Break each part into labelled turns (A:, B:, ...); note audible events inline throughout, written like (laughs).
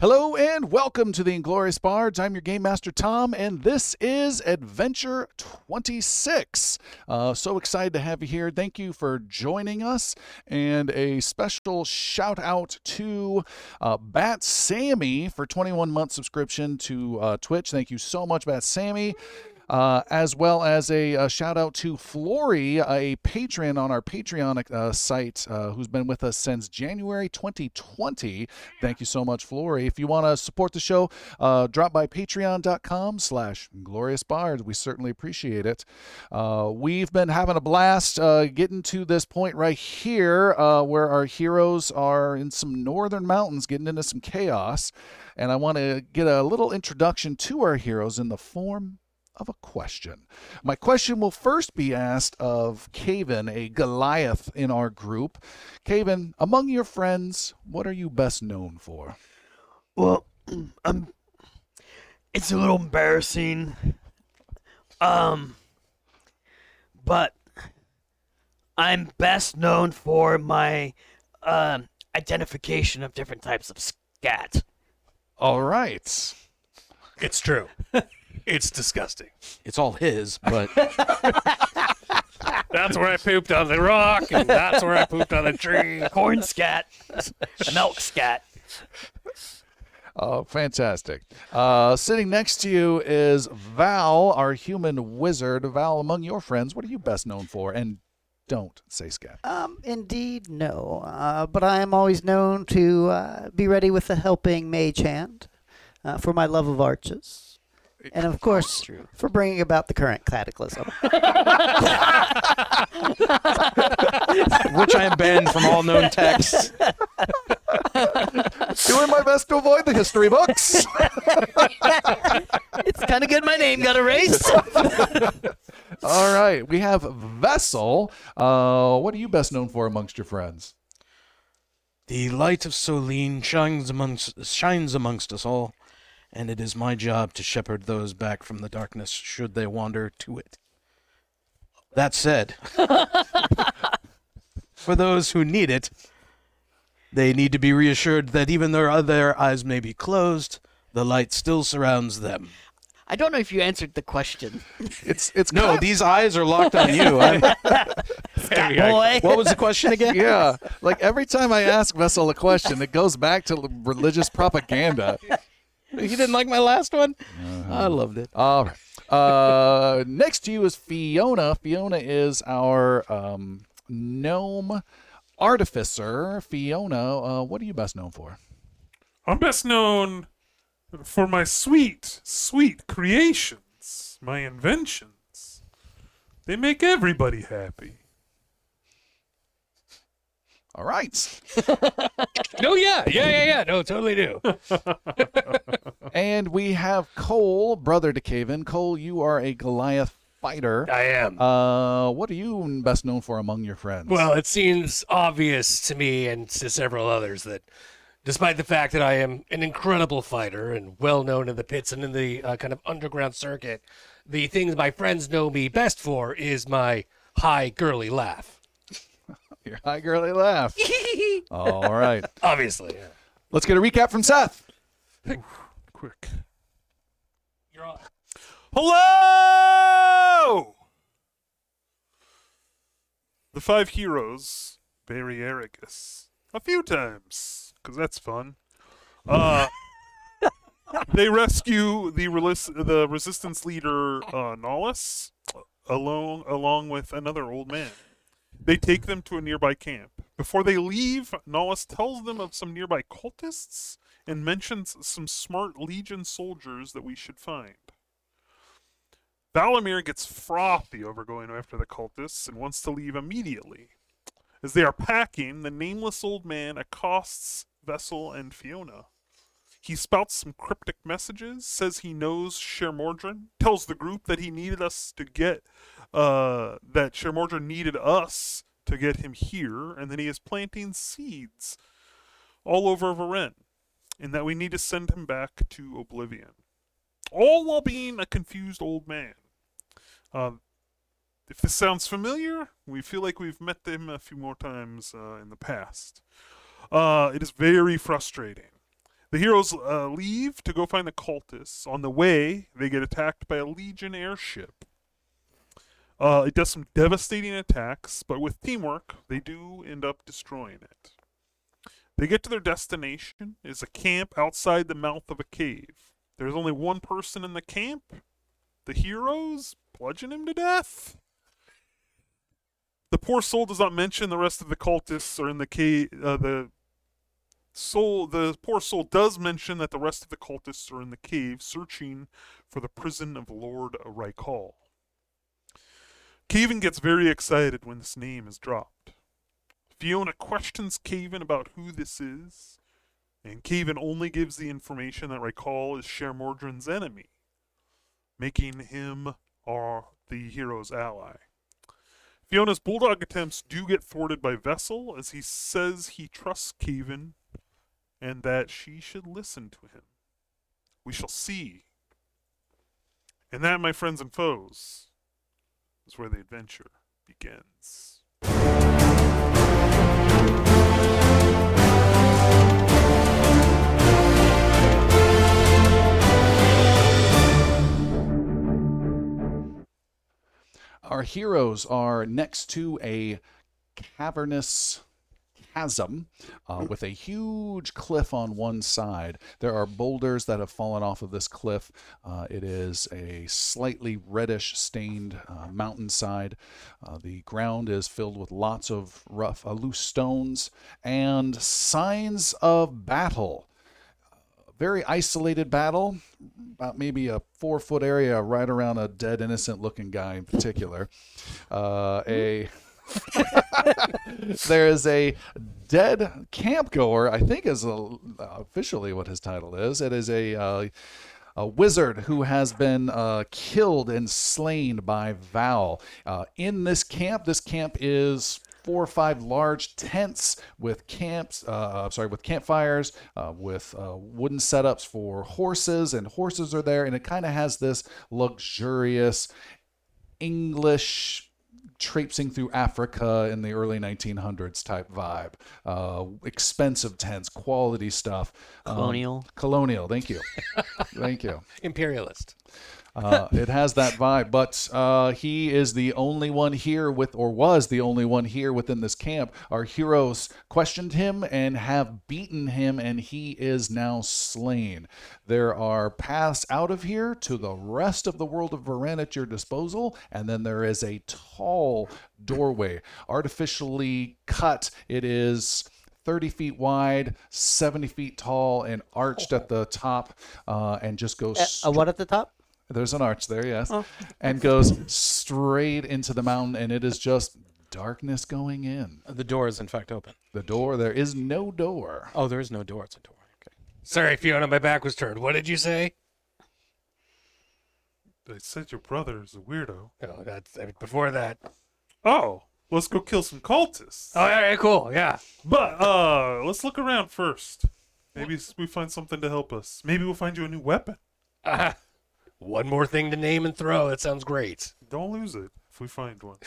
A: Hello and welcome to the Inglorious Bards. I'm your game master Tom, and this is Adventure 26. Uh, so excited to have you here. Thank you for joining us, and a special shout out to uh, Bat Sammy for 21 month subscription to uh, Twitch. Thank you so much, Bat Sammy uh, as well as a, uh shout out to Flory, a patron on our Patreon uh, site uh, who's been with us since January 2020. Thank you so much, Flory. If you want to support the show, uh, drop by patreon.com slash glorious bards. We certainly appreciate it. Uh, we've been having a blast uh, getting to this point right here uh, where our heroes are in some northern mountains getting into some chaos. And I want to get a little introduction to our heroes in the form of a question. My question will first be asked of Caven, a Goliath in our group. Caven, among your friends, what are you best known for?
B: Well, um, it's a little embarrassing. Um, but I'm best known for my um identification of different types of scat. (laughs)
A: All right.
C: It's true. (laughs) it's disgusting.
D: It's all his, but
C: That's where I pooped on the rock, and that's where I pooped on the tree.
B: Corn scat, milk scat.
A: (laughs) Oh, fantastic. Uh, sitting next to you is Val, our human wizard. Val, among your friends, what are you best known for? And don't say scat.
E: Um, indeed, no. Uh, but I am always known to uh, be ready with a helping mage hand uh, for my love of arches. And of course, for bringing about the current cataclysm. (laughs)
D: which I am banned from all
C: (laughs)
D: known texts.
A: Doing my best to avoid the history
D: (laughs)
A: books.
B: It's kind of good my name got erased.
A: All right. We have Vessel. Uh, what are you best known for amongst your friends?
D: The light of Solene shines amongst shines amongst us all, and it is my job to shepherd those back from the darkness should they wander to it. That said, for those who need it, they need to be reassured that even though other eyes may be closed, the light still surrounds them.
B: I don't know if you answered the question.
A: It's it's
D: No,
A: kind-
D: these eyes are locked on you. I'm-
C: Hey, I-
B: Boy,
D: what was the
A: (laughs)
D: question again?
A: yeah. Like every time I ask Vessel a question, it goes back to l- religious propaganda.
D: You didn't like my last one? I loved it.
A: All right. Uh, next to you is Fiona. Fiona is our um, gnome artificer. Fiona, uh, what are you best known for?
F: I'm best known for my sweet, sweet creations, my inventions. They make everybody happy.
A: All right.
C: No, yeah, yeah, yeah, yeah. No, totally do.
A: And we have Cole, brother to Caven. Cole, you are a Goliath fighter.
C: I am.
A: Uh, what are you best known for among your friends?
C: Well, it seems obvious to me and to several others that despite the fact that I am an incredible fighter and well known in the pits and in the uh, kind of underground circuit, the things my friends know me best for is my high girly laugh.
A: (laughs) your high girly laugh. All right.
C: Obviously.
A: Let's get a recap from Seth.
F: Quick.
C: You're all-
F: Hello! The five heroes bury Ericus a few times, 'cause that's fun. Uh, they rescue the, relis- the resistance leader uh, Nolus along, along with another old man. They take them to a nearby camp. Before they leave, Nolus tells them of some nearby cultists and mentions some smart Legion soldiers that we should find. Valamir gets frothy over going after the cultists and wants to leave immediately. As they are packing, the nameless old man accosts Vessel and Fiona. He spouts some cryptic messages, says he knows Shermordrin, tells the group that he needed us to get, uh, that Shermordrin needed us to get him here, and that he is planting seeds all over Varen, and that we need to send him back to Oblivion all while being a confused old man. Um, if this sounds familiar, we feel like we've met them a few more times uh, in the past. Uh, it is very frustrating. The heroes uh, leave to go find the cultists. On the way, they get attacked by a Legion airship. Uh, it does some devastating attacks, but with teamwork, they do end up destroying it. They get to their destination is a camp outside the mouth of a cave. There's only one person in the camp. The heroes bludgeon him to death. The poor soul does not mention the rest of the cultists are in the cave. Uh, the soul, the poor soul does mention that the rest of the cultists are in the cave searching for the prison of Lord Rykal. Caven gets very excited when this name is dropped. Fiona questions Caven about who this is, and Caven only gives the information that Rykal is Shermordrin's enemy, making him our the hero's ally. Fiona's bulldog attempts do get thwarted by Vessel as he says he trusts Caven and that she should listen to him. We shall see. And that, my friends and foes, is where the adventure begins.
A: Our heroes are next to a cavernous chasm uh, with a huge cliff on one side. There are boulders that have fallen off of this cliff. Uh, it is a slightly reddish stained uh, mountainside. Uh, the ground is filled with lots of rough, uh, loose stones and signs of battle Uh, very isolated battle, about maybe a four foot area right around a dead innocent looking guy in particular. Uh, a (laughs) there is a dead campgoer, I think is a, officially what his title is. It is a uh, a wizard who has been uh, killed and slain by Val. Uh, in this camp, this camp is four or five large tents with camps, uh, sorry, with campfires, uh, with uh, wooden setups for horses, and horses are there, and it kind of has this luxurious English traipsing through Africa in the early 1900s type vibe. Uh, expensive tents, quality stuff. Um,
B: Colonial.
A: colonial. Thank you. (laughs) thank you.
C: Imperialist.
A: Uh, it has that vibe, but uh, he is the only one here with, or was the only one here within this camp. Our heroes questioned him and have beaten him, and he is now slain. There are paths out of here to the rest of the world of Varan at your disposal, and then there is a tall doorway, artificially cut. It is. 30 feet wide, 70 feet tall, and arched at the top, uh, and just goes
E: A, a what at the top?
A: there's an arch there, yes.
F: Oh.
A: And goes straight into the mountain, and it is just darkness going in.
D: The door is in fact open.
A: The door, there is no door.
D: Oh, there is no door. It's a door. Okay.
C: Sorry, Fiona, my back was turned. What did you say?
F: They said your brother is a weirdo.
C: Oh, that's I mean, before that.
F: Oh, let's go kill some cultists.
C: Oh, all right, cool. Yeah.
F: But uh, let's look around first. Maybe s- we find something to help us. Maybe we'll find you a new weapon.
C: Uh, one more thing to name and throw. That sounds great.
F: Don't lose it if we find one.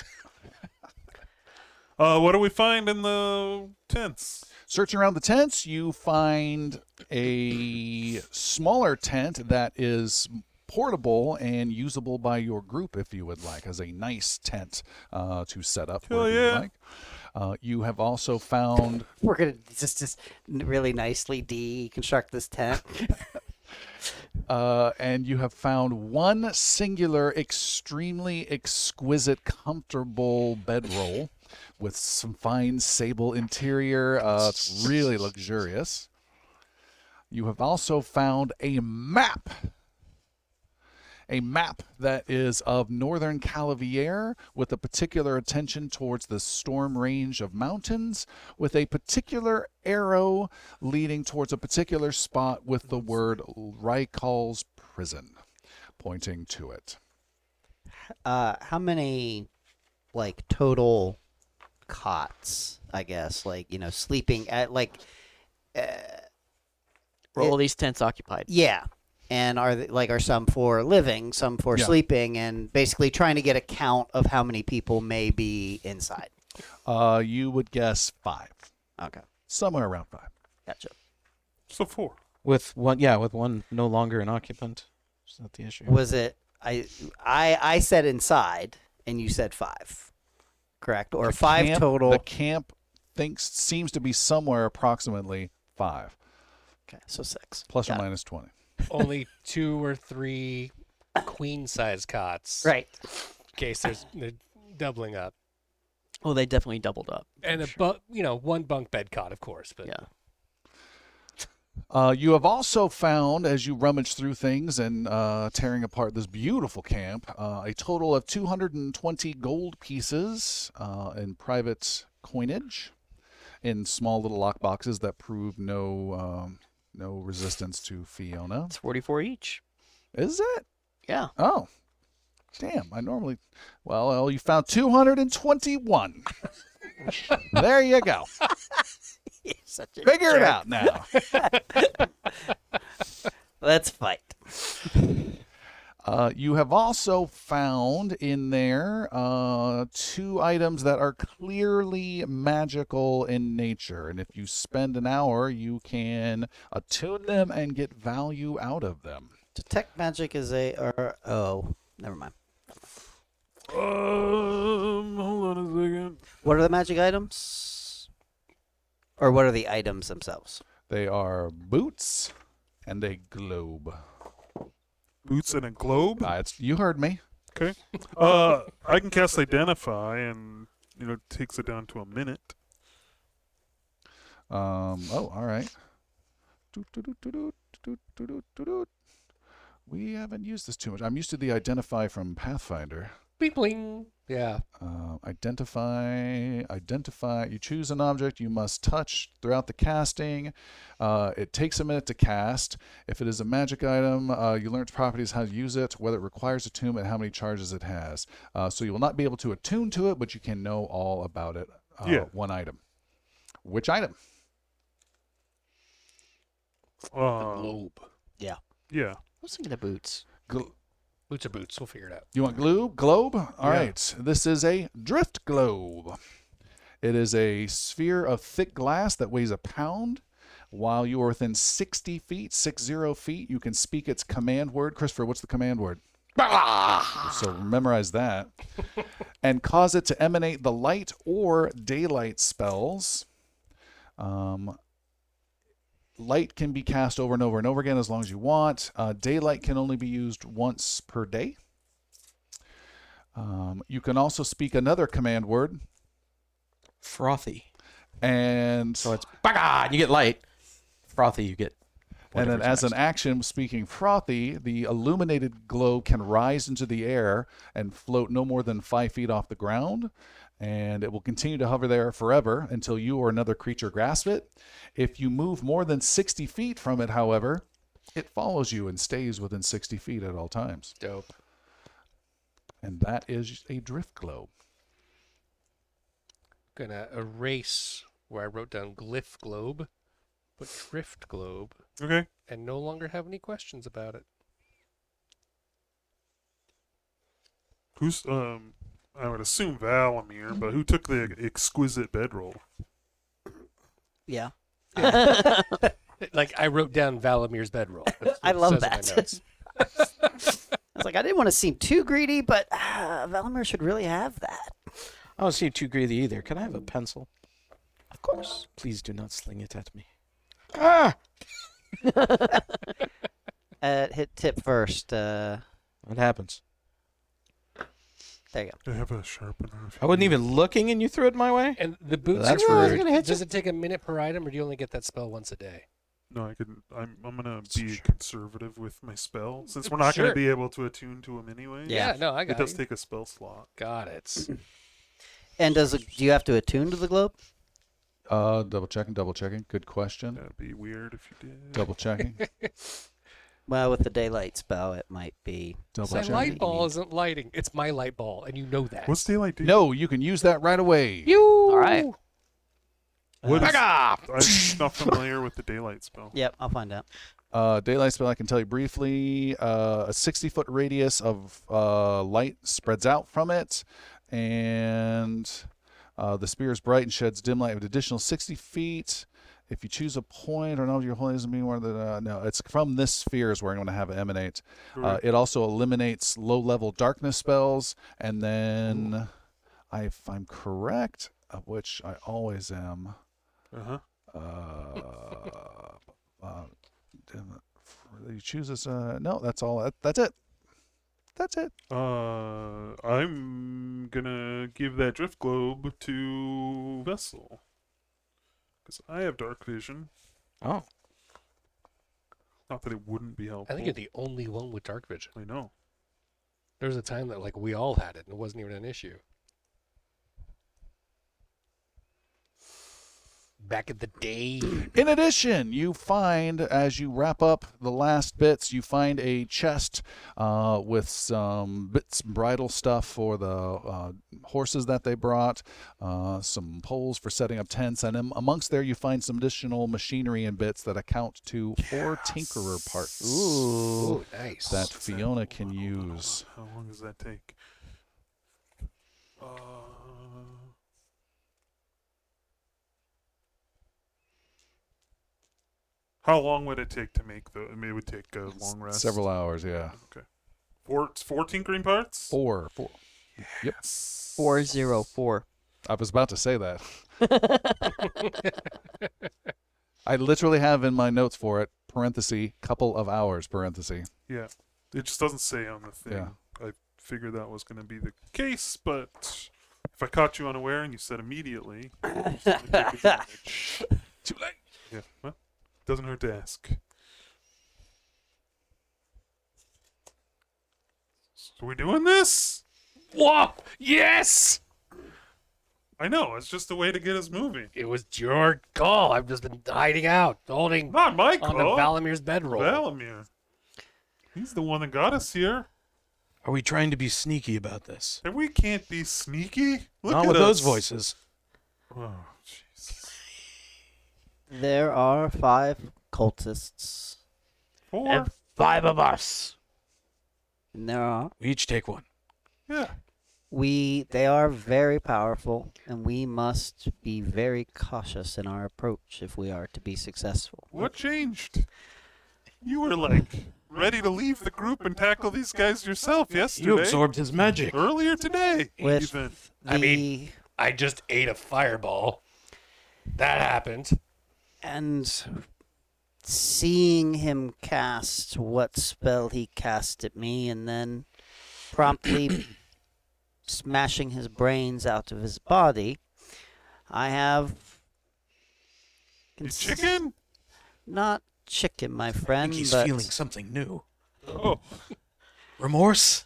F: uh, what do we find in the tents?
A: Searching around the tents, you find a smaller tent that is portable and usable by your group if you would like, as a nice tent uh, to set up
F: Hell
A: wherever
F: yeah.
A: you like. Uh, you have also found
E: We're gonna just just really nicely deconstruct this tent. (laughs)
A: uh, and you have found one singular, extremely exquisite, comfortable bedroll with some fine sable interior. Uh, it's really luxurious. You have also found a map. A map that is of northern Calavier with a particular attention towards the storm range of mountains, with a particular arrow leading towards a particular spot with the word Rykal's prison pointing to it.
E: Uh, how many, like total, cots? I guess like you know sleeping at like
B: Were all these tents occupied?
E: yeah, and are th- like are some for living, some for
A: Yeah.
E: sleeping, and basically trying to get a count of how many people may be inside.
A: Uh, you would guess five,
E: Okay,
A: somewhere around five.
E: gotcha.
F: So four.
D: With one, yeah, with one no longer an occupant. Is that the issue?
E: Was it I I I said inside and you said five. Correct? Or
A: The
E: five
A: camp-
E: total.
A: The camp thinks seems to be somewhere approximately five,
E: okay, so six.
A: plus
E: Got
A: or
E: it.
A: minus twenty.
E: (laughs)
C: Only two or three queen size cots.
E: Right.
C: In case
E: (laughs)
C: there's they're doubling up.
B: Oh, they definitely doubled up.
C: And a bu- you know, one bunk bed cot, of course, but
B: Yeah.
A: Uh, you have also found, as you rummage through things and uh, tearing apart this beautiful camp, uh, a total of 220 gold pieces uh, in private coinage in small little lock boxes that prove no um, no resistance to Fiona.
B: It's 44 each.
A: Is it?
B: Yeah.
A: Oh, damn! I normally, well, well, you found
E: (laughs)
A: 221. there you go.
E: Such a
A: Figure it
E: jerk.
A: out now.
E: Let's fight.
A: Uh, you have also found in there uh, two items that are clearly magical in nature. And if you spend an hour, you can attune them and get value out of them.
E: Detect magic is a or oh, never mind.
F: Um, hold on a second.
E: What are the magic items? Or what are the items themselves?
A: They are boots and a globe.
F: Boots and a globe.
A: Uh, it's, you heard me.
F: Okay. Uh, I can cast identify, and you know, it takes it down to a minute.
A: Um, oh, all right. Doot, doot, doot, doot, doot, doot, doot, doot, doot, doot. We haven't used this too much. I'm used to the identify from Pathfinder.
C: bling bling. Yeah.
A: Uh, identify, identify. You choose an object you must touch throughout the casting. Uh, it takes a minute to cast. If it is a magic item, uh, you learn its properties, how to use it, whether it requires attune, and how many charges it has. Uh, so you will not be able to attune to it, but you can know all about it. Uh,
F: Yeah.
A: One item. Which item?
E: Um,
F: Uh, yeah.
B: I was thinking of boots.
A: Gl-
C: Boots are boots. We'll figure it out.
A: you want globe? Globe? All right.
F: Yeah.
A: This is a drift globe. It is a sphere of thick glass that weighs a pound. While you are within 60 feet, 60 feet, you can speak its command word. Christopher, what's the command word? so memorize that. and cause it to emanate the light or daylight spells. Um, light can be cast over and over and over again as long as you want. Uh, daylight can only be used once per day. Um, you can also speak another command word,
D: Frothy.
A: and
D: So it's baga, and you get light. Frothy, you get.
A: and then as
D: whatever's
A: an
D: next.
A: action, speaking frothy, the illuminated globe can rise into the air and float no more than five feet off the ground, and it will continue to hover there forever until you or another creature grasp it. If you move more than sixty feet from it, however, it follows you and stays within sixty feet at all times.
C: Dope.
A: And that is a drift globe.
C: Gonna erase where I wrote down glyph globe, put drift globe,
F: Okay.
C: and no longer have any questions about it.
F: Who's um? I would assume Valamir, but who took the exquisite bedroll?
E: Yeah.
C: Like I wrote down Valamir's bedroll. That's
E: (laughs) I
C: what it
E: love
C: says in my
E: that.
C: notes.
E: I was like, I didn't want to seem too greedy, but uh, Valimir should really have that.
D: I don't seem too greedy either. Can I have a pencil?
E: Of course.
D: Please do not sling it at me. Ah!
E: Uh, hit tip first. Uh,
D: It happens.
E: there you go.
F: I have a sharpener. if
D: I
F: you
D: wasn't
F: need
D: even looking, and you threw it my way.
C: And the boots.
D: That's
C: are-
D: rude.
C: Does it take a minute per item, or do you only get that spell once a day?
F: it. No, I could. I'm. I'm gonna
D: So
F: be
D: sure.
F: conservative with my spell since we're not
C: Sure.
F: gonna be able to attune to him anyway.
E: Yeah.
C: no, I
F: It
C: got
F: does
C: it.
F: take a spell slot.
C: got it.
E: And does it, do you have to attune to the globe?
A: Uh, double checking, double checking. Good question.
D: (laughs)
F: That'd be weird if you did.
A: Double checking,
E: Well, with the daylight spell, it might be.
A: double
C: My
A: checking.
C: light ball isn't lighting. It's my light ball, and you know that.
F: What's daylight do?
A: No, you can use that right away.
C: you? All
B: right.
E: uh,
F: What is- I'm not familiar with the daylight
C: (laughs)
F: spell.
E: Yep, I'll find out.
A: Uh, daylight spell, I can tell you briefly. Uh, a 60 foot radius of uh, light spreads out from it, and uh, the spear is bright and sheds dim light of an additional 60 feet. If you choose a point or no, your holiness being one of the uh, no, it's from this sphere is where I'm going to have it emanate. Uh, it also eliminates low-level darkness spells, and then, I, if I'm correct, of which I always am.
F: Uh-huh.
A: Uh, uh, damn it. you choose this. Uh, no, that's all. That, that's it. That's it.
F: Uh, I'm gonna give that drift globe to Vessel. Because I have dark vision.
D: Oh,
F: Not that it wouldn't be
C: I
F: helpful.
C: think you're the only one with dark vision.
F: I know.
C: There was a time that like we all had it and it wasn't even an issue. Back in the
D: (clears throat)
C: day,
A: In addition, you find as you wrap up the last bits, you find a chest uh, with some bits and bridle stuff for the uh, horses that they brought, uh, some poles for setting up tents, and am- amongst there you find some additional machinery and bits that account to four tinkerer parts
C: Ooh, nice.
A: that
F: What's that?
A: Fiona
F: Hold
A: can
F: on, hold on, hold on.
A: use.
F: How long does that take? Uh, how long would it take to make the? I mean, it would take a long rest.
A: Several hours, yeah.
F: Four, fourteen green parts.
A: Four, four.
B: Four zero four.
A: I was about to say (laughs) that. I literally have in my notes for it, parenthesis, couple of hours, parenthesis.
F: Yeah, it just doesn't say on the thing.
A: Yeah.
F: I figured that was going to be the case, but if I caught you unaware and you said immediately, I'd take advantage.
A: Too late.
F: yeah, well, doesn't hurt to ask. So we doing this?
C: Whoa! Yes,
F: I know it's just a way to get us moving.
C: it was your call. I've just been hiding out, holding
F: Not my
C: on to
F: call.
C: Valamir's bedroll.
F: Valamir. He's the one that got us here,
D: are we trying to be sneaky about this?
F: and we can't be sneaky. Look
D: Not
F: at
D: with those
F: us.
D: voices.
F: Oh, jeez.
E: There are five cultists,
F: Four.
B: And five of us.
E: and there are
D: We each take one.
F: yeah.
E: we. They are very powerful, and we must be very cautious in our approach if we are to be successful.
F: What changed? You were like ready to leave the group and tackle these guys yourself yesterday.
D: You absorbed his magic.
F: earlier today.
E: With
F: even.
E: the
C: I mean- I just ate a fireball. That happened.
E: and seeing him cast what spell he cast at me, and then promptly smashing his brains out of his body, I have
F: You
E: cons-
F: chicken?
E: Not chicken, my
D: I
E: friend,
D: think he's
E: but
D: feeling something new.
F: Oh,
D: Remorse?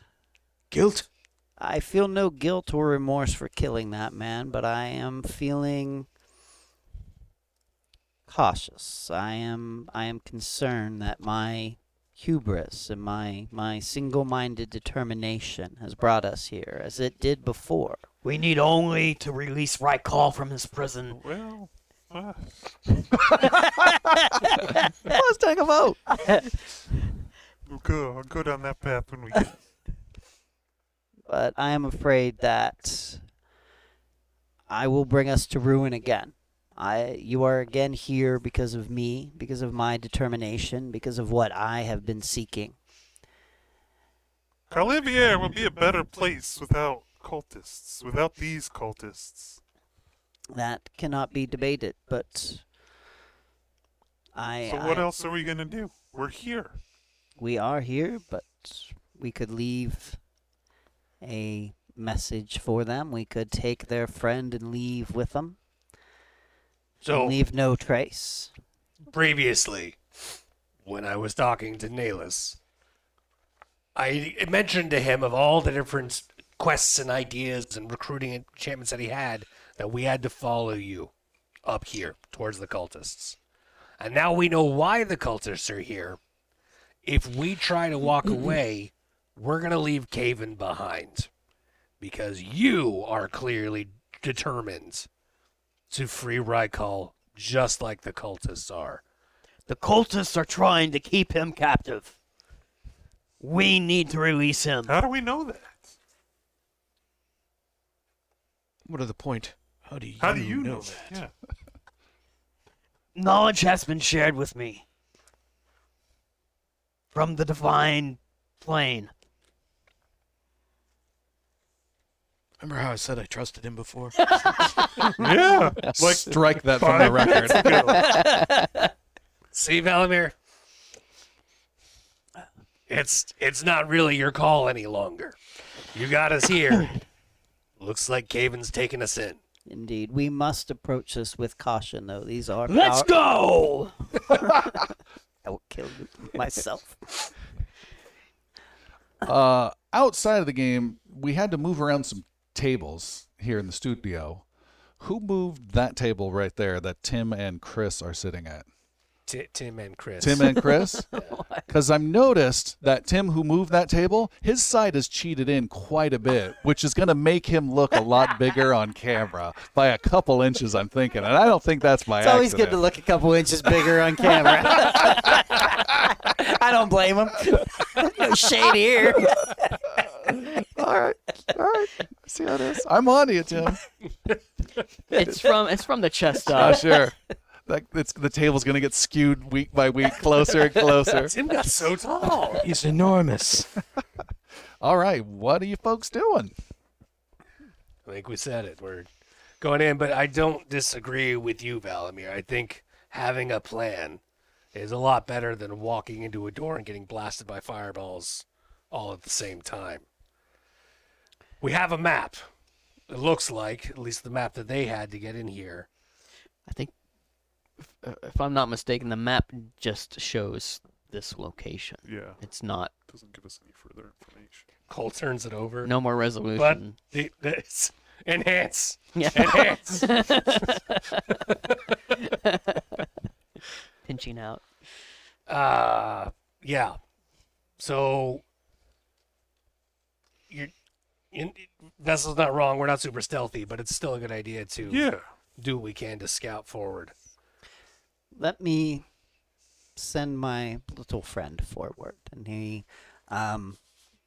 D: Guilt?
E: I feel no guilt or remorse for killing that man, but I am feeling cautious. I am I am concerned that my hubris and my my single-minded determination has brought us here as it did before.
B: We need only to release Rykal from his prison.
F: well. ah.
E: Let's take a vote.
F: we'll go, I'll go down that path when we get.
E: (laughs) but I am afraid that I will bring us to ruin again. I you are again here because of me, because of my determination, because of what I have been seeking.
F: Calivier will be a better place without cultists, without these cultists.
E: That cannot be debated, but I
F: So what
E: I-
F: else are we gonna do? We're here.
E: we are here, but we could leave a message for them. We could take their friend and leave with them.
C: So
E: leave no trace.
C: previously, when I was talking to Nalis, I mentioned to him of all the different quests and ideas and recruiting enchantments that he had that we had to follow you up here towards the cultists. And now we know why the cultists are here. If we try to walk away, we're going to leave Caven behind because you are clearly determined to free Rykal just like the cultists are.
B: The cultists are trying to keep him captive. We need to release him.
F: How do we know that?
D: What are the point? How do you,
F: (laughs) How do you know,
D: that?
F: that?
B: knowledge has been shared with me from the divine plane.
D: Remember how I said I trusted him before?
F: Yeah. Like
A: Strike that from the record.
C: See, Valimir, it's it's not really your call any longer. You got us
A: (laughs)
C: here. Looks like Caven's taking us in.
E: Indeed, we must approach this with caution, though. These are
B: Let's
E: power-
B: go!
E: I will kill you myself.
A: (laughs) uh, outside of the game, we had to move around some tables here in the studio. Who moved that table right there that Tim and Chris are sitting at?
C: T- Tim and Chris.
A: Tim and (laughs) Chris? Because I've noticed that Tim, who moved that table, his side is cheated in quite a bit, which is going to make him look a lot bigger on camera by a couple inches, I'm thinking. And I don't think that's by
E: It's always good to
A: accident.
E: look a couple inches bigger on camera. I don't blame him. (laughs) no shade here.
A: All right. (laughs) All right. See how it is? I'm on to you, (laughs) Tim.
G: It's from it's from the chest
A: Oh,
G: up.
A: sure. Like it's, the table's going to get skewed week by week, closer (laughs) and closer.
C: Tim
A: (laughs)
C: got so tall.
D: He's
G: (laughs)
D: enormous.
A: All right, what are you folks doing?
C: I think we said it. We're going in, but I don't disagree with you, Valimir. I think having a plan is a lot better than walking into a door and getting blasted by fireballs all at the same time. We have a map. It looks like, at least the map that they had to get in here.
G: I think, if, uh, if I'm not mistaken, the map just shows this location.
F: yeah.
G: It's not
F: Doesn't give us any further information.
C: Cole turns it over.
G: no more
C: but
G: resolution.
C: the, the, (laughs) it's enhance.
G: yeah,
C: Enhance.
G: pinching out.
C: Uh, yeah. So you're in, vessel's not wrong. We're not super stealthy, but it's still a good idea to
F: Yeah.
C: do what we can to scout forward.
E: Let me send my little friend forward, and he um,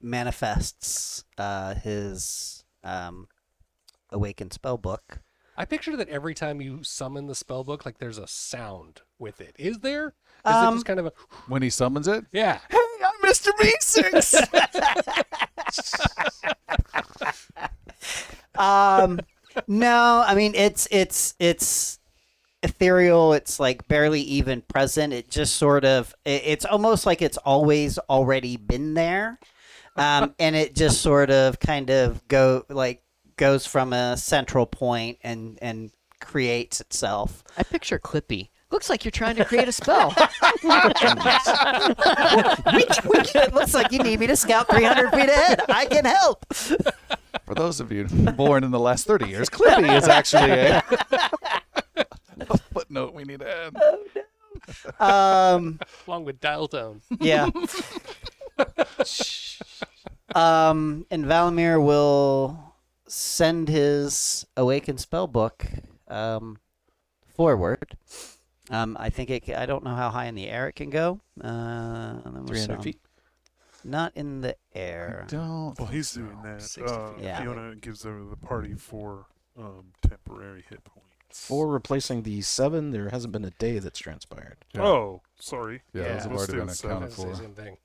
E: manifests uh, his um, awakened spell book.
C: I picture that every time you summon the spell book, like there's a sound with it. Is there? Is it
E: Um,
C: just kind of a
A: When he summons it?
C: yeah?
A: Hey, I'm Mr. B6.
E: um no i mean it's it's it's ethereal it's like barely even present it just sort of it, it's almost like it's always already been there um and it just sort of kind of go like goes from a central point and and creates itself
G: I picture Clippy. Looks like you're trying to create a spell.
E: (laughs) it looks like you need me to scout 300 feet ahead i can help
A: For those of you born in the last 30 years, Clippy is actually a, a (laughs) footnote we need to add.
E: um
C: Along with dial tone.
E: Yeah. um, and Valimir will send his awakened spell book um, forward. Um, I think it. ca- I don't know how high in the air it can go. Uh,
D: Three
G: oh.
D: hundred feet.
E: Not in the air.
A: Don't.
F: Well, he's doing that.
C: 60
F: Uh,
E: feet. Yeah.
F: Fiona gives over the party four um, temporary hit points.
D: Four replacing the seven. There hasn't been a day that's transpired.
A: Yeah.
F: Oh, sorry.
A: Yeah,
C: Yeah,
A: those have
F: let's
A: already
F: do
A: been
F: it, so
A: accounted
C: That's the
A: for.
C: same thing.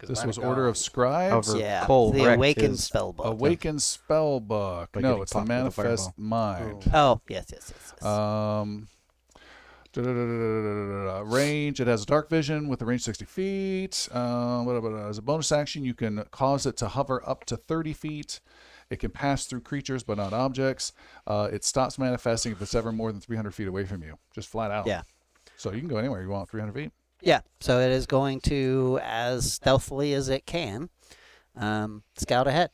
C: 'Cause
A: This
C: mine
A: was
C: are
A: Order of
C: gone.
A: Scribes.
D: However,
E: Yeah,
D: Cole
E: the
D: wrecked
E: awakened
D: his-
E: spell book.
A: Awakened Spellbook.
D: By
A: No,
D: getting
A: it's the
D: popped with a
A: Manifest Mind.
E: Oh yes, yes, yes. yes.
D: Uh,
A: Um, da-da-da-da-da-da-da-da. range. It has a dark vision with a range 60 feet. Uh, blah, blah, blah. As a bonus action, you can cause it to hover up to 30 feet. It can pass through creatures but not objects. Uh, it stops manifesting if it's ever more than 300 feet away from you, just flat out.
E: Yeah.
A: So you can go anywhere you want, 300 feet.
E: Yeah, so it is going to, as stealthily as it can, um, scout ahead.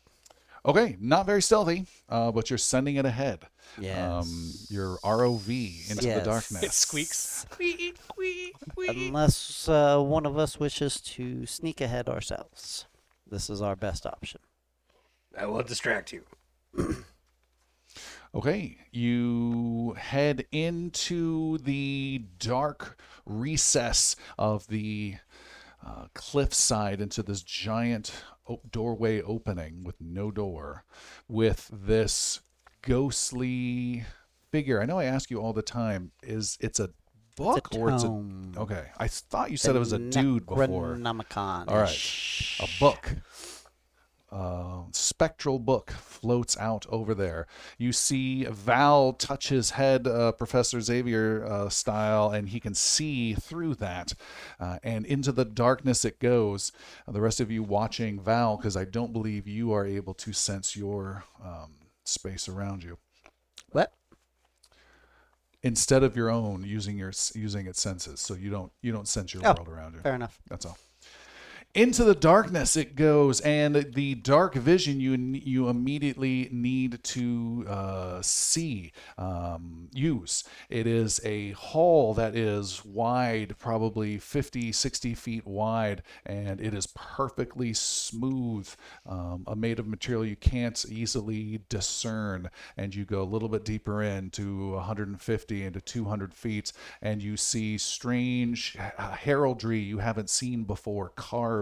A: Okay, not very stealthy, uh, but you're sending it ahead.
E: Yes.
A: Um, your ROV into the
E: Yes.
A: darkness.
C: It squeaks. (laughs) Squeak, squeak, squeak.
E: Unless uh, one of us wishes to sneak ahead ourselves. This is our best option.
C: I will distract you.
A: Okay, you head into the dark recess of the uh, cliffside into this giant o- doorway opening with no door, with this ghostly figure. I know I ask you all the time: is it's a book or it's a
E: tome.
A: okay? I thought you said it was a dude before.
E: Necronomicon.
A: All right, a book. Uh, spectral book floats out over there. You see Val touch his head, uh, Professor Xavier uh, style, and he can see through that. Uh, and into the darkness it goes. Uh, the rest of you watching Val, because I don't believe you are able to sense your um, space around you
E: What?
A: instead of your own using your using its senses so you don't you don't sense your
E: Oh,
A: world around you
E: Fair enough.
A: that's all into the darkness it goes and the dark vision you you immediately need to uh, see um, use it is a hall that is wide probably 50 60 feet wide and it is perfectly smooth um, uh, made of material you can't easily discern and you go a little bit deeper in to 150 and to 200 feet and you see strange uh, heraldry you haven't seen before carved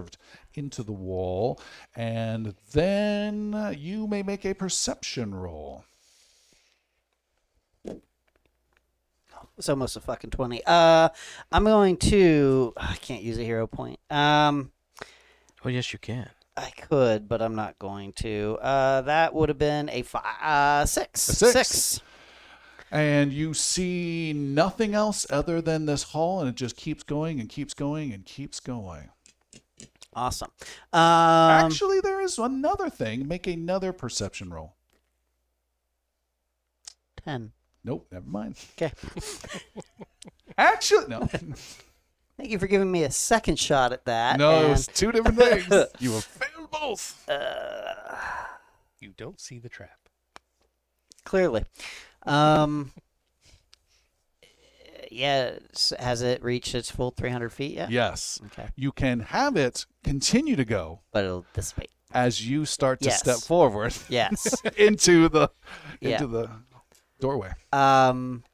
A: into the wall and then uh, you may make a perception roll
E: It's almost a fucking 20. Uh, I'm going to. I can't use a hero point. Um,
D: Oh, yes, you can.
E: I could, but I'm not going to. Uh, that would have been a fi- uh, six.
A: A six. and you see nothing else other than this hall and it just keeps going and keeps going and keeps going
E: Awesome. Um,
A: actually there is another thing make another perception roll
E: 10.
A: nope never mind
E: Okay.
A: actually no
E: Thank you for giving me a second shot at that.
A: No, it
E: Uh, and-
A: was two different
E: (laughs)
A: things. you have failed both.
E: uh,
C: You don't see the trap.
E: clearly. Um, yeah, s- has it reached its full 300 feet yet?
A: Yes.
E: Okay.
A: You can have it continue to go
E: But it'll dissipate.
A: as you start to
E: Yes.
A: step forward
E: Yes.
A: (laughs) into the into
E: Yeah.
A: the doorway.
E: (laughs) um,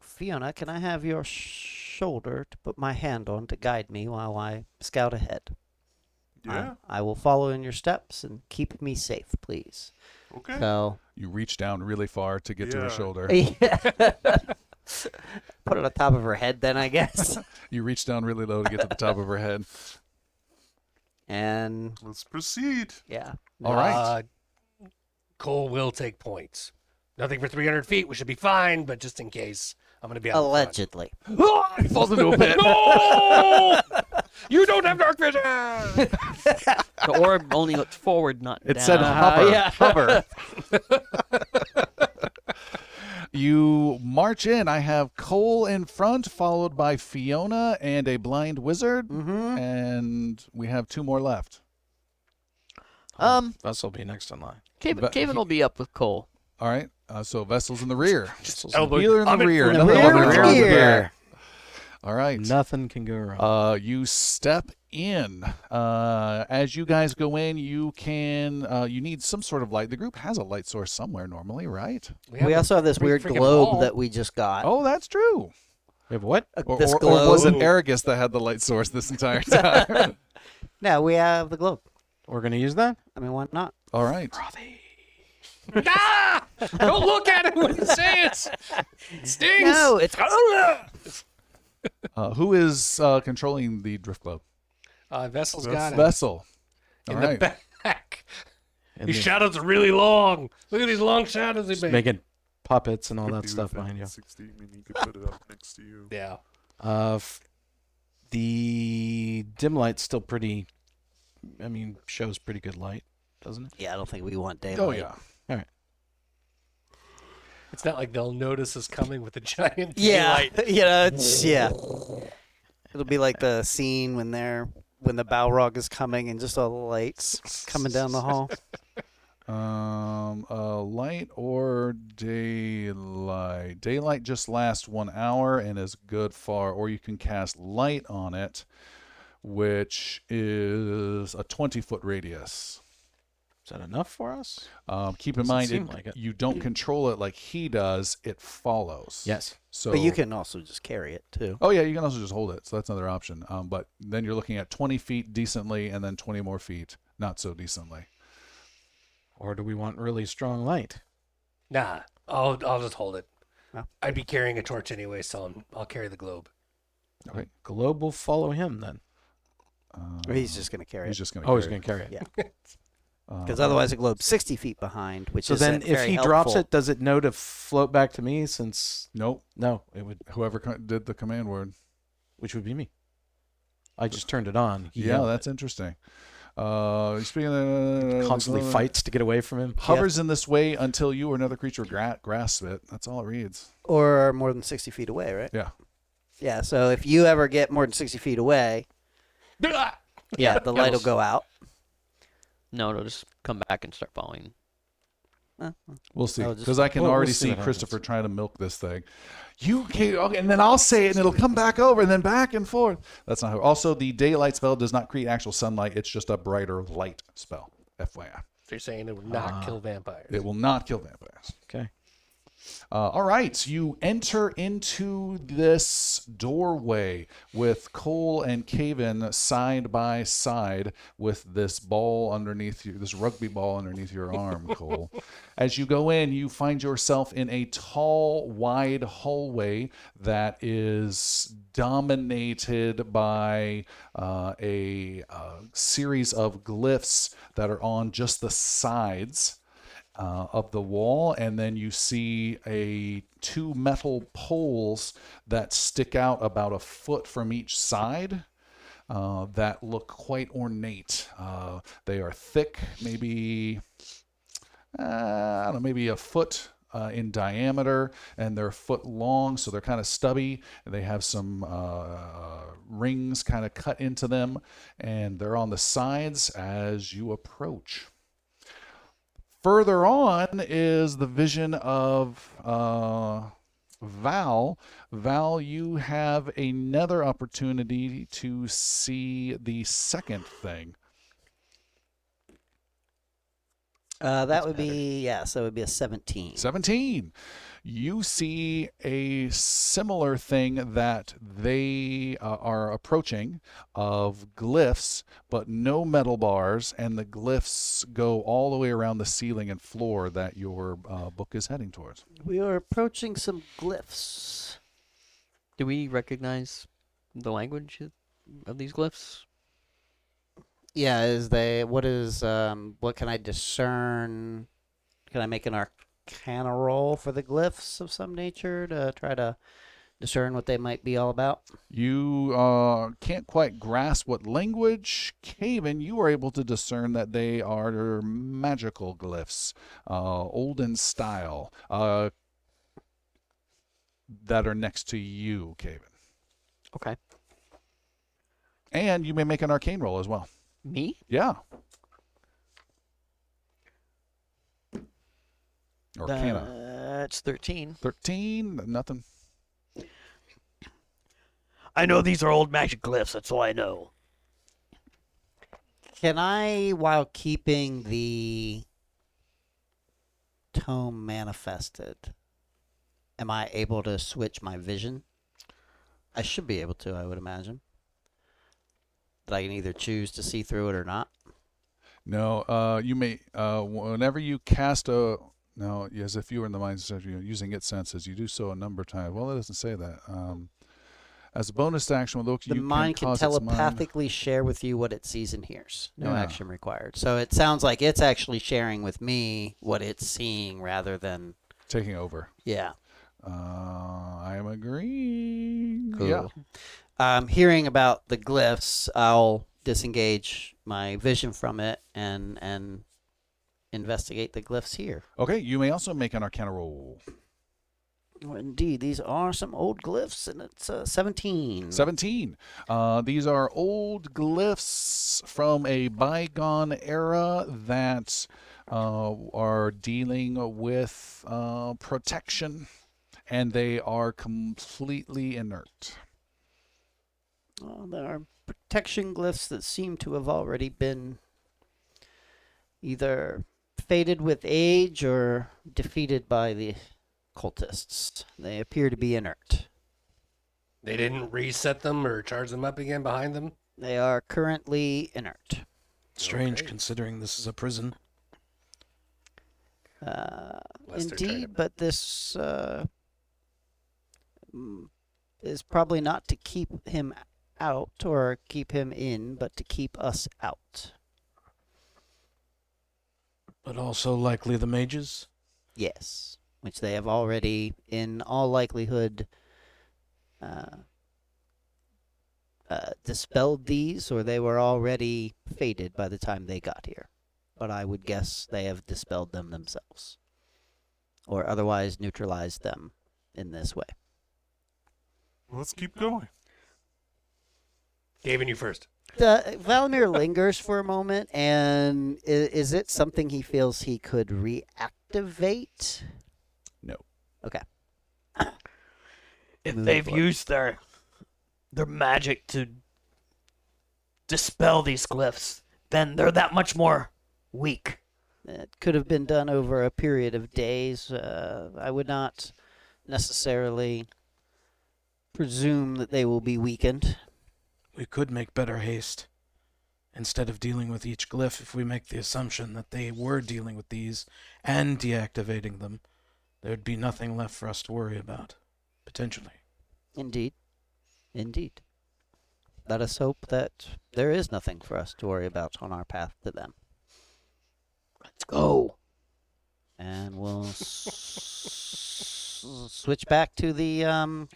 E: Fiona, can I have your shoulder to put my hand on to guide me while I scout ahead? I-
F: Yeah.
E: I will follow in your steps and keep me safe, please.
F: Okay.
E: So,
A: You reach down really far to get to her
F: Yeah.
A: shoulder.
E: put it on top of her head, then, I guess.
A: You reach down really low to get to the top of her
E: (laughs)
A: head.
E: and,
F: Let's proceed.
E: yeah.
A: All right.
C: Uh, Cole will take points. Nothing for 300 feet. We should be fine, but just in case, I'm going to be out
E: Allegedly.
C: in front. (laughs) Ah, he falls into a pit. no! You don't have dark vision!
G: (laughs) The orb only looked forward, not
A: It
G: down.
A: said
E: Uh,
A: hover.
G: Uh, yeah.
A: Hover. you march in. I have Cole in front, followed by Fiona and a blind wizard.
E: Mm-hmm.
A: And we have two more left.
G: Um,
D: Vessel Oh, be next in line.
G: Caven,
A: But
G: Caven
A: he-
G: will be up with Cole.
A: All right. Uh, so vessels in the rear.
D: Vessel's
C: elbow-
D: in-
A: Wheeler in the
C: I'm in
A: rear.
C: front
A: another
E: of
A: one in
E: the
A: front of the
E: rear.
A: rear. All right.
D: Nothing can go wrong.
A: Uh, you step in. Uh, as you guys go in, you can. Uh, you need some sort of light. The group has a light source somewhere normally, right?
E: We also have this
C: big
E: weird
C: freaking
E: globe
C: ball.
E: that we just got.
A: Oh, that's true.
D: We have what?
E: Uh,
A: Or,
E: this
A: or,
E: globe.
A: or was it Aragus that had the light source this entire time?
E: No, we have the globe.
D: We're going to use that?
E: I mean, why not?
A: All right.
C: ah! Don't look at it when you say it!
E: (laughs)
C: It Stings!
E: No, it's
A: Uh, who is uh, controlling the drift globe?
C: Uh, Vessel's got it.
A: Vessel. All
C: In
A: right.
C: the back.
D: And
C: His
D: then
C: shadows are really long. Look at these long shadows he made.
D: making puppets and all
F: Could
D: that
F: do
D: stuff
F: within
D: behind you.
F: 60, I mean, you could put it up next to you.
C: Yeah.
D: Uh, f- the dim light's still pretty. I mean, shows pretty good light, doesn't it?
E: Yeah, I don't think we want daylight.
A: Oh yeah.
C: It's not like they'll notice us coming with a giant
E: Yeah,
C: daylight.
E: (laughs) you know, it's, yeah. It'll be like the scene when they're when the Balrog is coming and just all the lights coming down
A: (laughs)
E: the hall.
A: Um, uh, light or daylight? Daylight just lasts one hour and is good far, or you can cast light on it, which is a 20 foot radius.
D: Is that enough for us?
A: Um, keep in
D: Doesn't
A: mind,
D: seem
A: it-
D: like it.
A: you don't control it like he does, it follows.
D: Yes.
A: So,
E: But you can also just carry it too.
A: oh, yeah, you can also just hold it. So that's another option. Um, but then you're looking at 20 feet decently and then 20 more feet not so decently.
D: Or do we want really strong light?
C: Nah, I'll, I'll just hold it. I'd be carrying a torch anyway, so I'm, I'll carry the (laughs) globe.
A: Okay.
D: Globe will follow him then.
E: Or he's just going to carry
A: Um, He's
E: it.
A: just going to.
D: Oh, he's going to carry it.
E: Yeah.
A: Uh,
E: Because otherwise, the globe's 60 feet behind, which
D: So
E: is
D: then, if
E: very
D: he
E: helpful.
D: drops it, does it know to float back to me? Since
A: nope.
D: no, it would,
A: Whoever co- did the command word.
D: which would be me. I just turned it on. He
A: Yeah,
D: yelled
A: that's interesting. Uh, speaking of
D: constantly
A: uh,
D: fights to get away from him.
A: Hovers in this way until you or another creature gra- grasp it. That's all it reads.
E: or more than 60 feet away, right?
A: Yeah.
E: Yeah, so if you ever get more than 60 feet away, yeah, the light will go out.
G: No, it'll just come back and start following.
A: We'll see.
E: I'll just-
A: Because I can
D: we'll- we'll
A: already
D: see
A: see
D: what happens.
A: Christopher trying to milk this thing. You can't. Okay, and then I'll say it and it'll come back over and then back and forth. That's not how. Also, the daylight spell does not create actual sunlight, it's just a brighter light spell. FYI.
C: So you're saying it would not kill vampires?
A: It will not kill vampires.
D: Okay.
A: Uh, all right, you enter into this doorway with Cole and Caven side by side with this ball underneath you, this rugby ball underneath your arm, Cole. As you go in, you find yourself in a tall, wide hallway that is dominated by uh, a uh, series of glyphs that are on just the sides uh, of the wall, and then you see a two metal poles that stick out about a foot from each side. Uh, that look quite ornate. Uh, they are thick, maybe uh, I don't know, maybe a foot uh, in diameter, and they're a foot long, so they're kind of stubby. And they have some uh, rings kind of cut into them, and they're on the sides as you approach. Further on is the vision of uh, Val. Val, you have another opportunity to see the second thing.
E: Uh, that would be, yeah, so it would be a 17.
A: 17. You see a similar thing that they uh, are approaching of glyphs, but no metal bars, and the glyphs go all the way around the ceiling and floor that your uh, book is heading towards.
E: We are approaching some glyphs.
G: Do we recognize the language of- of these glyphs?
E: Yeah, is they what is um what can I discern? Can I make an arcana roll for the glyphs of some nature to try to discern what they might be all about?
A: You uh, can't quite grasp what language. Caven, you are able to discern that they are magical glyphs, uh, olden style, uh, that are next to you, Caven.
G: Okay.
A: And you may make an arcane roll as well.
G: Me?
A: Yeah. Arcana.
G: That's 13.
A: 13, nothing.
B: I know these are old magic glyphs, that's all I know.
E: Can I while keeping the tome manifested, am I able to switch my vision? I should be able to, I would imagine. That I can either choose to see through it or not.
A: No, uh, you may. Uh, whenever you cast a no, as if you were in the mindset of you know, using its senses, you do so a number of times. Well, it doesn't say that. Um, as a bonus action, look,
E: the
A: you
E: mind
A: can,
E: can
A: cause its mind-
E: telepathically share with you what it sees and hears. No
A: Yeah.
E: action required. So it sounds like it's actually sharing with me what it's seeing rather than
A: taking over.
E: yeah.
A: Uh, I am agreeing. Yeah.
E: Um, hearing about the glyphs, I'll disengage my vision from it and and investigate the glyphs here.
A: Okay. You may also make an Arcana roll.
E: Well, Oh, indeed, these are some old glyphs, and it's uh, seventeen.
A: 17. Uh, these are old glyphs from a bygone era that uh, are dealing with uh, protection, and they are completely inert.
E: Well, Oh, there are protection glyphs that seem to have already been either faded with age or defeated by the cultists. They appear to be inert.
C: They didn't reset them or charge them up again behind them.
E: They are currently inert.
D: Strange, considering this is a prison.
E: Uh,
C: Unless they're trying to-
E: indeed, but this uh, mm, is probably not to keep him out or keep him in, but to keep us out.
D: but also likely the mages.
E: Yes, which they have already, in all likelihood, uh, uh, dispelled these, or they were already faded by the time they got here. But I would guess they have dispelled them themselves, or otherwise neutralized them in this way.
F: Let's keep going.
C: Gavin, you first.
E: The, Valimir lingers for a moment, and i is it something he feels he could reactivate?
A: No.
E: Okay.
B: If
E: Move
B: they've
E: forward.
B: used their their magic to dispel these glyphs, then they're that much more weak.
E: It could have been done over a period of days. Uh, I would not necessarily presume that they will be weakened.
D: We could make better haste. Instead of dealing with each glyph, if we make the assumption that they were dealing with these and deactivating them, there'd be nothing left for us to worry about, potentially.
E: Indeed. Indeed. Let us hope that there is nothing for us to worry about on our path to them.
B: Let's go.
E: And we'll s- switch back to the um,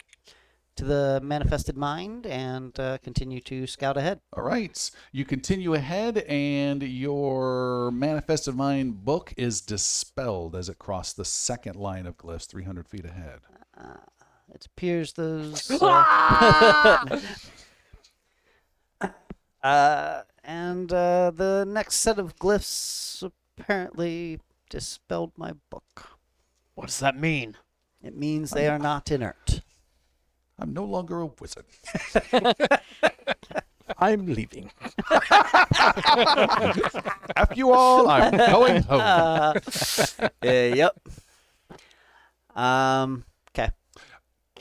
E: to the manifested mind and uh, continue to scout ahead.
A: All right. You continue ahead, and your Manifest of Mind book is dispelled as it crossed the second line of glyphs 300 feet ahead.
E: It appears those. Uh, (laughs) uh, and uh, the next set of glyphs apparently dispelled my book.
B: What does that mean?
E: It means they are not inert.
A: I'm no longer a wizard.
D: I'm leaving.
A: F you (laughs) all, I'm going home.
E: Uh, yep. (laughs) Um. Okay.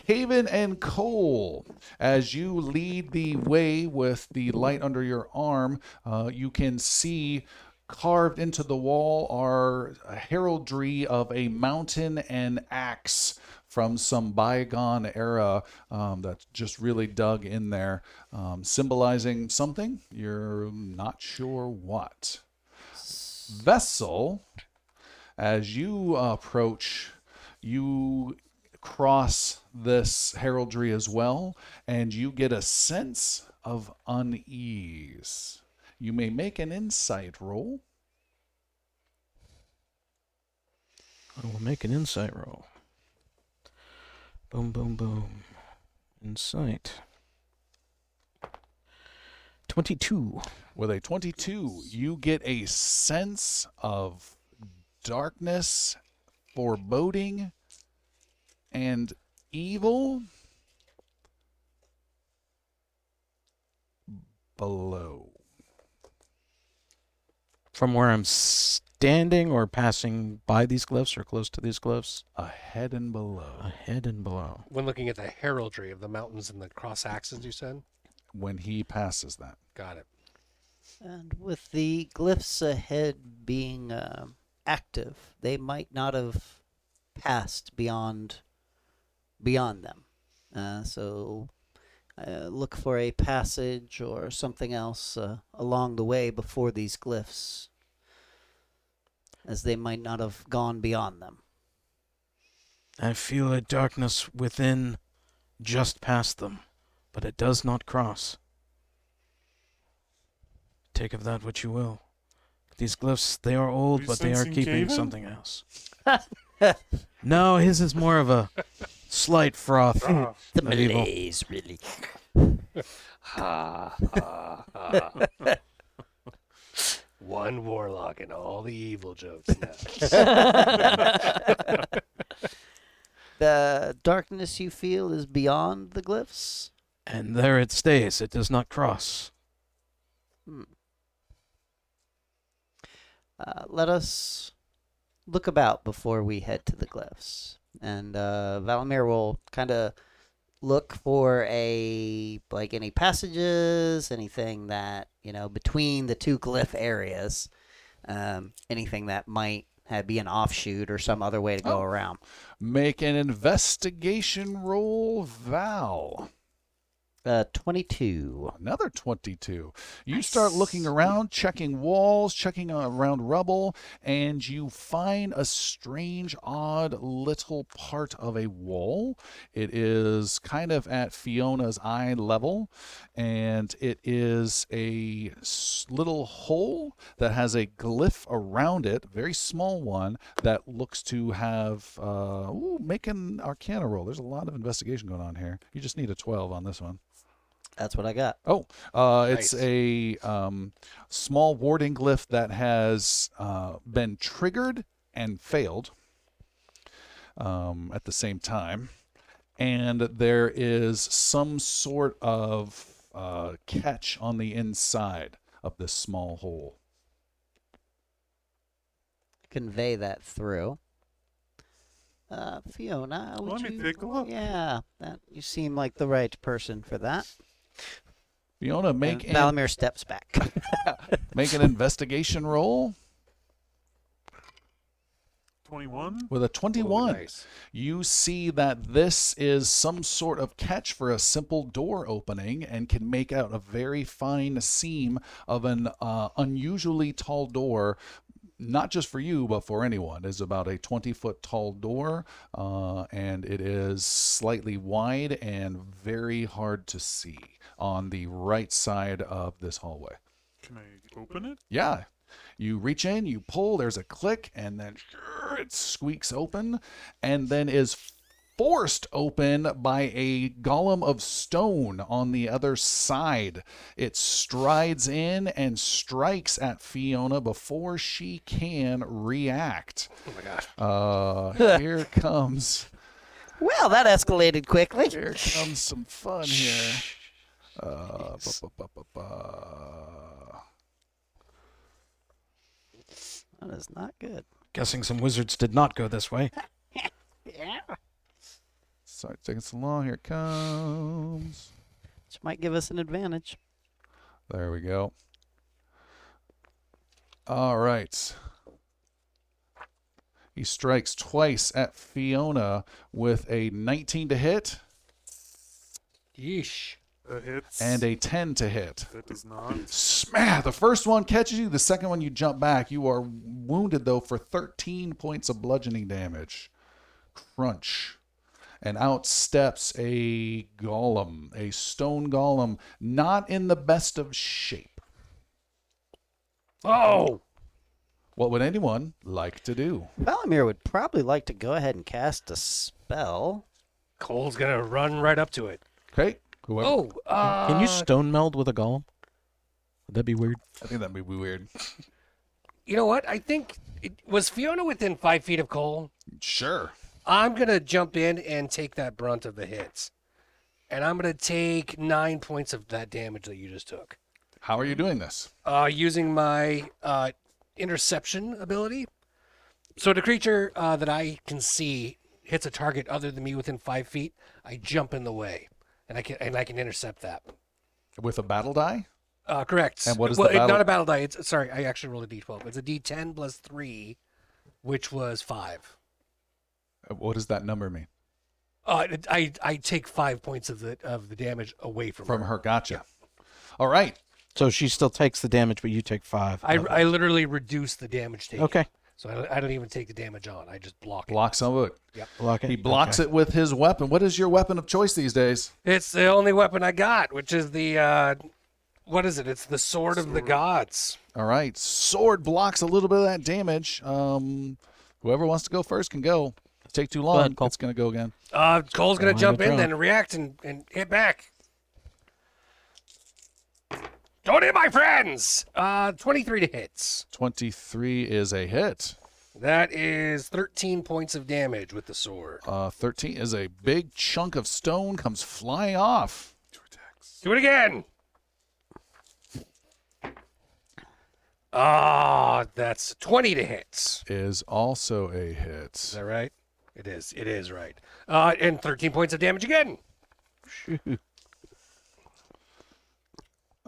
A: Haven and Cole, as you lead the way with the light under your arm, uh, you can see carved into the wall are a heraldry of a mountain and axe from some bygone era um, that's just really dug in there, um, symbolizing something. You're not sure what. Vessel, as you approach, you cross this heraldry as well, and you get a sense of unease. You may make an insight roll.
D: I will make an insight roll. Boom, boom, boom. Insight. 22.
A: With a 22, you get a sense of darkness, foreboding, and evil below.
D: From where I'm standing or passing by these glyphs or close to these glyphs,
A: Ahead and below.
D: ahead and below.
C: When looking at the heraldry of the mountains and the cross axes, you said?
A: When he passes that.
C: Got it.
E: And with the glyphs ahead being um active, they might not have passed beyond beyond them. Uh, so uh, look for a passage or something else uh, along the way before these glyphs, as they might not have gone beyond them.
D: I feel a darkness within, just past them, but it does not cross. Take of that what you will. These glyphs, they are old,
F: you
D: but they are
F: sensing
D: keeping
F: Gaven?
D: something else. (laughs) no, his is more of a slight froth.
E: The
D: Not evil.
E: malaise, really.
C: Ha, ha, ha. (laughs) One warlock and all the evil (laughs) jokes now.
E: (laughs) The darkness you feel is beyond the glyphs.
D: And there it stays, it does not cross.
E: Uh, let us look about before we head to the glyphs. And uh, Valimir will kind of look for a like any passages, anything that you know between the two glyph areas, um, anything that might That'd be an offshoot or some other way to
F: Oh.
E: go around.
A: Make an investigation roll, Val.
E: Uh, 22.
A: Another 22. You start looking around, checking walls, checking around rubble, and you find a strange, odd little part of a wall. It is kind of at Fiona's eye level, and it is a s- little hole that has a glyph around it, very small one, that looks to have. Uh, ooh, make an arcana roll. There's a lot of investigation going on here. You just need a 12 on this one.
E: That's what I got.
A: Oh, uh, it's a um, small warding glyph that has uh, been triggered and failed um, at the same time. And there is some sort of uh, catch on the inside of this small hole.
E: Convey that through. Uh, Fiona, would
F: Let me
E: you-
F: take a look.
E: Yeah, that, you seem like the right person for that.
A: Fiona, make
E: and
A: an,
E: Valamir steps back. (laughs)
A: make an investigation roll
F: 21.
A: with a 21. you see that this is some sort of catch for a simple door opening and can make out a very fine seam of an uh, unusually tall door not just for you but for anyone is about a 20 foot tall door uh, and it is slightly wide and very hard to see on the right side of this hallway
F: Can I open it?
A: yeah. You reach in, you pull, there's a click, and then (laughs) it squeaks open and then is forced open by a golem of stone on the other side. It strides in and strikes at Fiona before she can react. Oh my gosh. (laughs) Uh, here comes
E: well, that escalated quickly.
A: here comes some fun here. Uh, bu- bu- bu- bu- bu-
E: That is not good.
D: Guessing some wizards did not go this way.
A: Sorry, it's taking so long. Here it comes.
E: Which might give us an advantage.
A: There we go. All right. He strikes twice at Fiona with a 19 to hit
C: Yeesh.
F: That hits.
A: and a 10 to hit.
F: that does not.
A: Smash! The first one catches you, the second one you jump back. You are wounded, though, for 13 points of bludgeoning damage. Crunch. And out steps a golem, a stone golem, not in the best of shape.
C: Oh,
A: What would anyone like to do?
E: Valamir would probably like to go ahead and cast a spell.
C: Cole's gonna run right up to it.
A: Okay. Whoever.
C: Oh, uh,
D: Can you stone meld with a golem? Would that be weird?
A: I think that'd be weird.
C: you know what? I think it, was Fiona within five feet of Cole.
A: Sure.
C: I'm gonna jump in and take that brunt of the hits, and I'm gonna take nine points of that damage that you just took.
A: How are you doing this?
C: uh, using my uh, interception ability. So the creature uh, that I can see hits a target other than me within five feet. I jump in the way, and I can and I can intercept that.
A: With a battle die?
C: Uh, correct.
A: And what is the
C: well, it-
A: battle-
C: Not a battle die. It's sorry. I actually rolled a d12. It's a d10 plus three, which was five.
A: Uh, What does that number mean?
C: Uh, it- I I take five points of the of the damage away from,
A: From
C: her.
A: her. Gotcha. All right.
D: So she still takes the damage, but you take five.
C: I, I literally reduce the damage taken.
D: okay.
C: So I don't, I don't even take the damage on. I just block it.
A: Block some of it.
D: Block it.
A: He blocks it with his weapon. What is your weapon of choice these days?
C: It's the only weapon I got, which is the uh what is it? It's the sword, of the gods.
A: All right. Sword blocks a little bit of that damage. Um, whoever wants to go first can go. Take too long.
G: ahead, Cole.
A: it's going to go again.
C: Uh Cole's gonna
D: Well,
C: jump
D: good
C: in then react and, and hit back. Don't hit my friends! Uh twenty-three to hits.
A: 23 is a hit.
C: That is thirteen points of damage with the sword.
A: Uh, 13 is a big chunk of stone comes flying off.
C: Do it again. Ah, that's twenty to hits.
A: Is also a
C: Is
A: hit.
C: that right? It is. It is right. Uh, and thirteen points of damage again.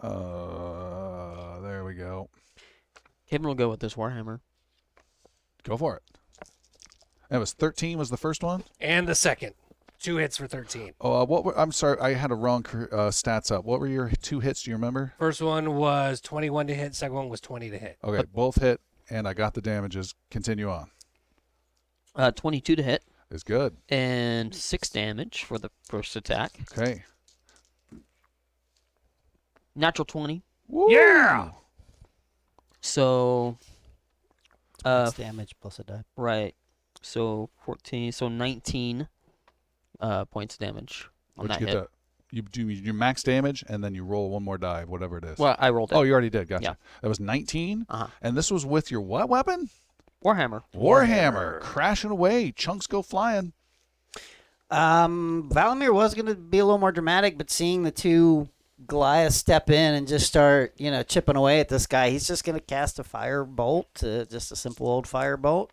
A: Uh, there we go. Uh,
G: Kevin will go with this Warhammer.
A: Go for it. That was 13 was the first one.
C: And the second. Two hits for 13.
A: Oh, uh, what were, I'm sorry, I had a wrong cr- uh, stats up. What were your two hits? Do you remember?
C: First one was 21 to hit, second one was 20 to hit.
A: Okay, both hit, and I got the damages. Continue on.
G: Uh, 22 to hit
A: It's good.
G: and 6 damage for the first attack.
A: Okay.
G: Natural 20.
C: Yeah!
G: So. Uh,
E: It's damage plus a die.
G: right. So 14. So 19 uh, points of damage on
A: What'd
G: that hit.
A: the- you do your max damage, and then you roll one more die, whatever it is.
G: Well, I rolled it.
A: oh, you already did. Gotcha.
G: Yeah.
A: That was 19,
G: Uh-huh.
A: and this was with your what weapon?
G: Warhammer.
A: Warhammer. Crashing away. Chunks go flying.
E: Um, Valamir was going to be a little more dramatic, but seeing the two Goliath step in and just start, you know, chipping away at this guy, he's just going to cast a fire bolt, uh, just a simple old fire bolt.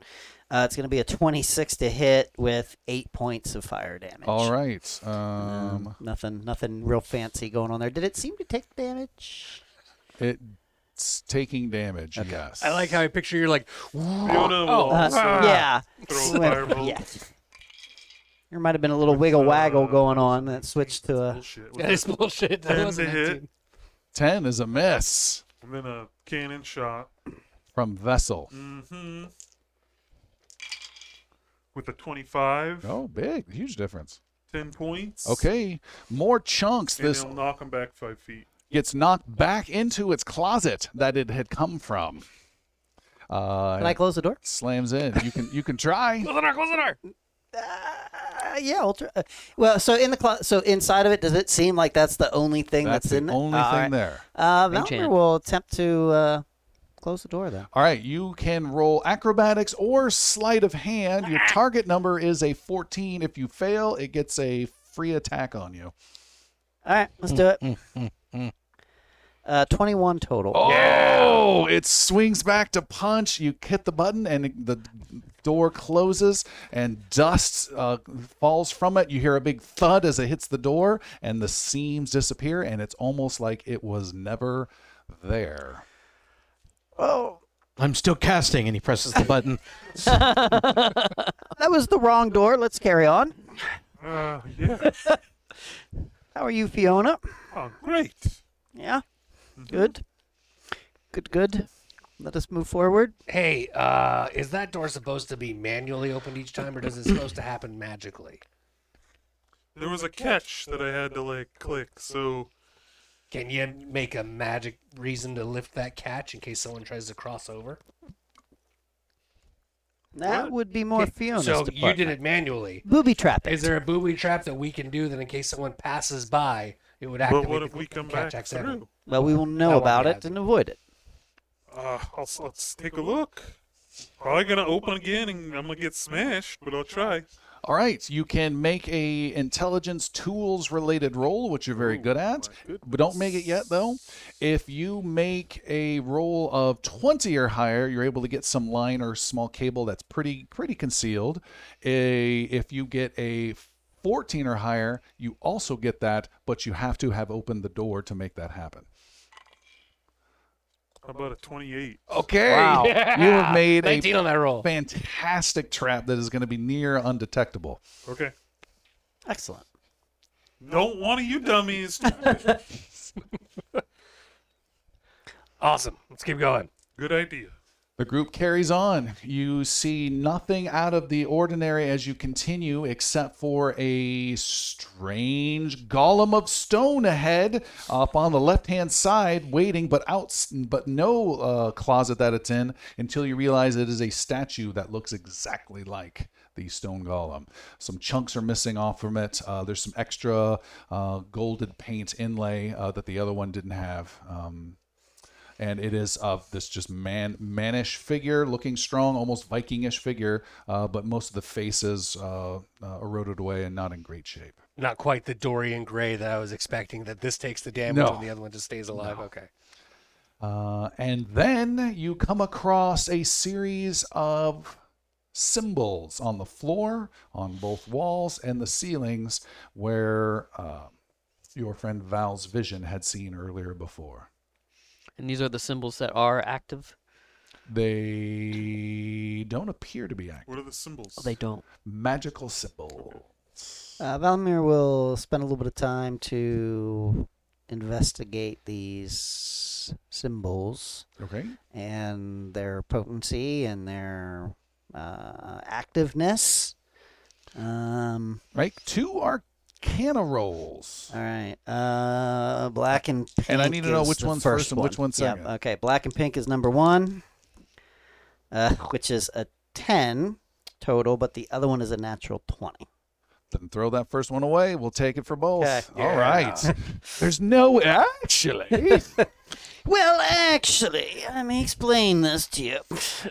E: Uh, it's going to be a 26 to hit with eight points of fire damage.
A: All right. Um,
E: nothing, nothing real fancy going on there. Did it seem to take damage?
A: It's taking damage, yes.
C: I like how I picture you're like,
F: Fiona will
C: Oh,
E: Uh,
F: also
E: yeah.
F: Oh, throw a fireball.
E: yeah. There might have been a little
F: Uh,
E: wiggle waggle going on that switched to a.
F: Bullshit.
C: (laughs) that is bullshit. That
F: Ten
C: wasn't
F: to hit.
C: 19.
A: 10 is a miss
F: And then a cannon shot Mm-hmm.
A: from Vessel.
C: Mm.
F: with a 25,
A: Oh, big. Huge difference.
F: 10 points.
A: Okay. More chunks.
F: And
A: This
F: he'll knock him back five feet.
A: gets knocked back into its closet that it had come from. Uh,
E: Can I close the door?
A: slams in. You can you can
E: (laughs)
A: try.
C: Close the door, close the door.
E: Uh, yeah, ultra. Uh, well, so in the clo- so inside of it, does it seem like that's the only thing that's,
A: That's the
E: in there?
A: only
E: All
A: thing
E: right.
A: there.
E: Uh,
G: Enchant.
E: Valmir will attempt to uh, close the door though.
A: All right, you can roll acrobatics or sleight of hand. Your
E: Ah.
A: target number is a 14. If you fail, it gets a free attack on you.
E: All right, let's do it.
A: (laughs)
E: Uh, twenty-one total.
A: Oh, it swings back to punch. You hit the button, and it- the door closes, and dust uh, falls from it. You hear a big thud as it hits the door, and the seams disappear, and it's almost like it was never there.
D: I'm still casting, and he presses the button.
E: That was the wrong door. Let's carry on.
F: Uh, yeah.
E: How are you, Fiona?
F: oh, great.
E: Yeah,
C: Mm-hmm.
E: good, good, good. Let us move forward.
C: Hey, uh, is that door supposed to be manually opened each time, or does it supposed to happen magically?
F: There was a catch that I had to like click, so
C: Can you make a magic reason to lift that catch in case someone tries to cross over?
E: That would be more Fiona's
C: so you
E: department.
C: did it manually.
E: booby trap.
C: Is there a booby trap that we can do that in case someone passes by, it would activate
F: but what
C: the
F: if we come
C: catch
F: back
C: accidentally?
F: through?
E: Well, we will
C: That
E: know
C: won't
E: about
C: be
E: it
C: as-
E: and avoid it.
F: Uh, I'll, s- let's take a look. Probably gonna open again, and I'm gonna get smashed, but I'll try.
A: All right, you can make a intelligence tools related roll, which you're very good at. But don't make it yet though. If you make a roll of 20 or higher, you're able to get some line or small cable that's pretty pretty concealed. A if you get a 14 or higher, you also get that, but you have to have opened the door to make that happen.
F: How about a 28?
A: Okay. You have made a
C: 19 on that roll.
A: fantastic trap that is going to be near undetectable.
F: Okay.
E: Excellent.
F: Don't one of you dummies. (laughs)
C: Awesome. Let's keep going.
F: Good idea.
A: The group carries on. You see nothing out of the ordinary as you continue, except for a strange golem of stone ahead, up on the left-hand side, waiting, but out, but no uh, closet that it's in until you realize it is a statue that looks exactly like the stone golem. Some chunks are missing off from it. Uh, there's some extra uh, golded paint inlay uh, that the other one didn't have. Um, and it is of this just man mannish figure, looking strong, almost Vikingish figure, uh, but most of the face is uh, uh, eroded away and not in great shape.
C: Not quite the Dorian Gray that I was expecting, that this takes the damage
A: No.
C: and the other one just stays alive. Okay.
A: Uh, and then you come across a series of symbols on the floor, on both walls and the ceilings, where uh, your friend Val's vision had seen earlier before.
G: And these are the symbols that are active.
A: They don't appear to be active.
F: What are the symbols?
G: Oh, They don't.
A: Magical symbol.
E: Uh, Valamir will spend a little bit of time to investigate these symbols
A: Okay.
E: and their potency and their uh, activeness. Um,
A: Right. Two arcana rolls.
E: all right. Uh, black and pink.
A: And I need to know
E: is
A: which
E: the
A: one's
E: first
A: first and which
E: one.
A: one's
E: Yep,
A: second.
E: okay. Black and pink is number one, uh, which is a 10 total, but the other one is a natural 20.
A: Then throw that first one away. We'll take it for both.
E: Okay.
A: All right. There's no actually.
E: Well, actually, let me explain this to you.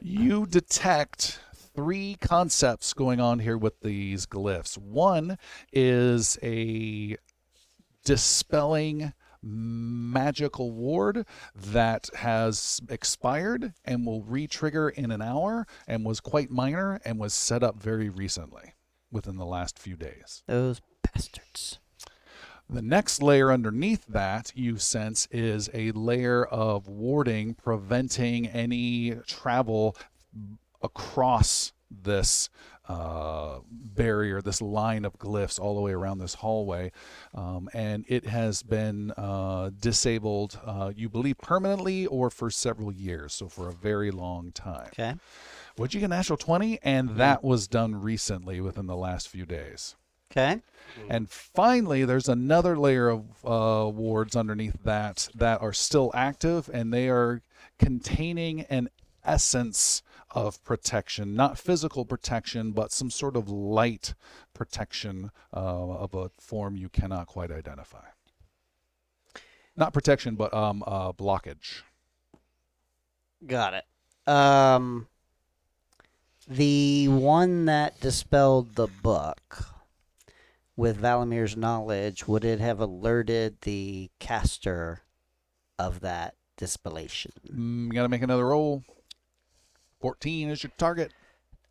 A: you detect three concepts going on here with these glyphs. One is a dispelling magical ward that has expired and will re-trigger in an hour and was quite minor and was set up very recently within the last few days.
E: Those bastards.
A: The next layer underneath that you sense is a layer of warding preventing any travel across this uh, barrier, this line of glyphs all the way around this hallway. Um, and it has been uh, disabled, uh, you believe, permanently or for several years. So for a very long time.
E: Okay.
A: Would you get a natural 20? And that was done recently within the last few days.
E: Okay.
A: And finally, there's another layer of uh, wards underneath that that are still active, and they are containing an essence of protection, not physical protection, but some sort of light protection uh, of a form you cannot quite identify. Not protection, but um, uh, blockage.
E: Got it. Um, the one that dispelled the book, with Valamir's knowledge, would it have alerted the caster of that dispellation?
A: Mm, gotta make another roll. 14 is your target.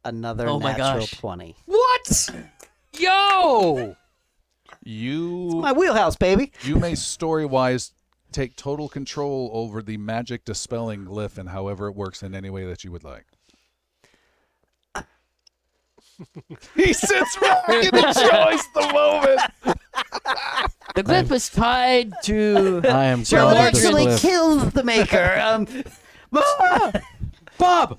E: Another
G: Oh my
E: natural
G: gosh.
E: 20.
C: What? Yo!
A: You
E: My wheelhouse, baby.
A: You may story wise take total control over the magic dispelling glyph and however it works in any way that you would like. he sits right and enjoys the moment.
G: The glyph is tied to.
D: I am
G: Sure,
D: proud
E: Well,
G: Bob
E: it
D: of this
E: actually
D: glyph.
E: kills the maker. (laughs) Um, uh,
D: Bob.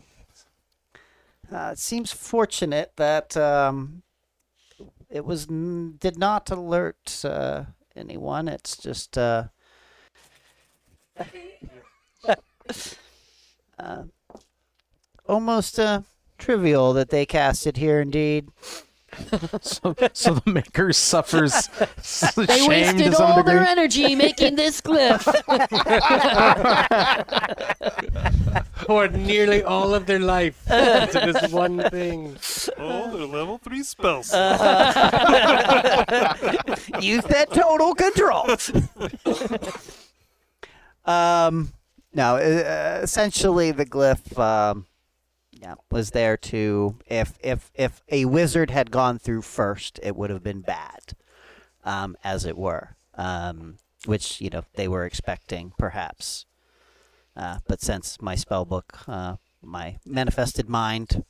E: it seems fortunate that um, it was n- did not alert uh, anyone. It's just uh, (laughs) uh, almost uh, trivial that they cast it here. Indeed,
D: So, so the maker suffers s-
H: They
D: shame to
H: wasted
D: some
H: all
D: degree.
H: their energy making (laughs) this glyph.
C: Poured nearly all of their life into this one thing.
F: Oh, they're level three spells.
E: (laughs) use that total control. (laughs) um, no, uh, essentially the glyph um, yeah, was there to if if if a wizard had gone through first, it would have been bad, um, as it were, um, which you know they were expecting perhaps. Uh, but since my spell book, uh, my manifested mind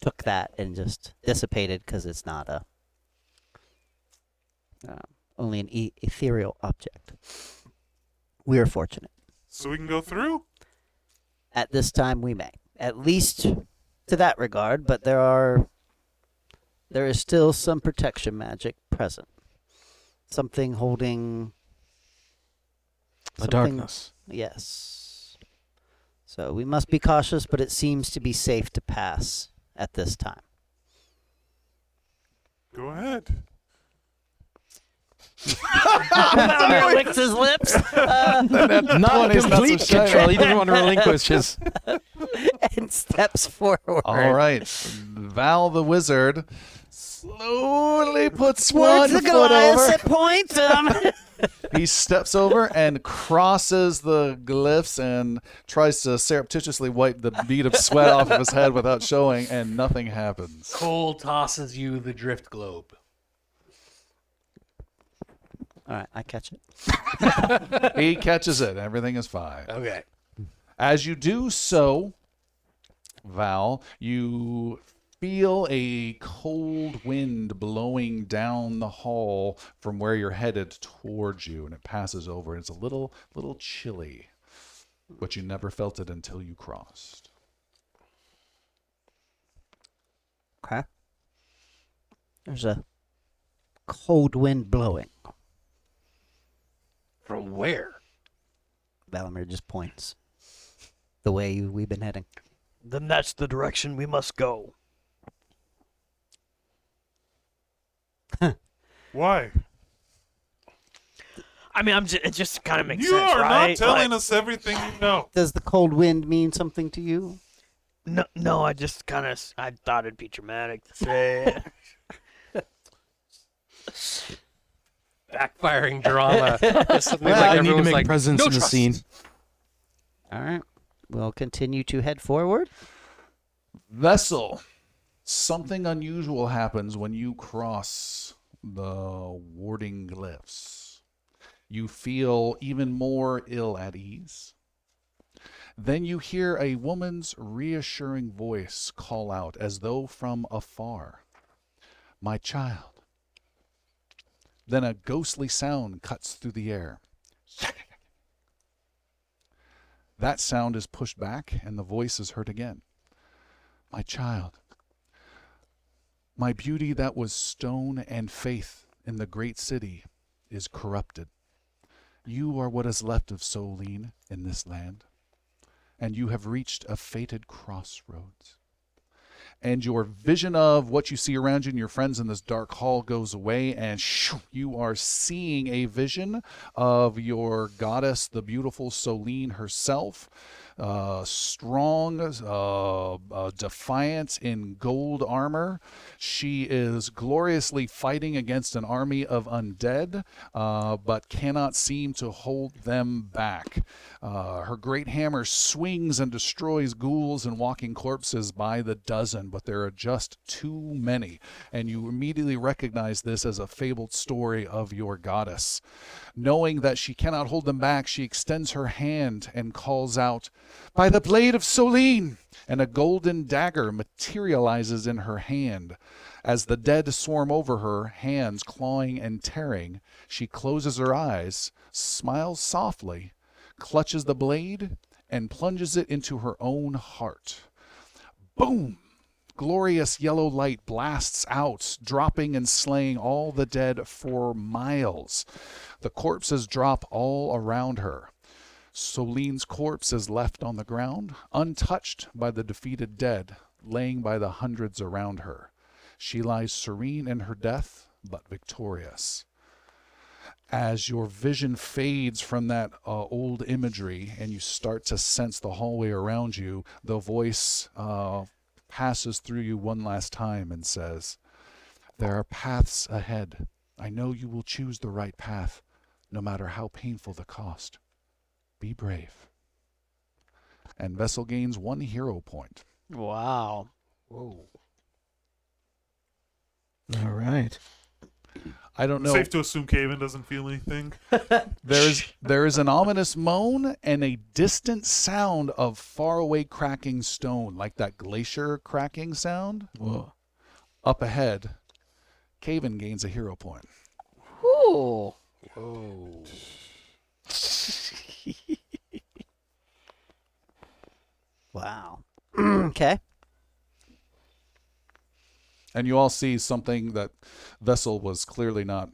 E: took that and just dissipated because it's not a um, only an e- ethereal object. We are fortunate.
F: So we can go through?
E: At this time, we may. At least to that regard, but there are. There is still some protection magic present. Something holding.
D: The
E: something-
D: darkness.
E: Yes. So we must be cautious, but it seems to be safe to pass at this (laughs) time.
F: Go ahead.
E: Valamir licks his lips
D: (laughs) Not
A: Twenty's not so
D: complete
A: shy.
D: control. He didn't want to relinquish his.
E: (laughs) and steps forward.
A: All right. Val the wizard slowly puts one
E: Words the
A: foot
E: Goliath
A: over.
E: at (laughs) point. Um,
A: He steps over and crosses the glyphs and tries to surreptitiously wipe the bead of sweat off of his head without showing, and nothing happens.
C: Cole tosses you the drift globe.
E: All right, I catch it.
A: He catches it. Everything is fine.
C: Okay.
A: As you do so, Val, you feel a cold wind blowing down the hall from where you're headed towards you, and it passes over. It's a little, little chilly, but you never felt it until you crossed.
E: Okay. There's a cold wind blowing.
C: From where?
E: Valamir just points the way we've been heading.
B: Then that's the direction we must go.
F: Why?
B: I mean, I'm just, it just kind of makes
F: you
B: sense,
F: are
B: right?
F: not telling
B: Like,
F: us everything you know.
E: Does the cold wind mean something to you?
B: No, no, I just kind of, I thought it'd be dramatic to say.
F: (laughs)
B: it.
C: Backfiring
D: (laughs)
C: drama. It's something
D: Well,
C: like
D: I need to
C: everyone's
D: make
C: like,
D: presence
C: "No
D: in the
C: trust."
D: scene.
E: All right. We'll continue to head forward.
A: Vessel, something unusual happens when you cross the warding glyphs. You feel even more ill at ease. Then you hear a woman's reassuring voice call out as though from afar My child. Then a ghostly sound cuts through the air. That sound is pushed back, and the voice is heard again. My child, my beauty that was stone and faith in the great city is corrupted. You are what is left of Solene in this land, and you have reached a fated crossroads. And your vision of what you see around you and your friends in this dark hall goes away, and shoo, you are seeing a vision of your goddess, the beautiful Solene herself, uh, strong, uh, uh, defiant in gold armor. She is gloriously fighting against an army of undead, uh, but cannot seem to hold them back. Uh, her great hammer swings and destroys ghouls and walking corpses by the dozen, but there are just too many. And you immediately recognize this as a fabled story of your goddess. Knowing that she cannot hold them back, she extends her hand and calls out, By the blade of Solene! And a golden dagger materializes in her hand. As the dead swarm over her, hands clawing and tearing, she closes her eyes, smiles softly, clutches the blade, and plunges it into her own heart. Boom! glorious yellow light blasts out, dropping and slaying all the dead for miles. The corpses drop all around her. Soline's corpse is left on the ground, untouched by the defeated dead, laying by the hundreds around her. She lies serene in her death, but victorious as your vision fades from that uh, old imagery and you start to sense the hallway around you, the voice uh, passes through you one last time and says, There are paths ahead. I know you will choose the right path, no matter how painful the cost. Be brave. And Vessel gains one hero point.
G: Wow.
D: All right.
A: I don't know.
F: Safe to assume Caven doesn't feel anything.
A: There's there is an ominous moan and a distant sound of faraway cracking stone, like that glacier cracking sound.
D: Whoa.
A: Up ahead, Caven gains a hero point.
G: Ooh.
E: Wow. (clears throat) okay.
A: And you all see something that Vessel was clearly not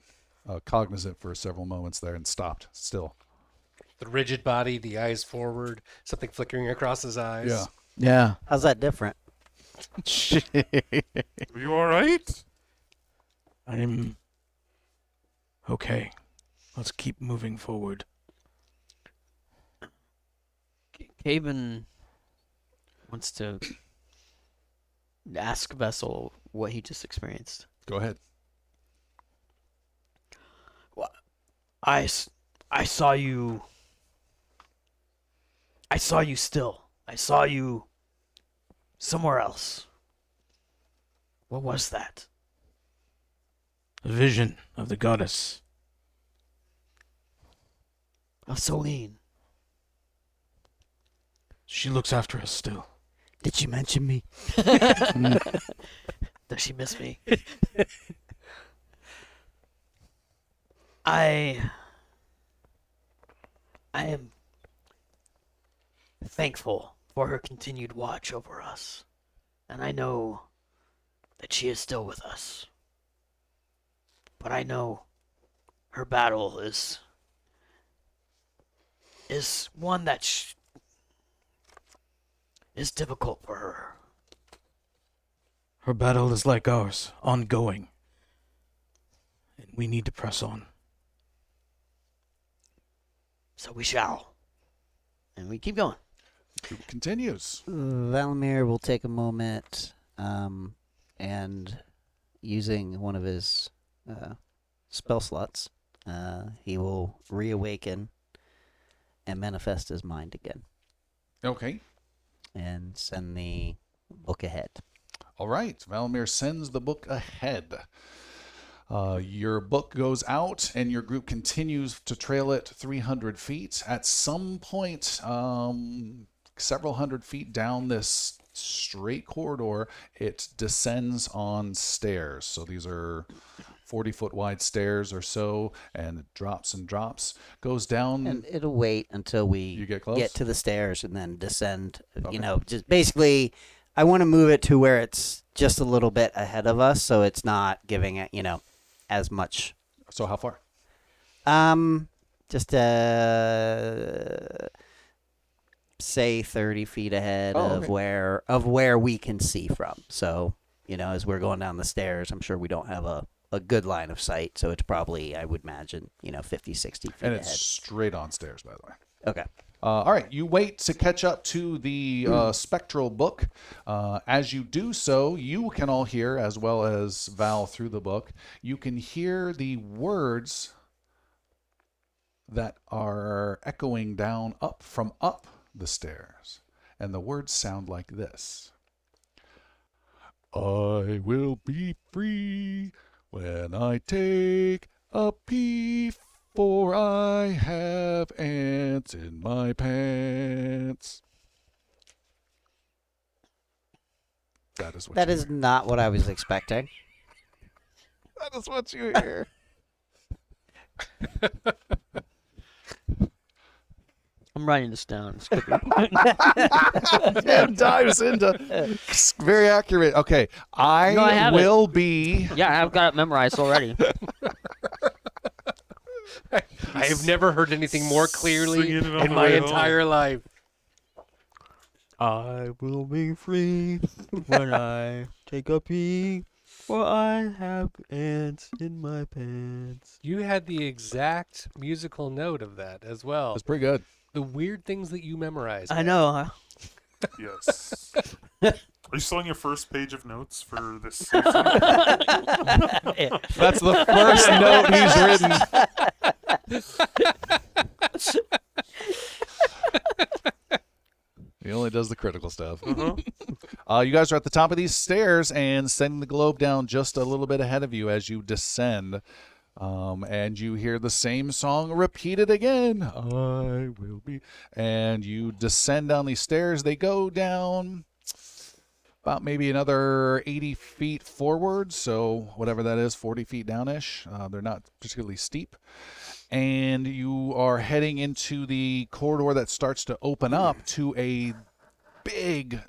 A: uh, cognizant for several moments there and stopped still.
C: The rigid body, the eyes forward, something flickering across his eyes.
A: Yeah.
D: Yeah.
E: How's that different?
F: Are you all right?
D: I'm okay. Let's keep moving forward.
G: Caven wants to ask Vessel what he just experienced.
A: Go ahead.
B: I, s- I saw you. I saw you still. I saw you somewhere else. What was that?
D: A vision of the goddess.
B: Of Celine.
D: She looks after us still.
E: Did you mention me?
B: Does she miss me? I. I am thankful for her continued watch over us. And I know that she is still with us. But I know her battle is. is one that sh- is difficult for her.
D: Her battle is like ours, ongoing. And we need to press on.
B: So we shall. And we keep going.
A: It continues.
E: Valamir will take a moment um, and using one of his uh, spell slots, uh, he will reawaken and manifest his mind again
A: Okay.
E: and send the book ahead.
A: All right. Valamir sends the book ahead. Uh, your book goes out, and your group continues to trail it 300 feet. At some point, um, several hundred feet down this straight corridor, it descends on stairs. So these are 40 foot wide stairs or so, and it drops and drops, goes down.
E: And it'll wait until we
A: Hmm. You get close?
E: to the stairs and then descend.
A: Okay.
E: You know, just basically, I want to move it to where it's just a little bit ahead of us, so it's not giving it, you know, as much.
A: so, how far?
E: Um, just uh, say thirty feet ahead
A: Oh,
E: of
A: okay.
E: where of where we can see from. So you know, as we're going down the stairs, I'm sure we don't have a a good line of sight, so it's probably, I would imagine, you know, 50, 60 feet
A: And
E: ahead.
A: it's straight on stairs, by the way.
E: Okay.
A: Uh, all right, you wait to catch up to the uh, spectral book. Uh, as you do so, you can all hear, as well as Val through the book, you can hear the words that are echoing down up from up the stairs. And the words sound like this I will be free when I take a pee, for I have ants in my pants. That is what
E: That
A: you
E: is
A: hear.
E: not what I was
A: (laughs)
E: expecting.
A: that
G: (laughs)
A: is what you hear.
G: I'm writing this down. It's good. (laughs)
A: Damn dives into
G: (laughs)
A: very accurate. Okay, I,
G: No, I have it.
A: will be.
G: yeah, I've got it memorized already.
C: I have never heard anything more
F: Singing
C: clearly
F: it on
C: in
F: the
C: my
F: way home.
C: entire life.
G: (laughs) I will be free when I take a pee, for I have ants in my pants.
C: You had the exact musical note of that as well.
A: That's pretty good.
C: The weird things that you memorized.
G: I know. huh?
F: Yes. Are you still on your first page of notes for this season?
A: That's the
D: (laughs)
A: first note he's written. He only does the critical stuff. (laughs) Uh, you guys are at the top of these stairs and sending the globe down just a little bit ahead of you as you descend. Um, and you hear the same song repeated again. I will be. And you descend down these stairs. They go down about maybe another 80 feet forward. So, whatever that is, 40 feet downish. Uh, they're not particularly steep. And you are heading into the corridor that starts to open up to a big,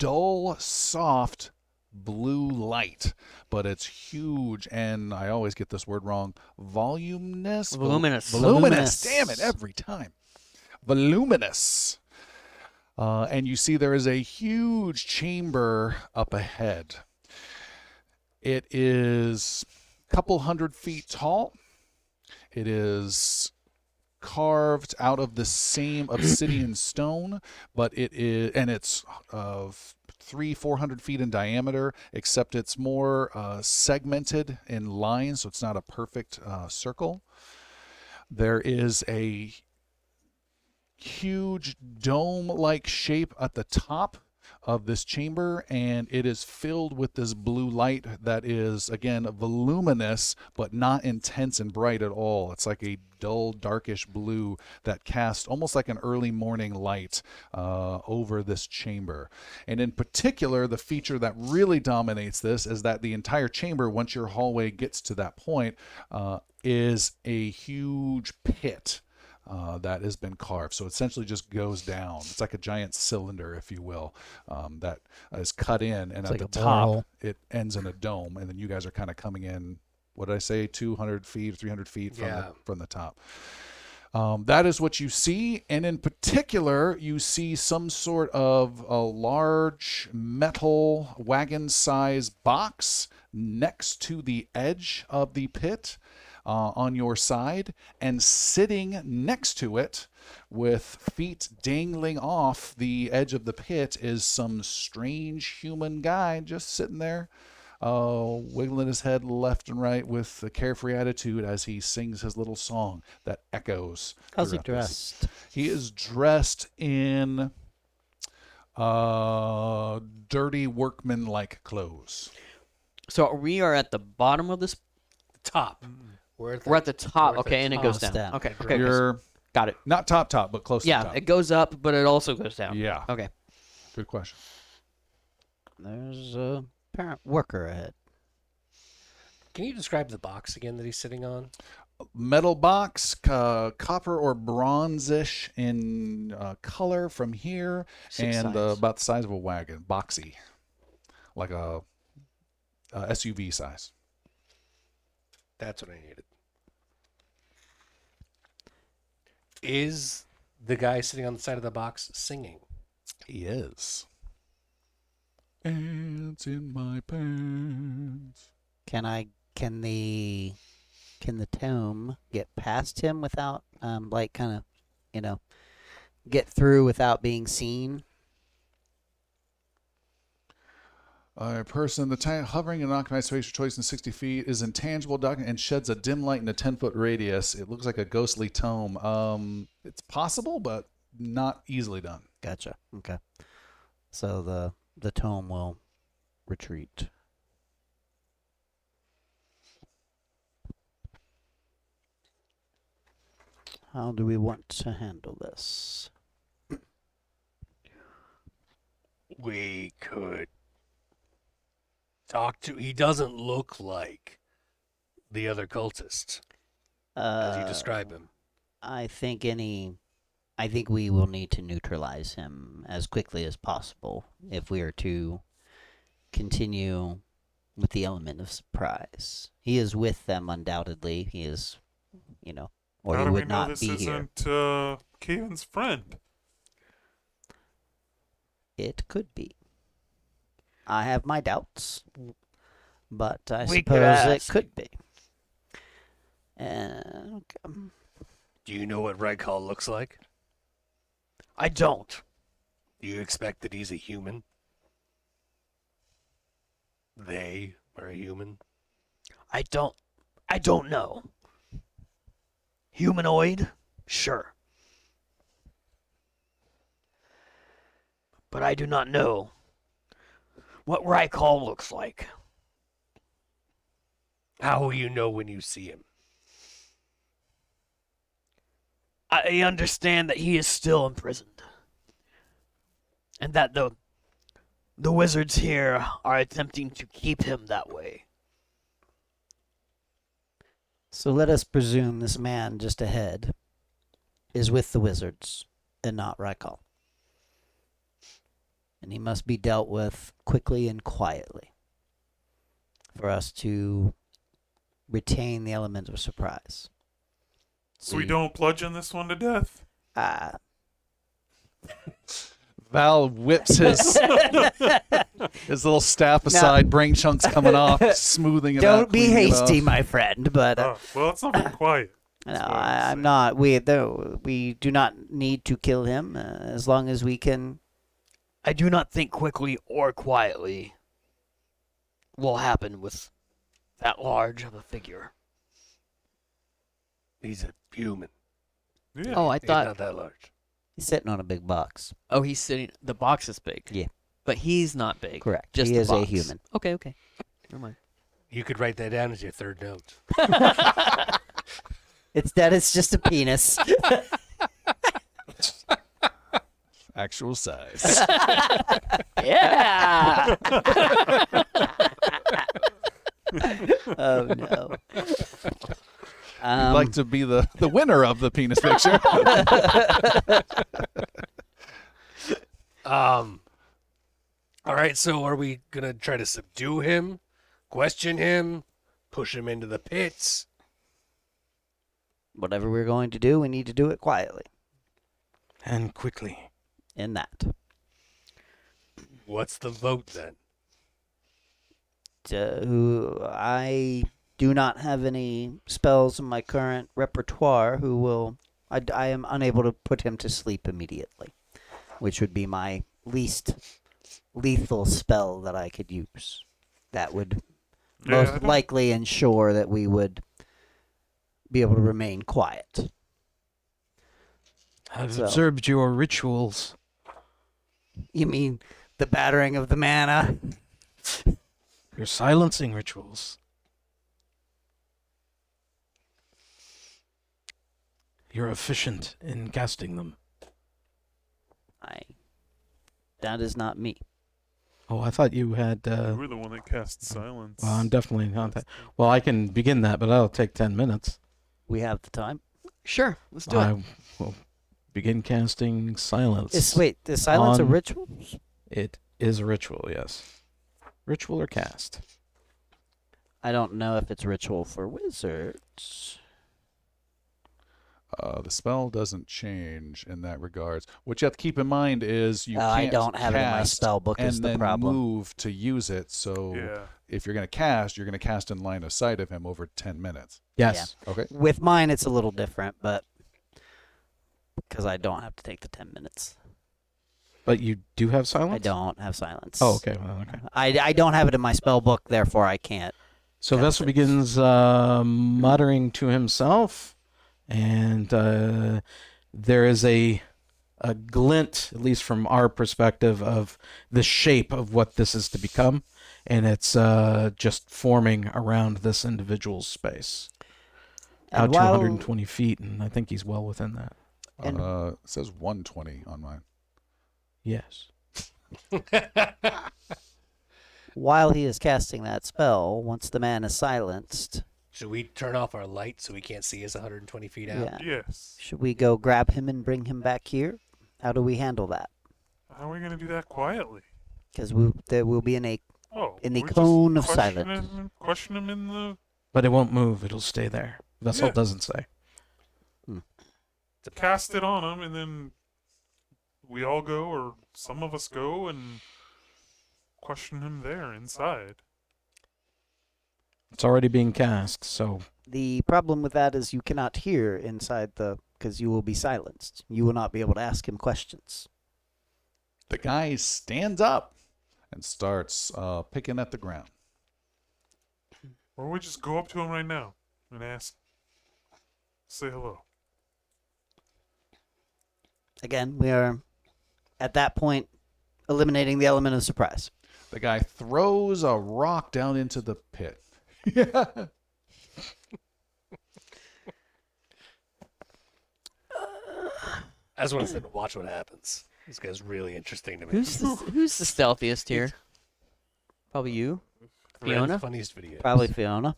A: dull, soft blue light. But it's huge. And I always get this word wrong voluminous.
G: Voluminous.
A: Voluminous.
E: Voluminous.
A: Damn it, every time. Voluminous. Uh, and you see there is a huge chamber up ahead. It is a couple hundred feet tall. It is carved out of the same obsidian stone, but it is, and it's of three, four hundred feet in diameter, except it's more uh, segmented in lines, so it's not a perfect uh, circle. There is a huge dome like shape at the top of this chamber, and it is filled with this blue light that is, again, voluminous but not intense and bright at all. It's like a dull, darkish blue that casts almost like an early morning light uh, over this chamber. And in particular, the feature that really dominates this is that the entire chamber, once your hallway gets to that point, uh, is a huge pit uh, that has been carved. So it essentially just goes down. It's like a giant cylinder, if you will, um, that is cut in, and at
E: like
A: the
E: a
A: top
E: barrel.
A: it ends in a dome, and then you guys are kind of coming in. What did I say? Two hundred feet, three hundred feet from
C: Yeah.
A: the, from the top. Um, that is what you see, and in particular, you see some sort of a large metal wagon-sized box next to the edge of the pit uh, on your side, and sitting next to it, with feet dangling off the edge of the pit, is some strange human guy just sitting there uh, wiggling his head left and right with a carefree attitude as he sings his little song that echoes.
E: How's he
A: throughout this.
E: dressed?
A: He is dressed in uh, dirty workman like clothes.
I: So we are at the bottom of this.
C: Top. We're at the,
I: We're at the top.
C: We're at the
I: Okay, and it
E: top.
I: goes
G: Oh,
I: down.
E: Down.
I: Okay, okay, okay.
A: You're
I: Got it.
A: not top top, but close to
I: Yeah,
A: top.
I: it goes up, but it also goes down.
A: yeah.
I: Okay.
A: Good question.
E: There's a apparent worker ahead.
C: Can you describe the box again that he's sitting on?
A: metal box, uh, copper or bronzish in uh, color from here,
I: Six
A: and uh,
I: sides.
A: about the size of a wagon, boxy, like a, a SUV size.
C: That's what I needed. Is the guy sitting on the side of the box singing?
A: He is. Ants in my pants.
E: Can I? Can the? Can the tome get past him without, um, like, kind of, you know, get through without being seen?
A: A person, the time hovering in an occupied space of choice in 60 feet is intangible doc- and sheds a dim light in a 10 foot radius. It looks like a ghostly tome. Um, it's possible, but not easily done.
E: Gotcha. Okay. So the the tome will retreat. How do we want to handle this?
C: We could talk to. He doesn't look like the other cultist as you
E: Uh,
C: describe him.
E: I think any. I think we will need to neutralize him as quickly as possible if we are to continue with the element of surprise. He is with them undoubtedly. He is, you know, or
F: How
E: he
F: do we
E: would
F: know
E: not
F: this
E: be here.
F: isn't uh, Caven's friend?
E: It could be. I have my doubts, but I
B: We could
E: suppose it
B: ask.
E: could be. Uh, okay.
C: Do you know what Reichhall looks like?
B: I don't.
C: Do you expect that he's a human? They are a human.
B: I don't. I don't know. Humanoid? Sure. But I do not know what Rykal looks like.
C: How will you know when you see him?
B: I understand that he is still imprisoned. And that the the wizards here are attempting to keep him that way.
E: So let us presume this man just ahead is with the wizards and not Rykal. And he must be dealt with quickly and quietly for us to retain the element of surprise.
F: So we don't bludgeon this one to death.
E: Ah, (laughs)
A: Val whips his his little staff aside, brain chunks
E: (laughs)
A: coming off, smoothing it out.
E: don't be
A: cleaning it
E: hasty,
A: off.
E: my friend, but uh,
F: Oh, well, it's not very quiet.
E: No,
F: That's what I
E: I,
F: would
E: I'm
F: say.
E: not. We though we do not need to kill him uh, as long as we can.
B: I do not think quickly or quietly will happen with that large of a figure.
C: He's a human.
F: Yeah.
I: Oh, I
C: He's
I: thought.
C: not that large.
E: He's sitting on a big box.
I: Oh, he's sitting. The box is big.
E: Yeah.
I: But he's not big.
E: Correct.
I: Just
E: he
I: the
E: is
I: box.
E: a human.
I: Okay, okay. Never mind.
C: You could write that down as your third note.
E: It's that it's just a
F: (laughs)
E: penis.
A: Actual
E: (laughs)
A: size.
H: Yeah.
E: oh no.
A: I'd
E: Um,
A: like to be the, the winner of the penis
E: (laughs)
A: picture.
C: Um. All right. So, are we gonna try to subdue him, question him, push him into the pits?
E: whatever we're going to do, we need to do it quietly.
D: (laughs) And quickly.
E: In that,
C: What's the vote then?
E: uh, who I do not have any spells in my current repertoire who will. I, d- I am unable to put him to sleep immediately, which would be my least lethal spell that I could use. That would
F: Yeah, I
E: most
F: don't-
E: likely ensure that we would be able to remain quiet.
D: I've
E: So-
D: observed your rituals.
E: You mean the battering of the manna?
D: Your silencing rituals. You're efficient in casting them.
E: I. That is not me.
D: Oh, I thought you had. Uh,
F: you were the one that cast silence.
D: well, I'm definitely not that. Well, I can begin that, but that'll take 10 minutes.
E: We have the time.
I: Sure, let's do it.
D: I will begin casting silence.
E: Is, wait, is silence a
D: on-
E: ritual?
D: It is a ritual, yes. Ritual or cast?
E: I don't know if it's ritual for wizards.
A: Uh, the spell doesn't change in that regards. What you have to keep in mind is you
E: Uh,
A: can't
E: I don't have it in my
A: cast
E: spell book.
A: and
E: Is the
A: then
E: problem?
A: move to use it. So
F: Yeah.
A: if you're going to cast, you're going to cast in line of sight of him over 10 minutes.
D: Yes.
A: Okay.
E: With mine, it's a little different, but because I don't have to take the ten minutes,
D: But you do have silence?
E: I don't have silence.
D: Oh, okay. Well, okay.
E: I, I don't have it in my spell book, therefore I can't.
D: So
E: Cast
D: Vessel
E: it.
D: begins uh, muttering to himself, and uh, there is a a glint, at least from our perspective, of the shape of what this is to become, and it's uh, just forming around this individual's space,
E: And
D: out to
E: while-
D: 120 feet, and I think he's well within that.
E: And-
A: uh, it says 120 on mine.
D: Yes.
E: While he is casting that spell, once the man is silenced,
C: Should we turn off our light so we can't see us 120 feet out?
E: yeah,
F: Yes.
E: should we go grab him and bring him back here? How do we handle that?
F: How are we gonna do that quietly?
E: Because we there will be an a
F: Oh,
E: In the
F: we're just
E: cone of
F: question
E: silence.
F: him- question him in the.
D: But it won't move. It'll stay there. Vessel
F: Yeah.
D: doesn't say.
F: Cast it on him, and then we all go, or some of us go, and question him there inside.
D: It's already being cast, so
E: The problem with that is you cannot hear inside the because you will be silenced. You will not be able to ask him questions.
A: The guy stands up and starts uh, picking at the ground.
F: Or we just go up to him right now and ask, say hello.
E: Again, we are at that point eliminating the element of surprise.
A: The guy throws a rock down into the pit.
C: I just want to sit and watch what happens. This guy's really interesting to me.
I: Who's the, who's the stealthiest here? Probably you.
C: Friends,
I: Fiona?
C: Funniest video.
E: Probably Fiona.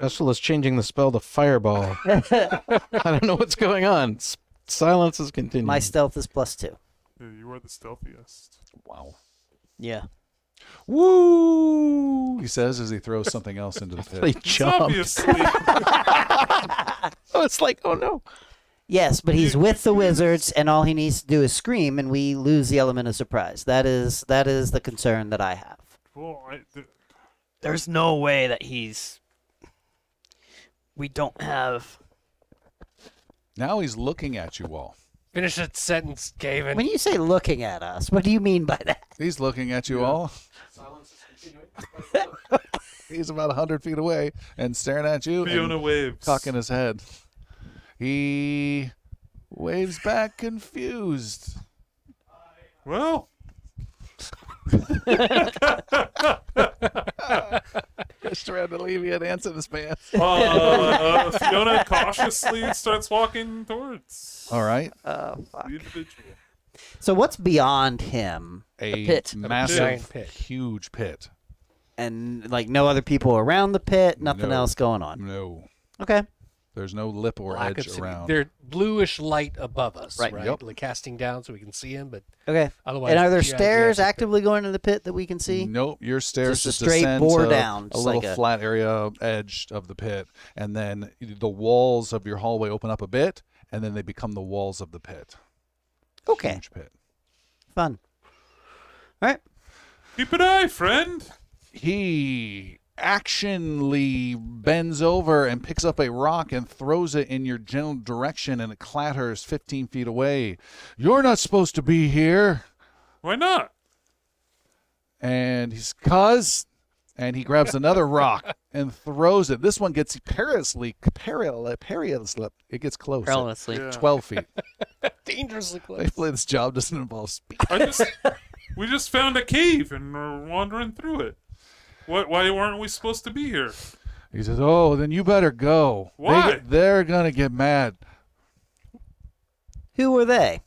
D: Vessel is changing the spell to fireball. I don't know what's going on. S- Silence is continuing.
E: My stealth is plus two.
F: Yeah, you are the stealthiest.
A: wow.
I: Yeah.
A: Woo! He says as he throws something else into the
D: they
A: pit.
D: jump. (laughs)
F: Obviously, (laughs)
D: Oh, it's like, oh no.
E: Yes, but he's
F: You-
E: with the wizards, and all he needs to do is scream, and we lose the element of surprise. That is that is the concern that I have.
F: well, I, th-
B: There's no way that he's. We don't have.
A: Now he's looking at you all.
C: Finish that sentence, Gavin.
E: When you say looking at us, what do you mean by that?
A: He's looking at you all. (laughs) he's about 100 feet away and staring at you
F: Fiona
A: and
F: waves.
A: cocking his head. He waves back confused.
F: Well,
A: Just trying to leave you an ants in his pants.
F: Uh, Fiona cautiously starts walking towards
A: All right.
E: Oh,
F: the individual.
E: So what's beyond him?
A: A
I: pit.
A: massive,
C: Giant pit.
A: huge pit.
E: And like no other people around the pit, nothing
A: No.
E: else going on.
A: No,
E: Okay.
A: there's no lip or
C: Lack of
A: edge
C: city-
A: around.
C: They're bluish light above us,
E: Right.
C: right?
A: Yep.
C: Like casting down so we can see him, but
E: Okay.
C: otherwise.
E: And are there
C: yeah, yeah,
E: stairs
C: yeah.
E: actively going into the pit that we can see?
A: Nope, your stairs
E: Just a
A: just,
E: straight
A: descend
E: bore
A: to
E: down,
A: a
E: just
A: little
E: like a-
A: flat area edge of the pit, and then the walls of your hallway open up a bit, and then they become the walls of the pit.
C: Mm-hmm.
E: Okay.
A: Huge pit.
E: Fun. All right.
F: Keep an eye, friend.
A: He actionly bends over and picks up a rock and throws it in your general direction, and it clatters 15 feet away. You're not supposed to be here.
F: Why not?
A: and he's cuz and he grabs another rock and throws it. This one gets perilously, peril, perilously. It gets close. at
I: Perilously.
F: Yeah.
A: Twelve feet.
C: Dangerously close.
A: Thankfully, this job doesn't involve speed.
F: I just we just found a cave and we're wandering through it. What? Why weren't we supposed to be here?
A: He says, "Oh, then you better go. They
F: Why?
A: get- they're gonna get mad."
E: Who are they?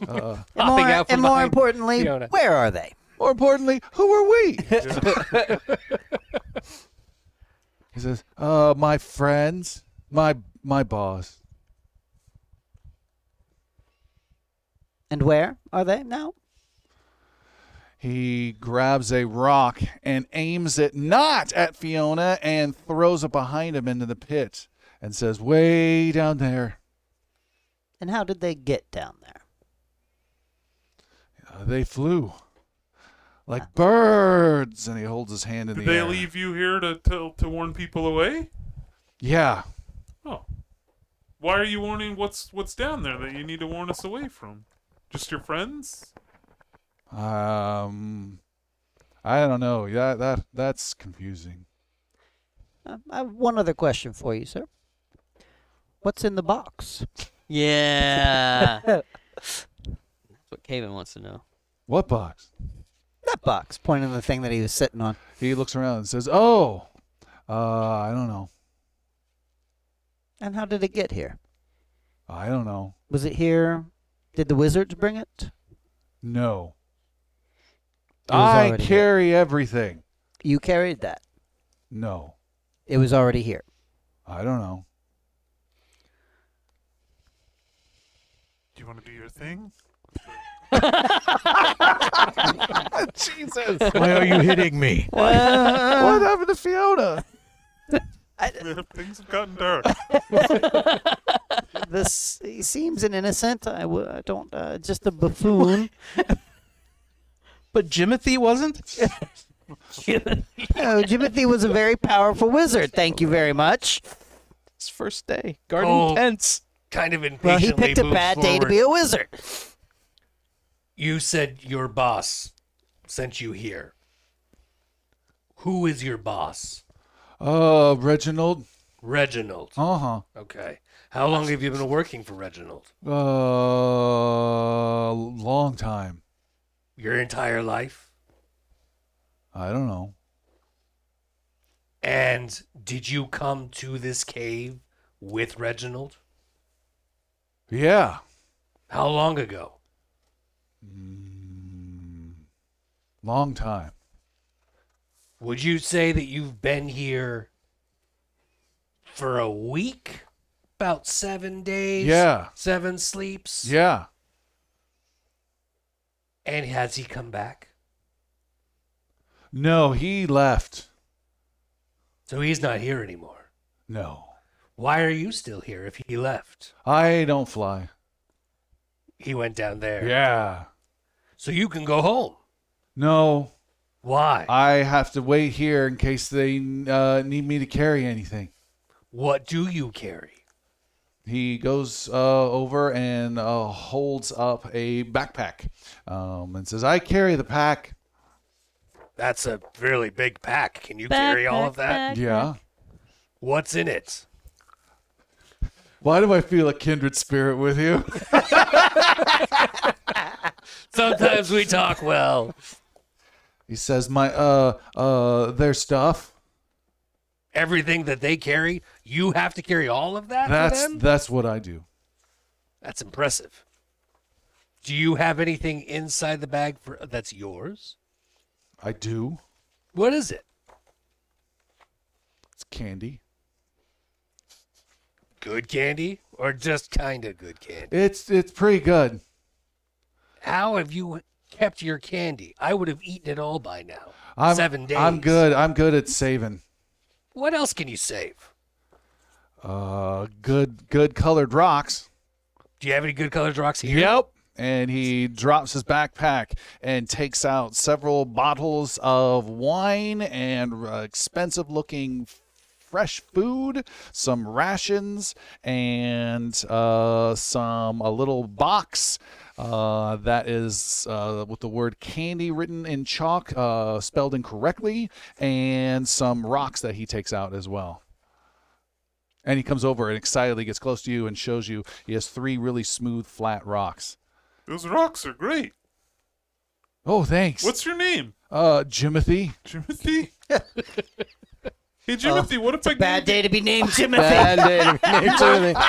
A: Uh,
E: (laughs) And
C: Popping
E: more,
C: out from
E: and more
C: behind
E: importantly,
C: Fiona.
E: where are they?
A: more importantly, who are we? he says, "Uh, my friends, my my boss.
E: And where are they now?
A: He grabs a rock and aims it not at Fiona and throws it behind him into the pit and says, Way down there.
E: And how did they get down there?
A: Uh, they flew like birds. And he holds his hand in
F: Did
A: the
F: they
A: air.
F: leave you here to, to to warn people away?
A: Yeah.
F: Oh, why are you warning? What's what's down there that you need to warn us away from? Just your friends?
A: Um, I don't know. Yeah, that that's confusing.
E: Uh, I have one other question for you, sir. What's in the box?
I: Yeah. (laughs) That's what Caven wants to (laughs) know.
A: What box?
E: That box, pointing to the thing that he was sitting on.
A: He looks around and says, Oh, uh, I don't know.
E: And how did it get here?
A: I don't know.
E: Was it here? Did the wizards bring it?
A: No.
E: It was
A: I
E: already here.
A: carry everything.
E: You carried that.
A: No.
E: It was already here.
A: I don't know. (laughs)
F: Do you want to do your thing? (laughs)
A: Jesus.
D: Why are you hitting me?
A: what happened to Fiona?
F: Things have gotten dark.
E: (laughs) this he seems an innocent. I w- I don't. Uh, just a buffoon.
D: But Jimothy wasn't?
E: no, Jimothy was a very powerful wizard. Thank you very much.
D: It's first day. Garden
C: Oh.
D: tents.
C: kind of impatiently.
E: Well, he picked a
C: moves
E: bad day to
C: forward.
E: be a wizard.
C: You said your boss sent you here. Who is your boss?
A: Uh, Reginald.
C: Reginald.
A: Uh huh.
C: Okay. How long have you been working for Reginald?
A: Uh, long time.
C: Your entire life?
A: I don't know.
C: And did you come to this cave with Reginald?
A: Yeah.
C: How long ago?
A: Long time.
C: Would you say that you've been here for a week? About seven days?
A: Yeah.
C: Seven sleeps?
A: Yeah.
C: And has he come back?
A: No, he left.
C: So he's not here anymore.
A: No.
C: Why are you still here if he left?
A: I don't fly.
C: He went down there.
A: Yeah.
C: So you can go home.
A: No,
C: Why?
A: I have to wait here in case they uh, need me to carry anything.
C: what do you carry?
A: He goes uh, over and uh, holds up a backpack um, and says, I carry the pack.
C: That's a really big pack. Can you carry all of that?
H: Backpack.
A: Yeah.
C: What's in it?
A: Why do I feel a kindred spirit with you? (laughs)
C: Sometimes we talk well.
A: He says, "My uh uh, their stuff.
C: Everything that they carry, you have to carry all of that
A: That's
C: for them?
A: that's what I do.
C: That's impressive. Do you have anything inside the bag for that's yours?
A: I do.
C: What is it?
A: It's candy.
C: Good candy or just kind of good candy?
A: It's it's pretty good.
C: How have you kept your candy? I would have eaten it all by now.
A: I'm,
C: 7 days.
A: I'm good. I'm good at saving.
C: What else can you save?
A: Uh, good good colored rocks.
C: Do you have any good colored rocks here?
A: Yep. And he drops his backpack and takes out several bottles of wine and uh, expensive looking fresh food, some rations, and uh, some a little box uh, that is uh, with the word candy written in chalk, uh, spelled incorrectly, and some rocks that he takes out as well. And he comes over and excitedly gets close to you and shows you he has three really smooth, flat rocks.
F: Those rocks are great.
A: Oh, thanks.
F: What's your name?
A: uh, Jimothy? (laughs)
F: Jimothy? hey, Jimothy, what if I
B: Bad
F: gave
B: day to be named Timothy.
D: Bad day to (laughs) be named Timothy.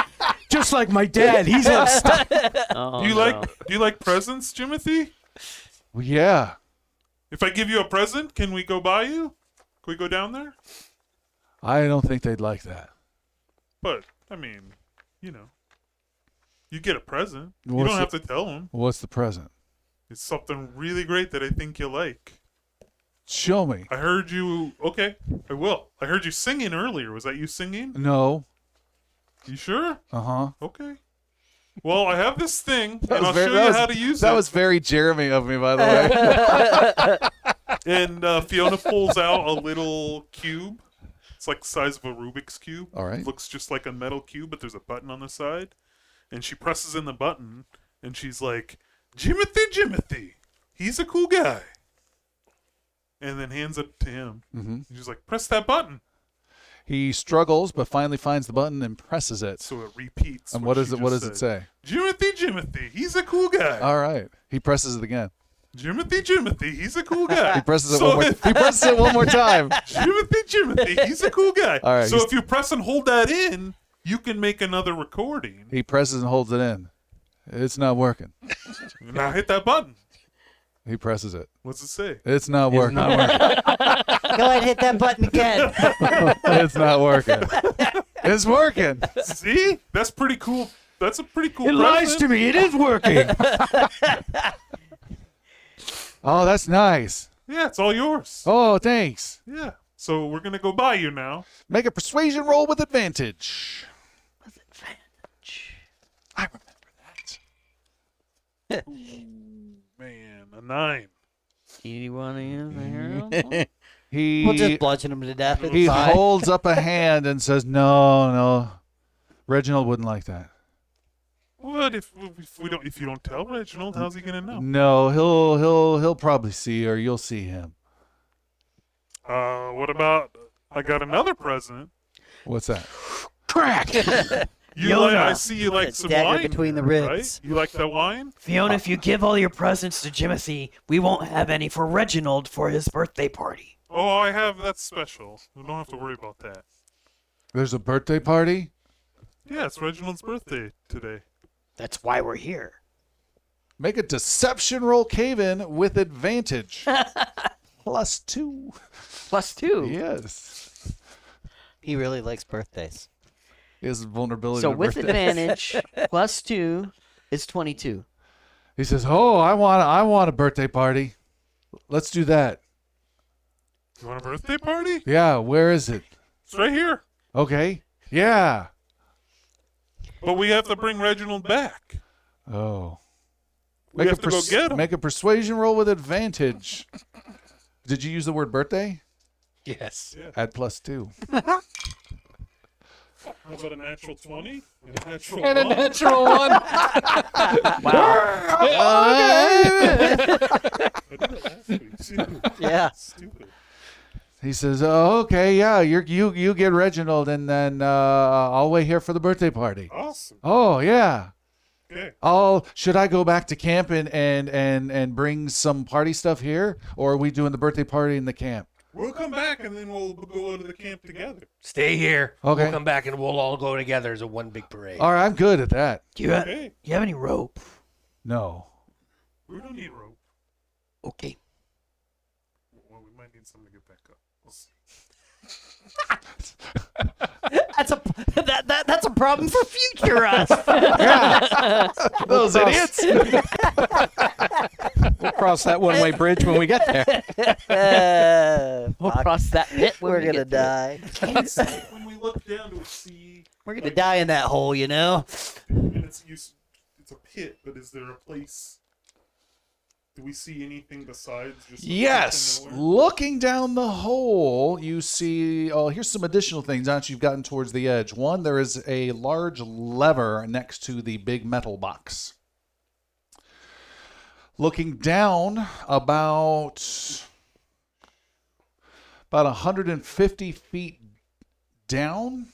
D: Just like my dad, (laughs) he's not stuck.
I: Oh,
F: Do you
I: no.
F: like do you like presents, Jimothy?
A: Well, yeah.
F: If I give you a present, can we go by you? Can we go down there?
A: I don't think they'd like that.
F: But I mean, you know, you get a present. you
A: What's
F: don't have
A: the-
F: to tell them.
A: What's the present?
F: It's something really great that I think you'll like.
A: Show me.
F: I heard you. Okay, I will. I heard you singing earlier. Was that you singing?
A: No.
F: You sure?
A: Uh huh.
F: Okay. Well, I have this thing, and I'll show you how to use
A: that
F: it.
A: was very Jeremy of me, by the way.
F: And uh, Fiona pulls out a little cube. It's like the size of a Rubik's cube.
A: All right.
F: Looks just like a metal cube, but there's a button on the side. And she presses in the button, and she's like, "Jimothy, Jimothy, he's a cool guy." And then hands it to him. Mm-hmm. She's like, "Press that button."
A: he struggles, but finally finds the button and presses it.
F: So it repeats.
A: And what is
F: she
A: it? What
F: just
A: does it say? Uh,
F: said. Jimothy, Jimothy, he's a cool guy.
A: All right. He presses it again.
F: Jimothy, Jimothy, he's a cool guy.
A: (laughs) He presses it
F: So
A: one more.
F: then-
A: He presses it one more time.
F: Jimothy, Jimothy, he's a cool guy.
A: All right,
F: so
A: he's-
F: if you press and hold that in, you can make another recording.
A: He presses and holds it in. It's not working.
F: Now hit that button.
A: He presses it.
F: What's it say?
A: It's not working.
D: Not working.
E: Go ahead, hit that button again.
A: (laughs) it's not working. It's working.
F: See? That's pretty cool. That's a pretty cool.
D: It lies
F: present.
D: to me. It is working.
A: (laughs) Oh, that's nice.
F: Yeah, it's all yours.
A: Oh, thanks.
F: Yeah. So we're gonna go buy you now.
A: Make a persuasion roll with advantage. With advantage. I remember that.
F: Man, a nine.
I: Kitty wanna use the (laughs) hair?
A: He
E: we'll just bludgeon him to death. It's
A: he
E: fine.
A: holds up a hand and says, "No, no, Reginald wouldn't like that.
F: What if, if we don't? If you don't tell Reginald, how's he gonna know?
A: No, he'll he'll he'll probably see or you'll see him.
F: Uh, what about? I got another present.
A: What's that?
F: You
B: Yona.
F: like? I see you like
E: It's
F: some
E: dagger
F: wine
E: between the
F: here,
E: ribs.
F: Right? You like that wine?
B: Fiona, if you give all your presents to Jimothy, we won't have any for Reginald for his birthday party.
F: Oh, I have. That's special. You don't have to worry about that.
A: There's a birthday party.
F: Yeah, it's Reginald's birthday today.
B: That's why we're here.
A: Make a deception roll, cave in with advantage, plus two.
B: Plus two.
A: Yes,
E: He really likes birthdays.
A: his vulnerability.
I: so
A: to
I: with
A: birthday.
I: (laughs) advantage plus two is twenty-two.
A: He says, "Oh, I want I want a birthday party. Let's do that.
F: You want a birthday party?
A: Yeah, where is it?
F: It's right here.
A: Okay. Yeah.
F: But we have to bring Reginald back.
A: Oh.
F: We
A: Make
F: have
A: a
F: to go
A: pers-
F: get him.
A: Make a persuasion roll with advantage. Did you use the word birthday?
C: Yes.
A: Add plus two.
F: How about a natural 20? And a natural
C: And a natural one.
A: Uh,
E: Yeah.
F: Stupid.
A: He says, "Oh, okay, yeah. You you you get Reginald, and then uh, I'll wait here for the birthday party.
F: Awesome.
A: Oh yeah.
C: Okay.
A: Oh, should I go back to camp and and and and bring some party stuff here, or are we doing the birthday party in the camp?
F: We'll come back and then we'll go to the camp together.
C: Stay here.
A: Okay.
C: We'll come back and we'll all go together as a one big parade.
E: Oh.
A: All right, I'm good at that.
B: Do you, have,
F: Okay.
B: you have any rope?
A: No.
F: We don't need rope.
B: Okay.
F: Well, we might need something to get back up. We'll see.
E: (laughs) That's a that, that that's a problem for future us.
A: Those idiots.
D: (laughs) We'll cross that one-way bridge when we get (laughs) there.
E: (laughs) Uh,
I: We'll
E: fuck,
I: cross (laughs) that pit. when
E: we're
I: we
E: gonna
I: get to it.
E: die.
I: (laughs)
F: when we look down, we see,
E: We're gonna die in that hole, you know.
F: and it's used, it's a pit, but is there a place? Do we see anything besides just?
A: Yes. Looking down the hole, you see. Oh, here's some additional things now that you've gotten towards the edge. One, there is a large lever next to the big metal box. Looking down, about about 150 feet down,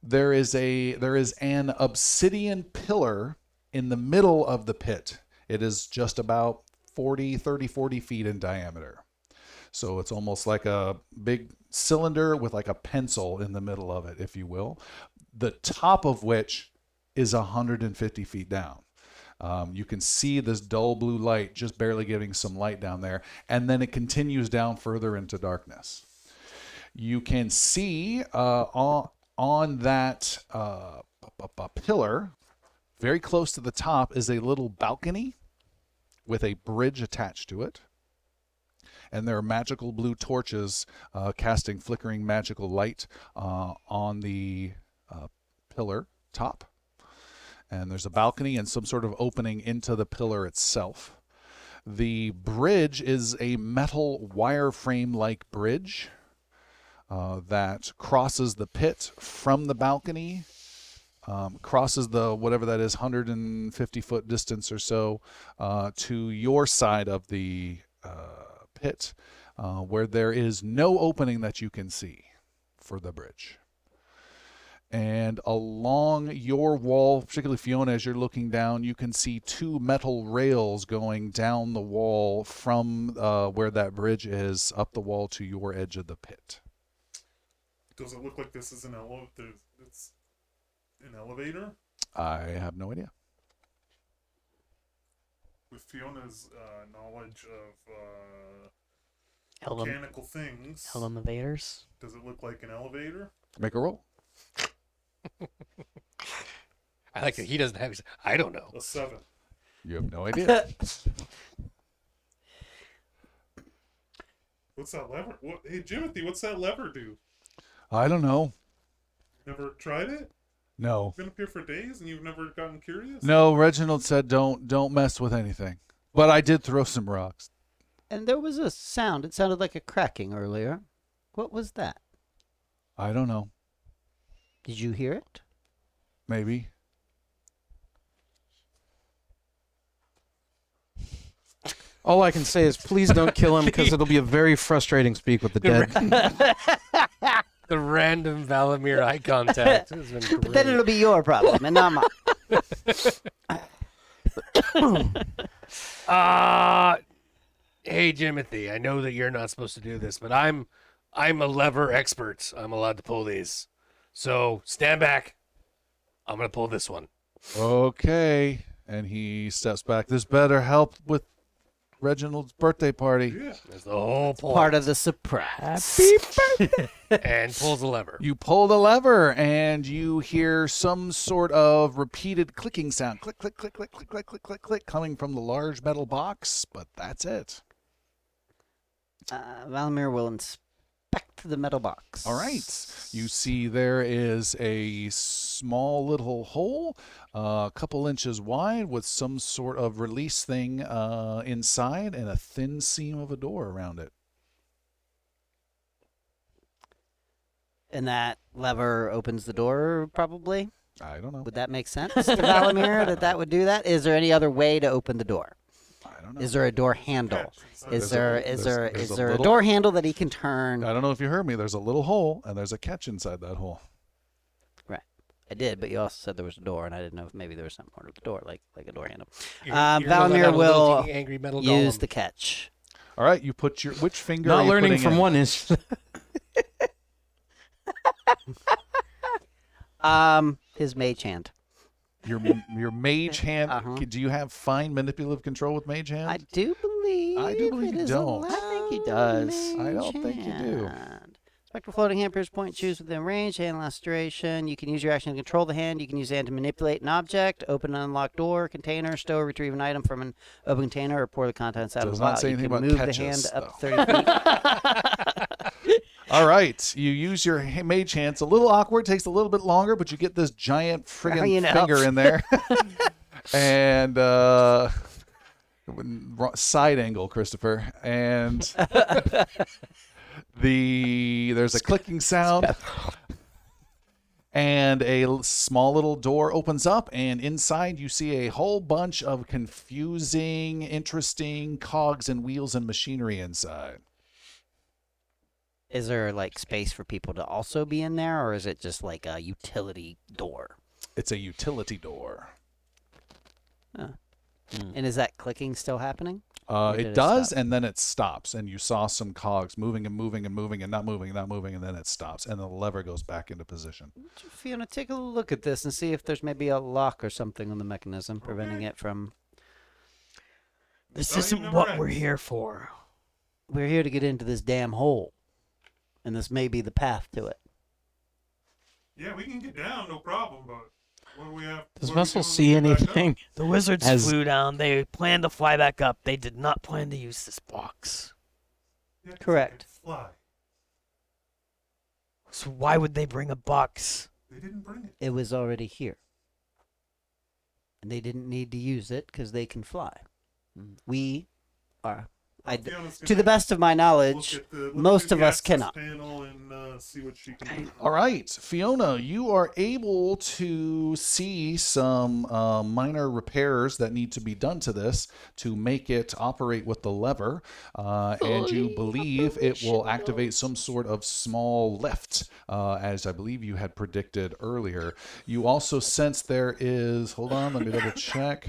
A: there is a there is an obsidian pillar in the middle of the pit. It is just about 40, 30, 40 feet in diameter. So it's almost like a big cylinder with like a pencil in the middle of it, if you will, the top of which is 150 feet down. Um, you can see this dull blue light just barely giving some light down there, and then it continues down further into darkness you can see uh, on, on that uh, p- p- p- pillar, very close to the top, is a little balcony with a bridge attached to it. And there are magical blue torches uh, casting flickering magical light uh, on the uh, pillar top. And there's a balcony and some sort of opening into the pillar itself. The bridge is a metal wireframe like bridge uh, that crosses the pit from the balcony, um, crosses the whatever that is, 150 foot distance or so, uh, to your side of the uh, pit, uh, where there is no opening that you can see for the bridge. And along your wall, particularly Fiona, as you're looking down, you can see two metal rails going down the wall from uh, where that bridge is up the wall to your edge of the pit.
F: Does it look like this is an elevator? It's an elevator
A: I have no idea.
F: with Fiona's uh, knowledge of uh,
B: Elem-
F: mechanical things.
B: elevators?
F: Does it look like an elevator?
A: Make a roll.
C: I like that he doesn't have. his- I don't know.
F: A seven.
A: You have no idea.
F: What's that lever? What? Hey, Jimothy, what's that lever do?
A: I don't know.
F: Never tried it?
A: No.
F: Been up here for days and you've never gotten curious?
A: No, Reginald said don't don't mess with anything. But I did throw some rocks.
E: And there was a sound. It sounded like a cracking earlier. What was that?
A: I don't know.
E: Did you hear it?
A: Maybe.
D: All I can say is please don't kill him because it'll be a very frustrating speak with the (laughs) dead.
C: The random Valamir
E: (laughs)
C: eye contact has been great.
E: But then it'll be your problem and not mine.
C: Uh hey Jimothy, I know that you're not supposed to do this, but I'm I'm a lever expert. I'm allowed to pull these. So stand back. I'm gonna pull this one.
A: Okay. And he steps back. This better help with Reginald's birthday party.
F: Yeah.
C: That's the whole point.
E: (laughs) Part of the surprise.
C: and pulls the
E: (laughs)
C: lever.
A: You pull the lever and you hear some sort of repeated clicking sound. Click click click click click click click click click coming from the large metal box, but that's it.
E: Uh, Valamir will inspect the metal box.
A: All right. You see, there is a small little hole, uh, a couple inches wide, with some sort of release thing uh, inside and a thin seam of a door around it.
E: And that lever opens the door, probably.
A: I don't know.
E: Would that make sense to (laughs) Valamir that that would do that? Is there any other way to open the door?
A: I don't know.
E: Is there a door handle? Is
A: There's a-
E: there
A: there's-
E: is there
A: there's a
E: is there a
A: little-
E: door handle that he can turn?
A: I don't know if you heard me. There's a little hole and there's a catch inside that hole.
E: I did, but you also said there was a door, and I didn't know if maybe there was something under the door, like like a door handle.
C: You're-
E: Um,
C: you're no longer
E: Valamir
C: a
E: will
C: wilting, angry metal
E: Use
C: golem.
E: the catch.
A: All right, you put your which finger? are
D: Not
A: you
D: learning
A: putting
D: from
A: in?
D: one is (laughs)
E: Um, his mage hand.
A: your your
E: (laughs)
A: mage hand.
E: Uh-huh.
A: Do you have fine manipulative control with mage hand?
E: I do believe.
A: believe
E: it
A: you
E: is
A: don't.
E: allowed I think he does.
A: I don't think you do.
E: Spectral floating hand pierce point. Choose within range. Hand laceration. You can use your action to control the hand. You can use the hand to manipulate an object. Open and unlock door, container, stow, retrieve an item from an open container, or pour the contents out of
A: Does
E: a
A: not
E: vial.
A: say
E: you
A: anything
E: can
A: about
E: move
A: catches,
E: the hand up 30 feet.
A: All right, you use your ha- mage hand. It's a little awkward, takes a little bit longer, but you get this giant friggin'
E: you know.
A: finger in there, and uh, wrong- side angle, Christopher, and the there's a clicking sound. And a l- small little door opens up, and inside you see a whole bunch of confusing, interesting cogs and wheels and machinery inside.
E: Is there like space for people to also be in there, or is it just like a utility door?
A: It's a utility door.
E: And is that clicking still happening?
A: Uh,
E: Or did
A: it
E: it
A: does,
E: stop?
A: and then it stops, and you saw some cogs moving and moving and moving and not moving and not moving, and then it stops, and the lever goes back into position.
E: Fiona, take a look at this and see if there's maybe a lock or something on the mechanism preventing it from.
B: This
F: Value
B: isn't
F: never
B: what
F: ends.
B: we're here for.
E: We're here to get into this damn hole, and this may be the path to it.
F: Yeah, we can get down, no problem. But what do we have?
D: Does
F: what are we
D: Vessel
F: doing
D: see
F: when we get back
D: (laughs)
F: up?
D: anything?
B: The wizards
D: Has-
B: flew down. They planned to fly back up. They did not plan to use this box.
F: (laughs) Yeah, 'cause I
E: Correct.
F: can Fly.
B: So why would they bring a box?
F: They didn't bring it.
E: It was already here, and they didn't need to use it because they can fly. Hmm. We are, I, d-
F: Fiona's
E: to
F: gonna
E: the best of my knowledge,
F: look at the- look
E: most
F: through
E: of
F: the
E: us
F: access
E: cannot.
F: Panel and uh, see what she can do.
A: All right, Fiona, you are able to see some uh, minor repairs that need to be done to this to make it operate with the lever, uh, and you
H: Fully
A: believe it will
H: operational.
A: activate some sort of small lift, uh, as I believe you had predicted earlier. You also sense there is. Hold on, let me double check.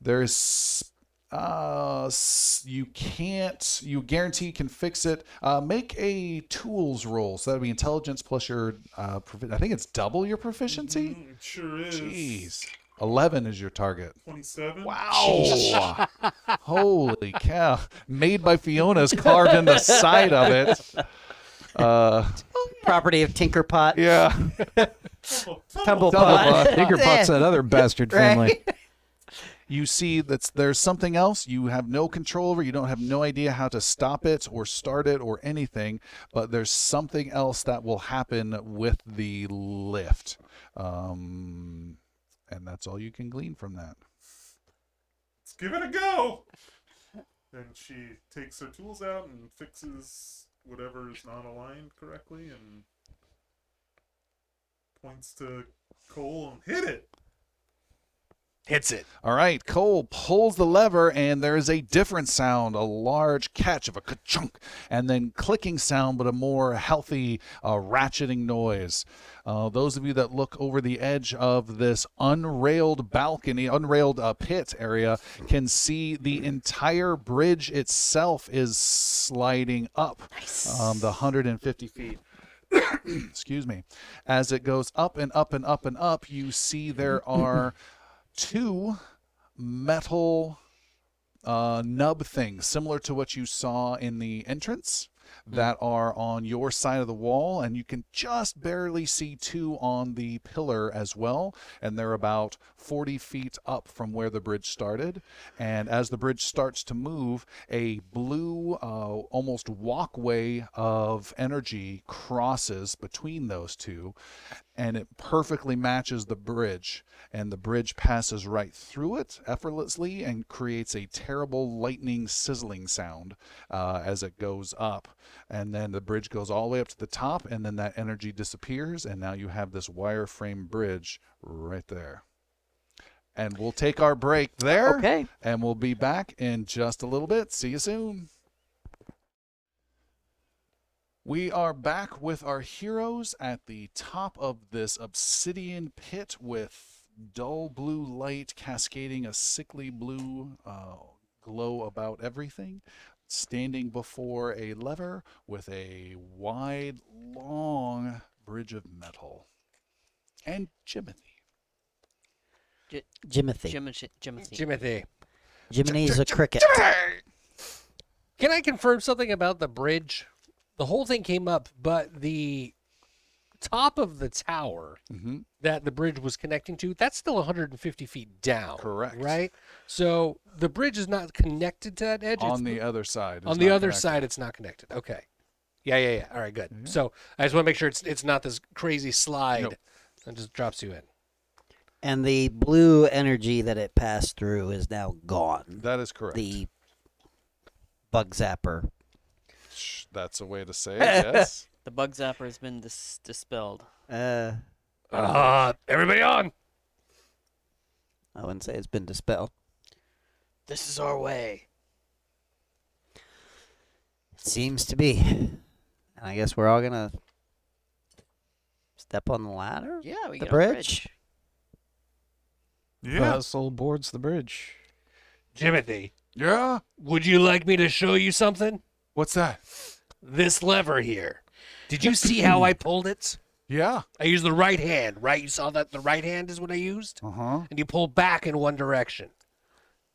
A: There's uh s- you can't you guarantee you can fix it uh make a tools roll so that'd be intelligence plus your uh profi- i think it's double your proficiency
F: Mm, It sure is.
A: jeez 11 is your target
F: 27.
A: wow (laughs) holy cow made by fiona's carved in the side of it uh
E: Property of Tinkerpot.
A: yeah
F: Tumble,
E: Tumble
A: Tumble
E: (laughs)
D: Oh,
E: pot.
D: Tinkerpot's that other bastard family. (laughs)
A: you see that there's something else you have no control over. You don't have no idea how to stop it or start it or anything, but there's something else that will happen with the lift. Um, and that's all you can glean from that.
F: Let's give it a go. Then she takes her tools out and fixes whatever is not aligned correctly and points to Cole and hit it.
C: Hits it.
A: All right, Cole pulls the lever, and there is a different sound a large catch of a ka chunk, and then clicking sound, but a more healthy uh, ratcheting noise. Uh, those of you that look over the edge of this unrailed balcony, unrailed uh, pit area, can see the entire bridge itself is sliding up um, the 150 feet (coughs) excuse me as it goes up and up and up and up you see there are two metal uh, nub things similar to what you saw in the entrance that are on your side of the wall and you can just barely see two on the pillar as well and they're about 40 feet up from where the bridge started and as the bridge starts to move a blue uh, almost walkway of energy crosses between those two and it perfectly matches the bridge and the bridge passes right through it effortlessly and creates a terrible lightning sizzling sound uh, as it goes up and then the bridge goes all the way up to the top and then that energy disappears and now you have this wireframe bridge right there and we'll take our break there
B: Okay.
A: and we'll be back in just a little bit see you soon We are back with our heroes at the top of this obsidian pit with dull blue light cascading a sickly blue uh, glow about everything. Standing before a lever with a wide, long bridge of metal. And Jimothy.
E: Jimothy.
I: Jim, Jimothy.
C: Timothy,
E: Jiminy is a cricket.
C: can I confirm something about the bridge? The whole thing came up, but the top of the tower
A: Mm-hmm.
C: that the bridge was connecting to, that's still 150 feet down.
A: Correct.
C: Right? So the bridge is not connected to that edge. it's
A: On the other side. it's
C: on the
A: not
C: other
A: connected.
C: side it's not connected okay yeah yeah yeah all right good so i just want to make sure it's it's not this crazy slide
A: Mm-hmm. Nope.
C: that just drops you in
E: And the blue energy that it passed through is now gone.
A: That is correct.
E: The bug zapper.
A: Sh- That's a way to say it, yes.
I: The bug zapper has been dis- dispelled.
E: Uh,
C: uh everybody on
E: I wouldn't say it's been dispelled.
B: This is our way.
E: It seems to be. And I guess we're all going to step on the ladder?
I: Yeah, we
E: The
I: get on the
E: bridge?
I: bridge.
F: Yeah.
D: Vessel boards the bridge.
C: timothy
A: Yeah?
C: would you like me to show you something
A: What's that?
C: this lever here did you see how i pulled it
A: Yeah.
C: i used the right hand right you saw that the right hand is what i used
A: Uh huh.
C: and you pull back in one direction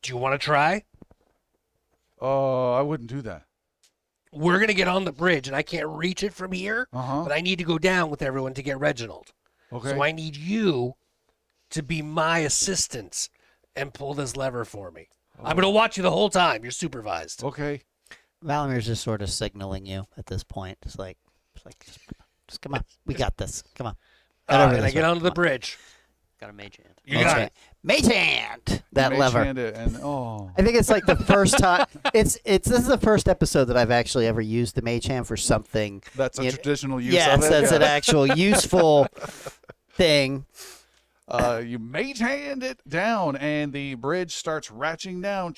C: do you want to try
A: Oh, I wouldn't do that.
C: we're gonna get on the bridge and i can't reach it from here
A: Uh huh.
C: but i need to go down with everyone to get reginald
A: Okay.
C: So I need you to be my assistant and pull this lever for me. I'm going to watch you the whole time. You're supervised.
A: okay.
E: Valamir's just sort of signaling you at this point. It's like, it's like just, just come on. We got this. Come on.
C: Uh,
E: Whatever
C: and
E: this
C: I get
E: one.
C: onto the bridge.
I: Got a mage hand.
C: You got it.
E: Mage hand! That
A: Mage
E: lever.
A: hand it and
E: (laughs)
A: oh.
E: I think it's like the first time. It's it's this is the first episode that I've actually ever used the mage hand for something.
A: That's a
E: It-
A: traditional use
E: yes,
A: of it.
E: that's
A: yeah.
E: an
A: (laughs)
E: actual useful thing.
A: Uh, you mage hand it down, and the bridge starts ratcheting down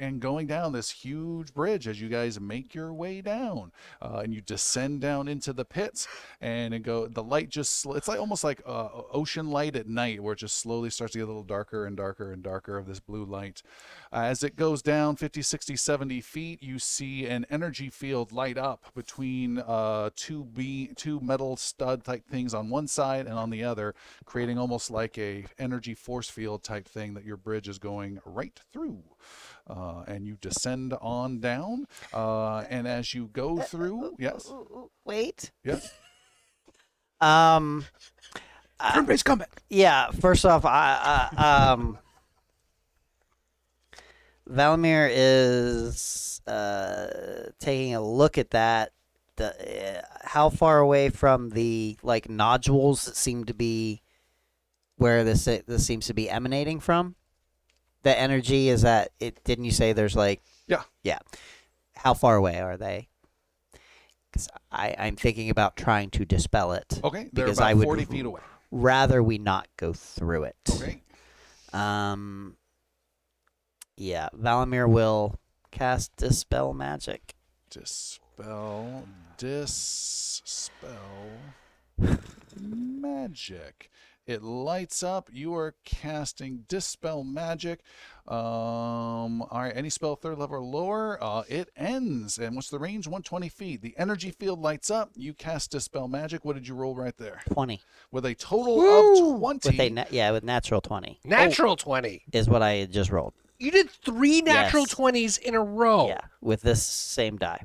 A: and going down this huge bridge as you guys make your way down, uh, and you descend down into the pits, and it go. The light just sl- it's like almost like uh, ocean light at night, where it just slowly starts to get a little darker and darker and darker of this blue light. Uh, As it goes down 50, 60, 70 feet, you see an energy field light up between uh, two be- two metal stud type things on one side and on the other, creating almost like a energy force field type thing that your bridge is going right through. Uh, and you descend on down, uh, and as you go through, yes,
E: Wait.
A: yes,
E: Um. Turn-based combat. Yeah. First off, I, I um. Valimir is uh, taking a look at that. The, uh, how far away from the like nodules that seem to be where this this seems to be emanating from? The energy is that it didn't you say there's like
A: Yeah.
E: yeah how far away are they? Because I I'm thinking about trying to dispel it.
A: okay, they're
E: Because
A: about
E: I would-
A: 40 feet away.
E: Rather we not go through it.
A: Okay,
E: Um, yeah, Valimir will cast Dispel Magic.
A: Dispel. Dispel. Magic. It lights up. You are casting Dispel Magic. Um, all right. Any spell third level or lower, uh, it ends. And what's the range? 120 feet. The energy field lights up. You cast Dispel Magic. What did you roll right there?
E: 20.
A: With a total of 20.
E: With a na- yeah, with natural 20
C: Natural 20.
E: is what I had just rolled.
C: You did three natural
E: Yes.
C: 20s in a row.
E: Yeah, with this same die.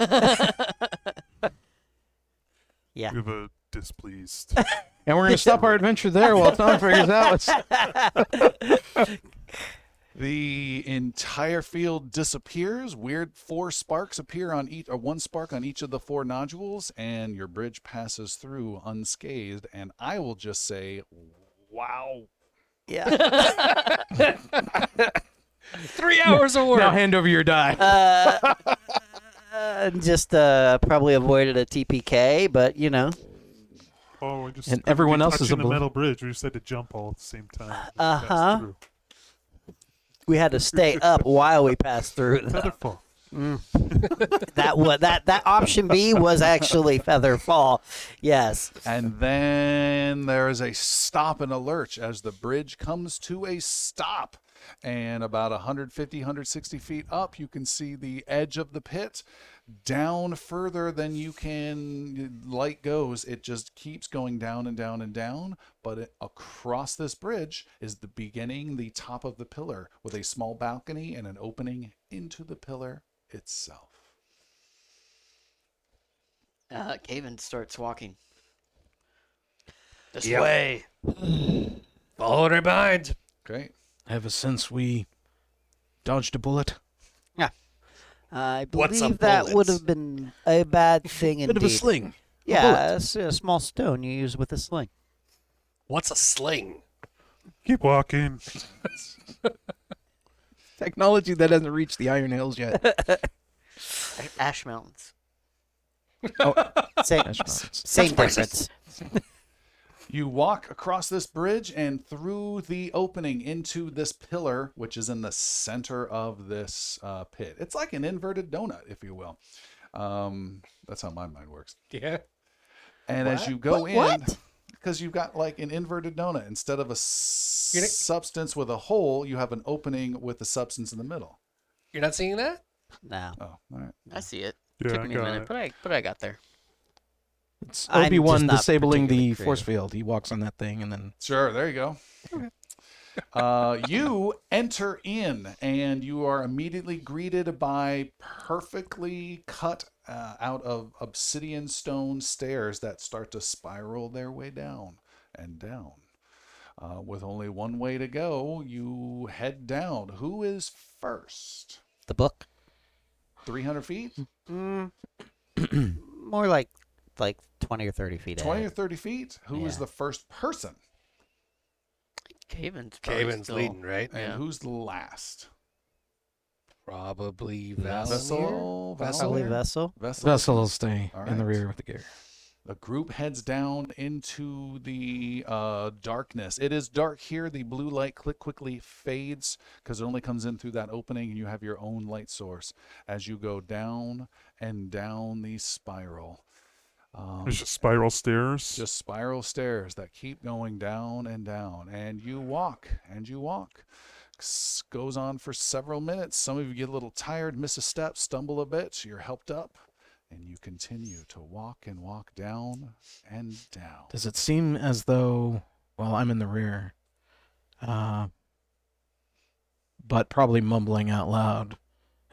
E: Yeah.
F: We have a displeased.
D: And we're going to stop our adventure there (laughs) while Tom figures out what's.
A: The entire field disappears. Weird four sparks appear on each, or one spark on each of the four nodules, and your bridge passes through unscathed. And I will just say, wow.
E: Yeah.
C: Three hours of
D: Now
C: work.
D: hand over your die.
E: Uh, uh, just uh, probably avoided a TPK, but you know.
F: Oh, we just
D: And
F: couldn't be
D: everyone else is
F: touching the
D: above.
F: metal bridge. We just had to jump all at the same time. We just
E: Uh-huh.
F: passed through.
E: We had to stay up while we passed through. though.
F: Featherfall.
E: That was that that option B was actually feather fall. Yes.
A: And then there is a stop and a lurch as the bridge comes to a stop. And about 150, 160 feet up, you can see the edge of the pit. Down further than you can, light goes. It just keeps going down and down and down. But it, across this bridge is the beginning, the top of the pillar, with a small balcony and an opening into the pillar itself.
I: Uh, Caven starts walking.
B: This
C: Yep.
B: way.
C: Followed her behind.
A: Great.
D: Ever since we dodged a bullet,
E: I
C: What's a
E: believe that would
C: bullet?
E: have been a bad thing
D: bit of a
E: indeed.
D: sling.
E: Yeah, it's a small stone you use with a sling.
C: What's a sling?
F: Keep walking.
D: Technology that hasn't reached the Iron Hills yet.
B: Ash Mountains.
E: (laughs) Same,
D: (laughs)
E: same difference.
A: You walk across this bridge and through the opening into this pillar, which is in the center of this uh, pit. It's like an inverted donut, if you will. Um, that's how my mind works.
C: Yeah.
A: And as you go
H: What-
A: in,
H: what?
A: because you've got like an inverted donut, instead of a s-
C: You're not-
A: substance with a hole, you have an opening with the substance in the middle.
C: You're not seeing that?
E: No.
A: Oh, all right.
I: I see it.
F: Yeah,
I: Took
F: I
I: me a
F: got
I: minute,
F: it.
I: but I but I got there.
D: It's
E: I'm
D: Obi Wan
E: just not
D: disabling the
E: particularly
D: force field. He walks on that thing and then
A: Sure, there you go. uh, you enter in, and you are immediately greeted by perfectly cut uh, out of obsidian stone stairs that start to spiral their way down and down. Uh, with only one way to go, you head down. Who is first?
E: The book?
A: 300 feet?
E: (clears throat) Mm, more like like 20 or 30 feet
A: 20 or
E: ahead.
A: 30 feet? Who is
E: Yeah.
A: the first person?
I: Caven's probably
C: Caven's
I: still-
C: leading, right?
A: And
I: Yeah.
A: who's last?
C: Probably
A: Vessel?
C: Vessel.
E: Probably
A: Vessel?
E: vessel.
D: Vessel will stay
A: All
D: in the
A: right.
D: rear with the gear.
A: The group heads down into the uh, darkness. It is dark here. The blue light click quickly fades because it only comes in through that opening, and you have your own light source as you go down and down the spiral. Um,
F: There's just spiral stairs.
A: just spiral stairs that keep going down and down and you walk and you walk S- goes on for several minutes some of you get a little tired miss a step stumble a bit you're helped up and you continue to walk and walk down and down
D: Does it seem as though, well, I'm in the rear, uh, but probably mumbling out loud,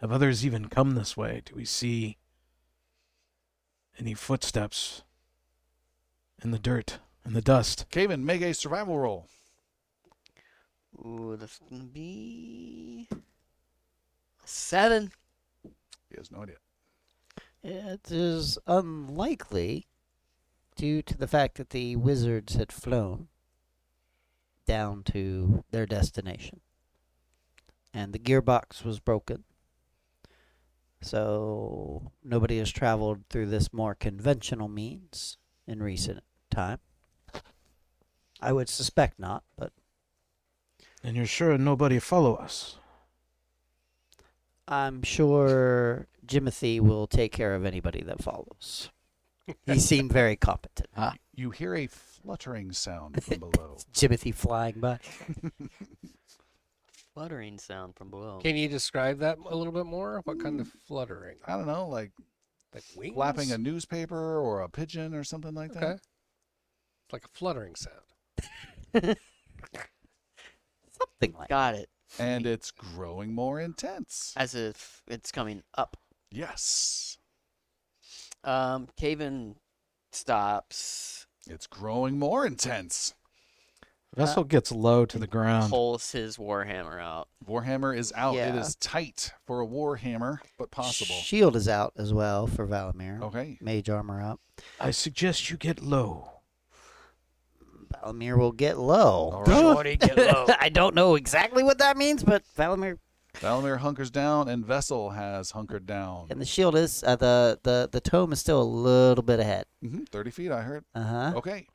D: have others even come this way? Do we see any footsteps in the dirt, in the dust?
A: Caven, make a survival roll
I: Ooh, that's gonna be seven.
A: he has no idea
E: It is unlikely due to the fact that the wizards had flown down to their destination. And the gearbox was broken. So nobody has traveled through this more conventional means in recent time. I would suspect not, but
D: And you're sure nobody follow us?
E: I'm sure Jimothy will take care of anybody that follows. He seemed very competent.
A: you hear a fluttering sound from below
E: Jimothy flying by.
I: Fluttering sound from below.
C: Can you describe that a little bit more? What kind of fluttering?
A: i don't know like
C: Like wings?
A: flapping a newspaper or a pigeon or something like that
C: Okay. It's like a fluttering sound.
E: Something like
I: Got it.
A: and it's growing more intense
I: As if it's coming up.
A: yes
I: Um, Caven stops,
A: It's growing more intense.
D: Vessel gets low to the ground.
I: pulls his warhammer out.
A: Warhammer is out. It
E: Yeah.
A: is tight for a Warhammer, but possible. Oh.
E: Shield is out as well for Valamir.
A: Okay.
E: Mage armor up.
D: I suggest you get low.
E: Valamir will get low.
A: All right.
E: (laughs)
B: Shorty, get low.
E: I don't know exactly what that means, but Valamir
A: Valamir hunkers down, and Vessel has hunkered down.
E: and the shield is uh, the the the tome is still a little bit ahead.
A: hmm 30 Mm-hmm. feet, I heard.
E: Uh huh.
A: Okay.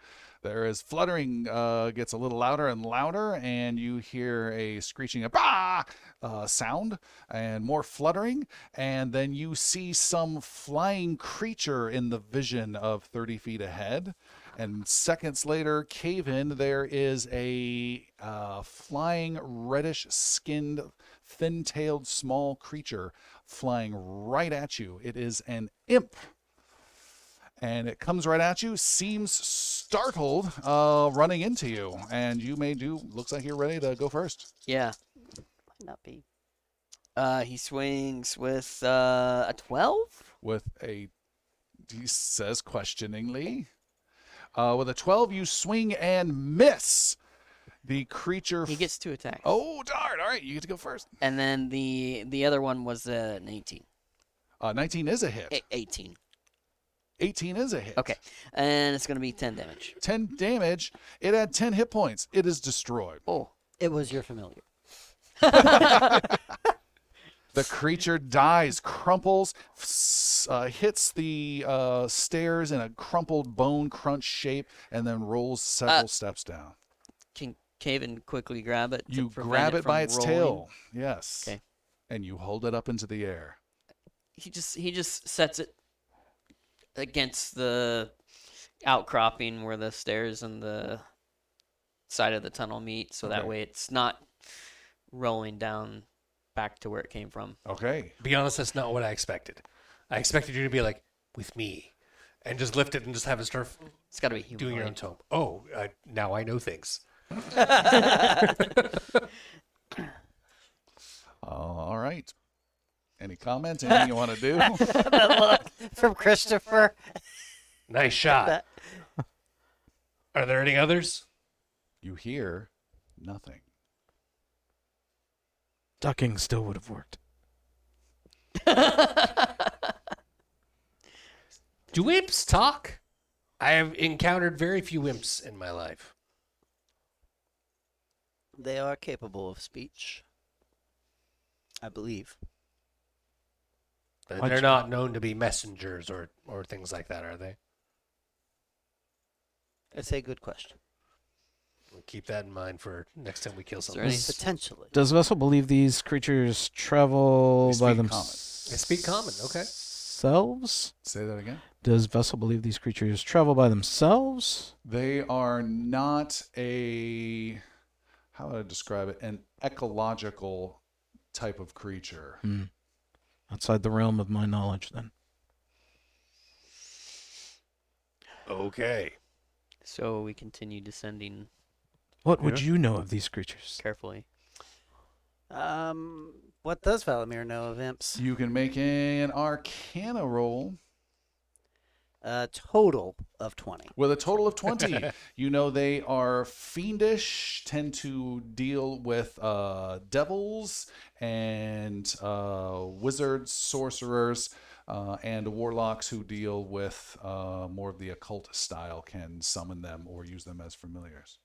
A: There is fluttering uh, gets a little louder and louder, and you hear a screeching bah! uh, sound and more fluttering, and then you see some flying creature in the vision of 30 feet ahead. And seconds later, cave in, there is a uh, flying reddish skinned, thin tailed, small creature flying right at you. It is an imp and it comes right at you. Seems startled, uh, running into you, and you may do. Looks like you're ready to go first.
I: Yeah.
E: Might not be.
I: Uh, he swings with uh, a 12?
A: With a, he says questioningly, uh, with a twelve, you swing and miss. The creature.
I: He
A: f-
I: gets two attacks.
A: oh darn! All right, you get to go first.
I: And then the the other one was uh, an 18.
A: Uh, Nineteen is a hit.
I: A- 18.
A: Eighteen is a hit.
I: Okay. And it's going to be 10 damage.
A: 10 damage. It had 10 hit points. It is destroyed.
I: Oh.
B: It was your familiar.
A: The creature dies, crumples, s- uh, hits the uh, stairs in a crumpled bone crunch shape, and then rolls
I: Uh,
A: several steps down.
I: Can Caven quickly grab it? to
A: You
I: prevent
A: grab it,
I: from
A: by its
I: rolling?
A: tail. Yes.
I: Okay.
A: And you hold it up into the air.
I: He just he just sets it against the outcropping where the stairs and the side of the tunnel meet, so that
A: Okay.
I: way it's not rolling down back to where it came from.
A: Okay.
C: Be honest, that's not what I expected. I expected you to be like with me, and just lift it and just have it start
I: It's got to be humanoid.
C: doing your own tome. Oh, uh, now I know things.
A: all right. Any
I: (laughs)
A: comments? Anything you want to do?
E: that look from Christopher.
A: (laughs)
C: Nice shot. Are there any others?
A: You hear nothing.
D: Ducking still would have worked.
C: Do imps talk? I have encountered very few imps in my life.
B: They are capable of speech. I believe.
C: They're
D: I'd-
C: they're not known to be messengers or, or things like that, are they?
B: It's a good question.
C: We'll keep that in mind for next time we kill
I: there
C: someone.
I: any-
D: Is-
B: Potentially.
D: Does Vessel believe these creatures
A: They
D: travel by
A: speak common. They
D: themselves?
C: speak common, okay.
D: Selves?
A: Say that again.
D: Does Vessel believe these creatures travel by themselves?
A: They are not a how would I describe it? An ecological type of creature.
D: Hmm. Outside the realm of my knowledge, then.
C: Okay.
I: So we continue descending
D: What would you know of these creatures?
I: carefully.
E: Um, what does Valimir know of imps?
A: You can make an arcana roll
E: A total of 20.
A: with a total of 20. you know they are fiendish, tend to deal with uh, devils and uh, wizards, sorcerers, uh, and warlocks who deal with uh, more of the occult style can summon them or use them as familiars.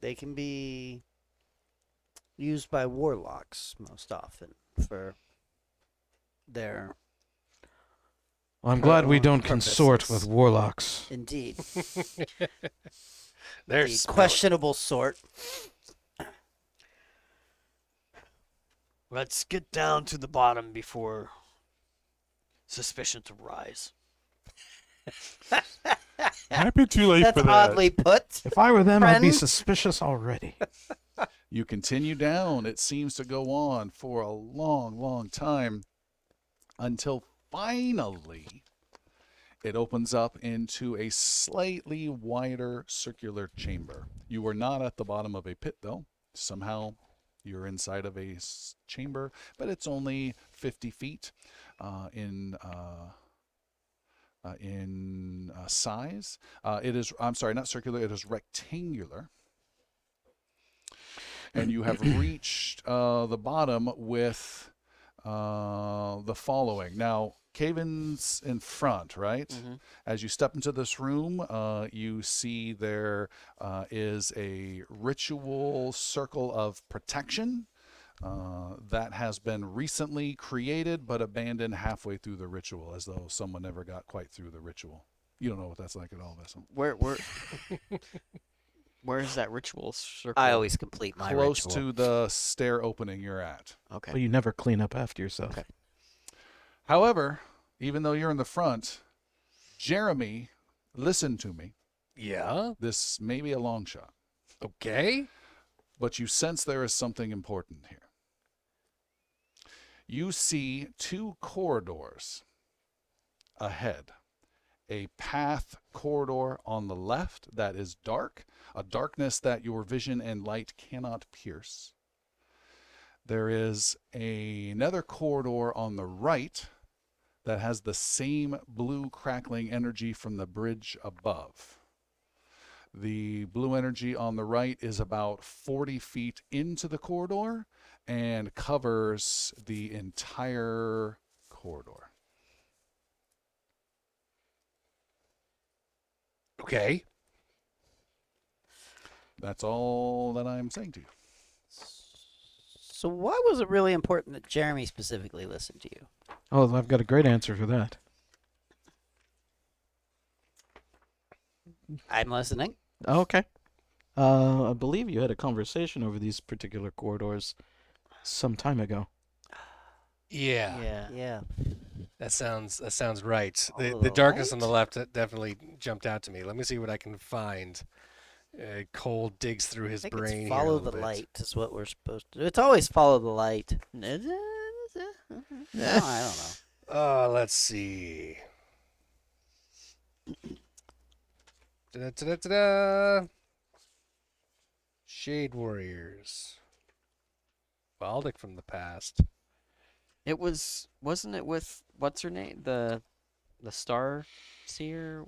E: They can be used by warlocks most often for their.
D: I'm glad we don't
E: Purposes.
D: consort with warlocks.
E: Indeed.
B: (laughs)
E: the
C: There's
B: (laughs)
E: questionable sort.
B: Let's get down to the bottom before suspicions arise.
F: Might be too late
E: That's
F: for that.
E: oddly put.
D: If I were them, I'd be
E: Friend?
D: suspicious already.
A: You continue down. It seems to go on for a long, long time until finally it opens up into a slightly wider circular chamber. You are not at the bottom of a pit, though. Somehow you're inside of a s- chamber, but it's only 50 feet uh, in. Uh, uh, in uh, size, uh, it is. I'm sorry, not circular. It is rectangular and you have reached uh, the bottom with uh, the following. Now, Caven's in front, right? As you step into this room, uh, you see there uh, is a ritual circle of protection. Uh, that has been recently created but abandoned halfway through the ritual, as though someone never got quite through the ritual. You don't know what that's like at all, Vessel.
I: Where where where is that ritual circle?
B: I always complete my
A: Close to
B: ritual.
A: the stair opening you're at.
I: okay.
D: But you never clean up after yourself.
A: However, even though you're in the front, Jeremy, listen to me.
C: Yeah.
A: This may be a long shot,
C: Okay.
A: but you sense there is something important here. You see two corridors ahead. A path corridor on the left that is dark, a darkness that your vision and light cannot pierce. There is a- another corridor on the right that has the same blue crackling energy from the bridge above. The blue energy on the right is about 40 feet into the corridor and covers the entire corridor.
C: Okay.
A: That's all that I'm saying to you.
E: So why was it really important that Jeremy specifically listened to you?
D: Oh, I've got a great answer for that.
E: I'm listening.
D: Okay. Uh, I believe you had a conversation over these particular corridors some time ago.
C: Yeah.
I: Yeah.
E: Yeah.
C: That sounds that sounds right. The the
E: All
C: darkness on the
E: right.
C: left that definitely jumped out to me. Let me see what I can find. Uh, Cole digs through
E: I
C: his
E: think
C: brain.
E: it's
C: here a
E: follow
C: little
E: the
C: bit.
E: light is what we're supposed to do. It's always follow the light. No, I don't know. (laughs)
C: Uh, let's see. Da da da da. Shade Warriors. Baldic from the past.
I: It was wasn't it with what's her name? The the star seer?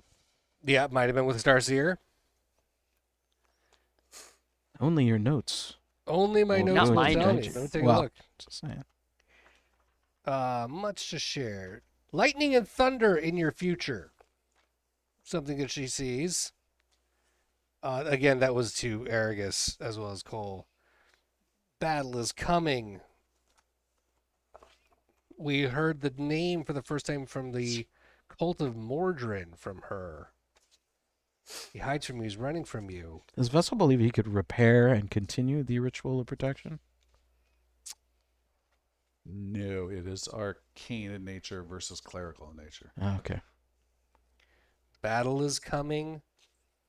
C: Yeah, it might have been with Starseer.
D: Only your notes.
C: Only my
D: Well,
C: notes.
I: not
C: were
I: my
C: down
I: notes.
C: here. Let me take
D: Well.
C: a look.
D: Just saying.
C: Uh, much to share. Lightning and thunder in your future. Something that she sees. Uh, again, that was to Aragus as well as Cole. Battle is coming. We heard the name for the first time from the cult of Mordrin from her. He hides from you. He's running from you.
D: Does Vessel believe he could repair and continue the ritual of protection?
A: No, it is arcane in nature versus clerical in nature.
D: Ah, Okay.
C: Battle is coming.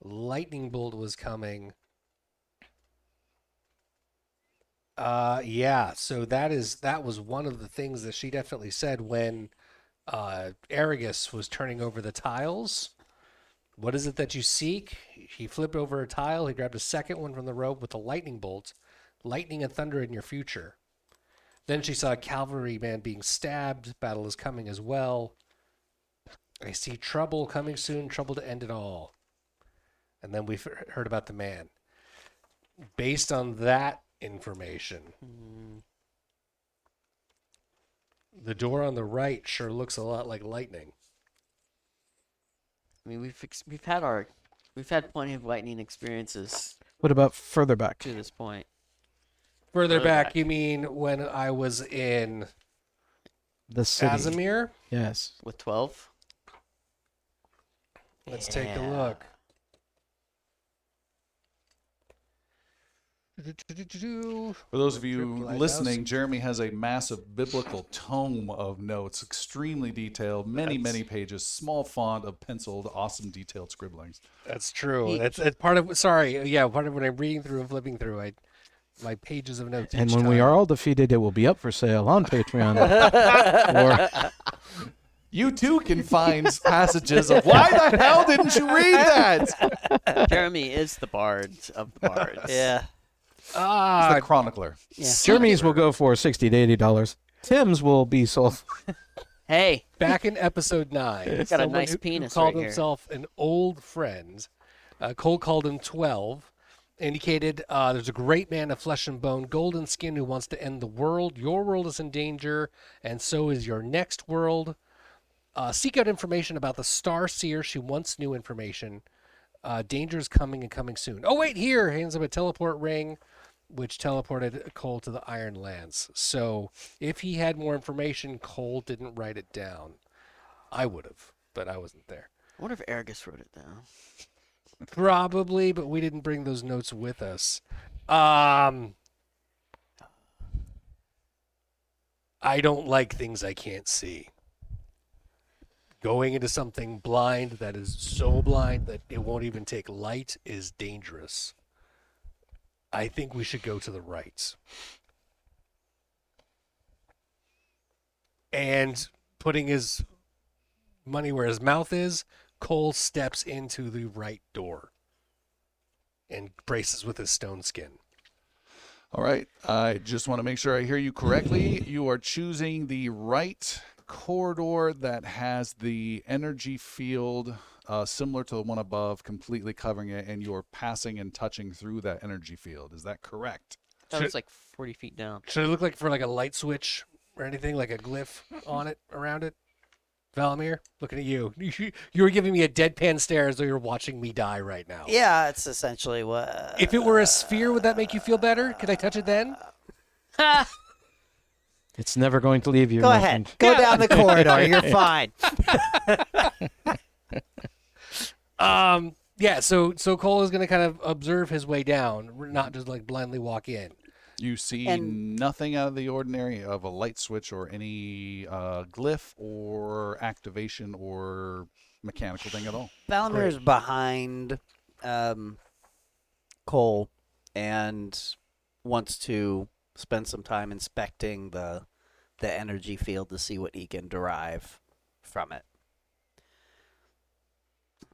C: Lightning bolt was coming. Uh yeah, so that is that was one of the things that she definitely said when uh Aragus was turning over the tiles. What is it that you seek? He flipped over a tile, he grabbed a second one from the rope with a lightning bolt. Lightning and thunder in your future. Then she saw a cavalry man being stabbed, battle is coming as well. I see trouble coming soon, trouble to end it all. And then we've he- heard about the man. Based on that information, Hmm. the door on the right sure looks a lot like lightning.
I: I mean, we've ex- we've had our we've had plenty of lightning experiences
D: What about further back?
I: to this point.
C: Further
I: Further
C: back,
I: back.
C: you mean when I was in
D: The city.
C: Casimir?
D: Yes.
I: With 12?
C: Let's take a
I: Yeah.
C: look. Do-do-do-do-do.
A: For those of you
C: Triple lighthouse.
A: listening, Jeremy has a massive biblical tome of notes, extremely detailed, many, many pages, small font of penciled, awesome detailed scribblings.
C: That's true.
I: He-
C: that's, that's part of. Sorry, uh, yeah, part of when I'm reading through and flipping through, I my pages of notes.
D: And
C: each
D: when we
C: time.
D: are all defeated, it will be up for sale on
E: (laughs)
D: Patreon. or
A: You too can find passages of why the hell didn't you read that?
I: Jeremy is the bard
C: (laughs)
I: of the bards.
E: Yeah.
C: ah,
A: The Chronicler.
D: Jeremy's will go for sixty to eighty dollars. Tim's will be sold.
I: Hey,
C: back in episode nine,
I: He's got a
C: someone
I: nice
C: who,
I: penis
C: Who called
I: right here.
C: himself an old friend. Uh, Cole called him twelve. Indicated uh, there's a great man of flesh and bone, golden skin, who wants to end the world. Your world is in danger, and so is your next world. Uh, seek out information about the star seer. She wants new information. Uh, danger is coming and coming soon. Oh wait, here hands him a teleport ring, which teleported Cole to the Iron Lands. So if he had more information, Cole didn't write it down. I would have, but I wasn't there.
B: I wonder if Aragus wrote it down.
C: Probably, but we didn't bring those notes with us. Um, I don't like things I can't see. Going into something blind that is so blind that it won't even take light is dangerous. I think we should go to the right. And putting his money where his mouth is, Cole steps into the right door and braces with his stone skin.
A: All right. I just want to make sure I hear you correctly. You are choosing the right corridor that has the energy field uh, similar to the one above, completely covering it, and you're passing and touching through that energy field. Is that correct?
I: That
C: Should-
I: was like 40 feet down.
C: Should it look like for like a light switch or anything, like a (laughs) glyph on it, around it? Valamir, looking at you. (laughs) You were giving me a deadpan stare as though you were watching me die right now.
E: Yeah, it's essentially what. uh,
C: If it were a sphere, would that make you feel better? Could I touch it then?
D: It's never going to leave you.
E: Go
D: my
E: ahead.
D: friend.
E: Go
C: (laughs)
E: down the corridor. You're fine.
C: Um, yeah. So so Cole is going to kind of observe his way down, not just like blindly walk in.
A: You see
E: And-
A: nothing out of the ordinary of a light switch or any uh, glyph or activation or mechanical thing at all.
E: Valamir is behind um, Cole and wants to spend some time inspecting the the energy field to see what he can derive from it.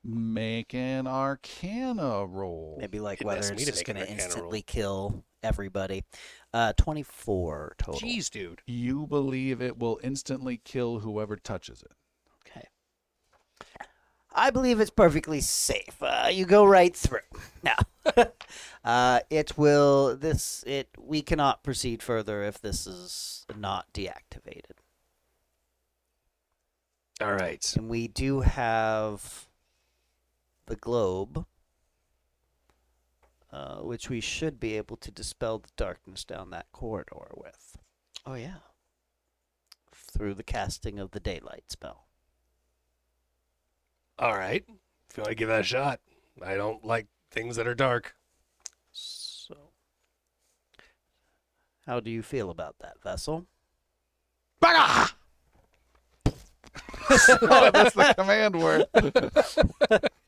A: Make an arcana roll.
E: Maybe like
C: Didn't ask
E: whether it's
C: me to
E: just
C: make an
E: going to
C: arcana roll.
E: instantly kill everybody. Uh, Twenty four total.
C: Jeez, dude.
A: You believe it will instantly kill whoever touches it.
B: Okay.
E: I believe it's perfectly safe. Uh, you go right through. (laughs) No, uh, it will. This it. We cannot proceed further if this is not deactivated.
C: All right.
E: And we do have the globe, uh, which we should be able to dispel the darkness down that corridor with
B: Oh yeah.
E: through the casting of the daylight spell.
C: All right. If you want to give that a shot, I don't like things that are dark.
E: So, how do you feel about that vessel?
A: That's the command word. (laughs)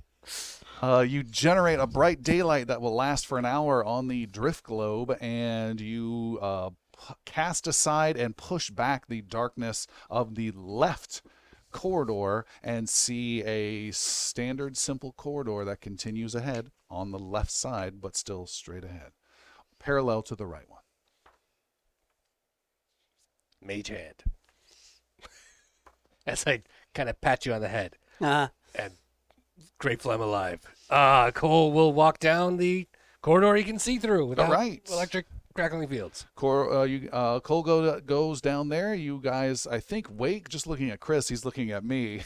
A: Uh, you generate a bright daylight that will last for an hour on the drift globe, and you uh, p- cast aside and push back the darkness of the left corridor and see a standard simple corridor that continues ahead on the left side, but still straight ahead, parallel to the right one.
C: Mage hand. (laughs) As I kind of pat you on the head.
E: Uh,
C: Grateful I'm alive. Uh, Cole will walk down the corridor he can see through without
A: right.
C: electric crackling fields.
A: Cor, uh, you, uh, Cole go, goes down there. You guys, I think, wait. Just looking at Chris, he's looking at me.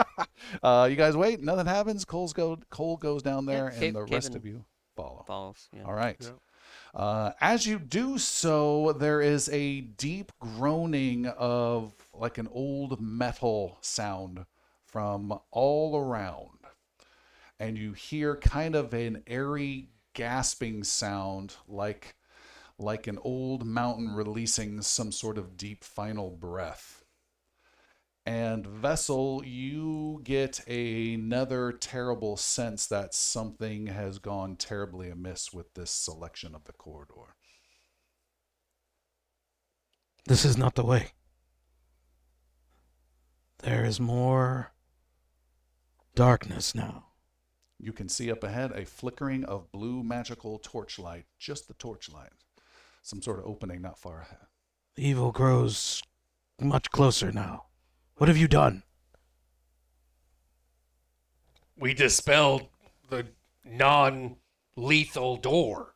A: (laughs) uh, you guys wait. Nothing happens. Cole's go. Cole goes down
I: Yeah,
A: there,
I: cave-
A: and the
I: cave
A: rest
I: in.
A: of you follow.
I: Balls. Yeah.
A: All right. Uh, as you do so, there is a deep groaning of like an old metal sound from all around. And you hear kind of an airy gasping sound like like an old mountain releasing some sort of deep final breath. And Vessel, you get another terrible sense that something has gone terribly amiss with this selection of the corridor.
D: This is not the way. There is more darkness now.
A: You can see up ahead a flickering of blue magical torchlight, just the torchlight. Some sort of opening not far ahead.
D: Evil grows much closer now. What have you done?
C: We dispelled the non lethal door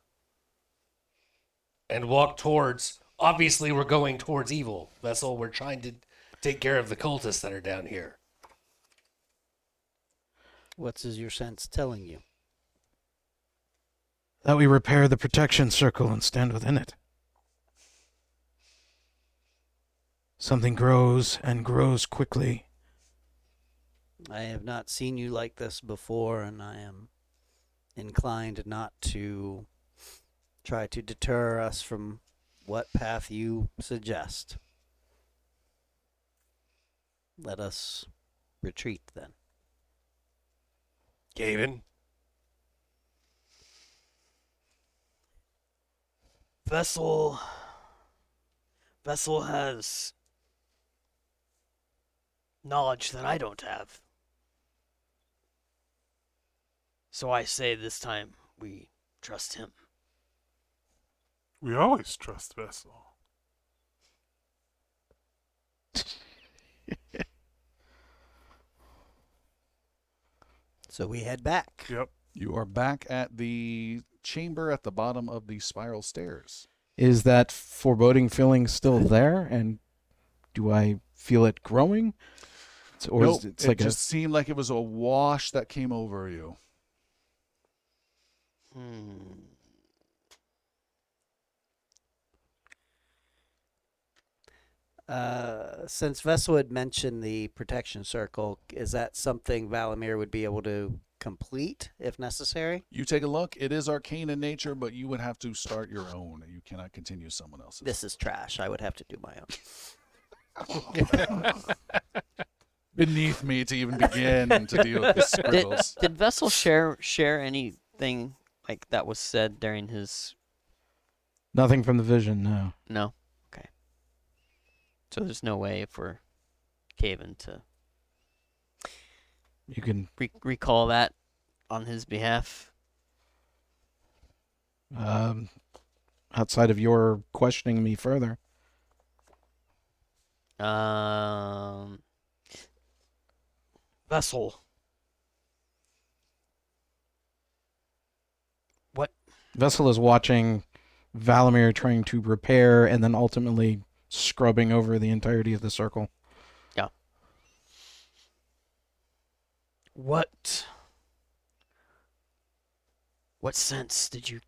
C: and walked towards. Obviously, we're going towards evil. That's all we're trying to take care of the cultists that are down here.
E: what is your sense telling you?
D: That we repair the protection circle and stand within it. Something grows and grows quickly.
E: I have not seen you like this before, and I am inclined not to try to deter us from what path you suggest. Let us retreat then.
C: (laughs) Gavin.
B: Vessel. Vessel has knowledge that I don't have. So I say this time we trust him.
F: We always trust Vessel.
E: So we head back.
F: Yep.
A: You are back at the chamber at the bottom of the spiral stairs.
D: Is that foreboding feeling still there? And do I feel it growing? It's, or
A: Nope,
D: is it, it's
A: it
D: like
A: just seemed like it was a wash that came over you.
B: Hmm.
E: Uh, since Vessel had mentioned the protection circle, is that something Valimir would be able to complete if necessary?
A: You take a look. It is arcane in nature, but you would have to start your own. You cannot continue someone else's.
E: This is trash. I would have to do my own.
A: Beneath me to even begin to deal with
D: (laughs)
A: the
I: Did,
A: scribbles.
I: did Vessel share share anything like that was said during his
D: a, nothing from the vision? No.
I: No. Okay. So there's no way if we're caving to
D: You can.
I: re- recall that on his behalf.
D: Um, outside of your questioning me further,
I: Um.
B: Vessel.
D: Vessel is watching Valimir trying to repair and then ultimately scrubbing over the entirety of the circle.
B: What what sense did you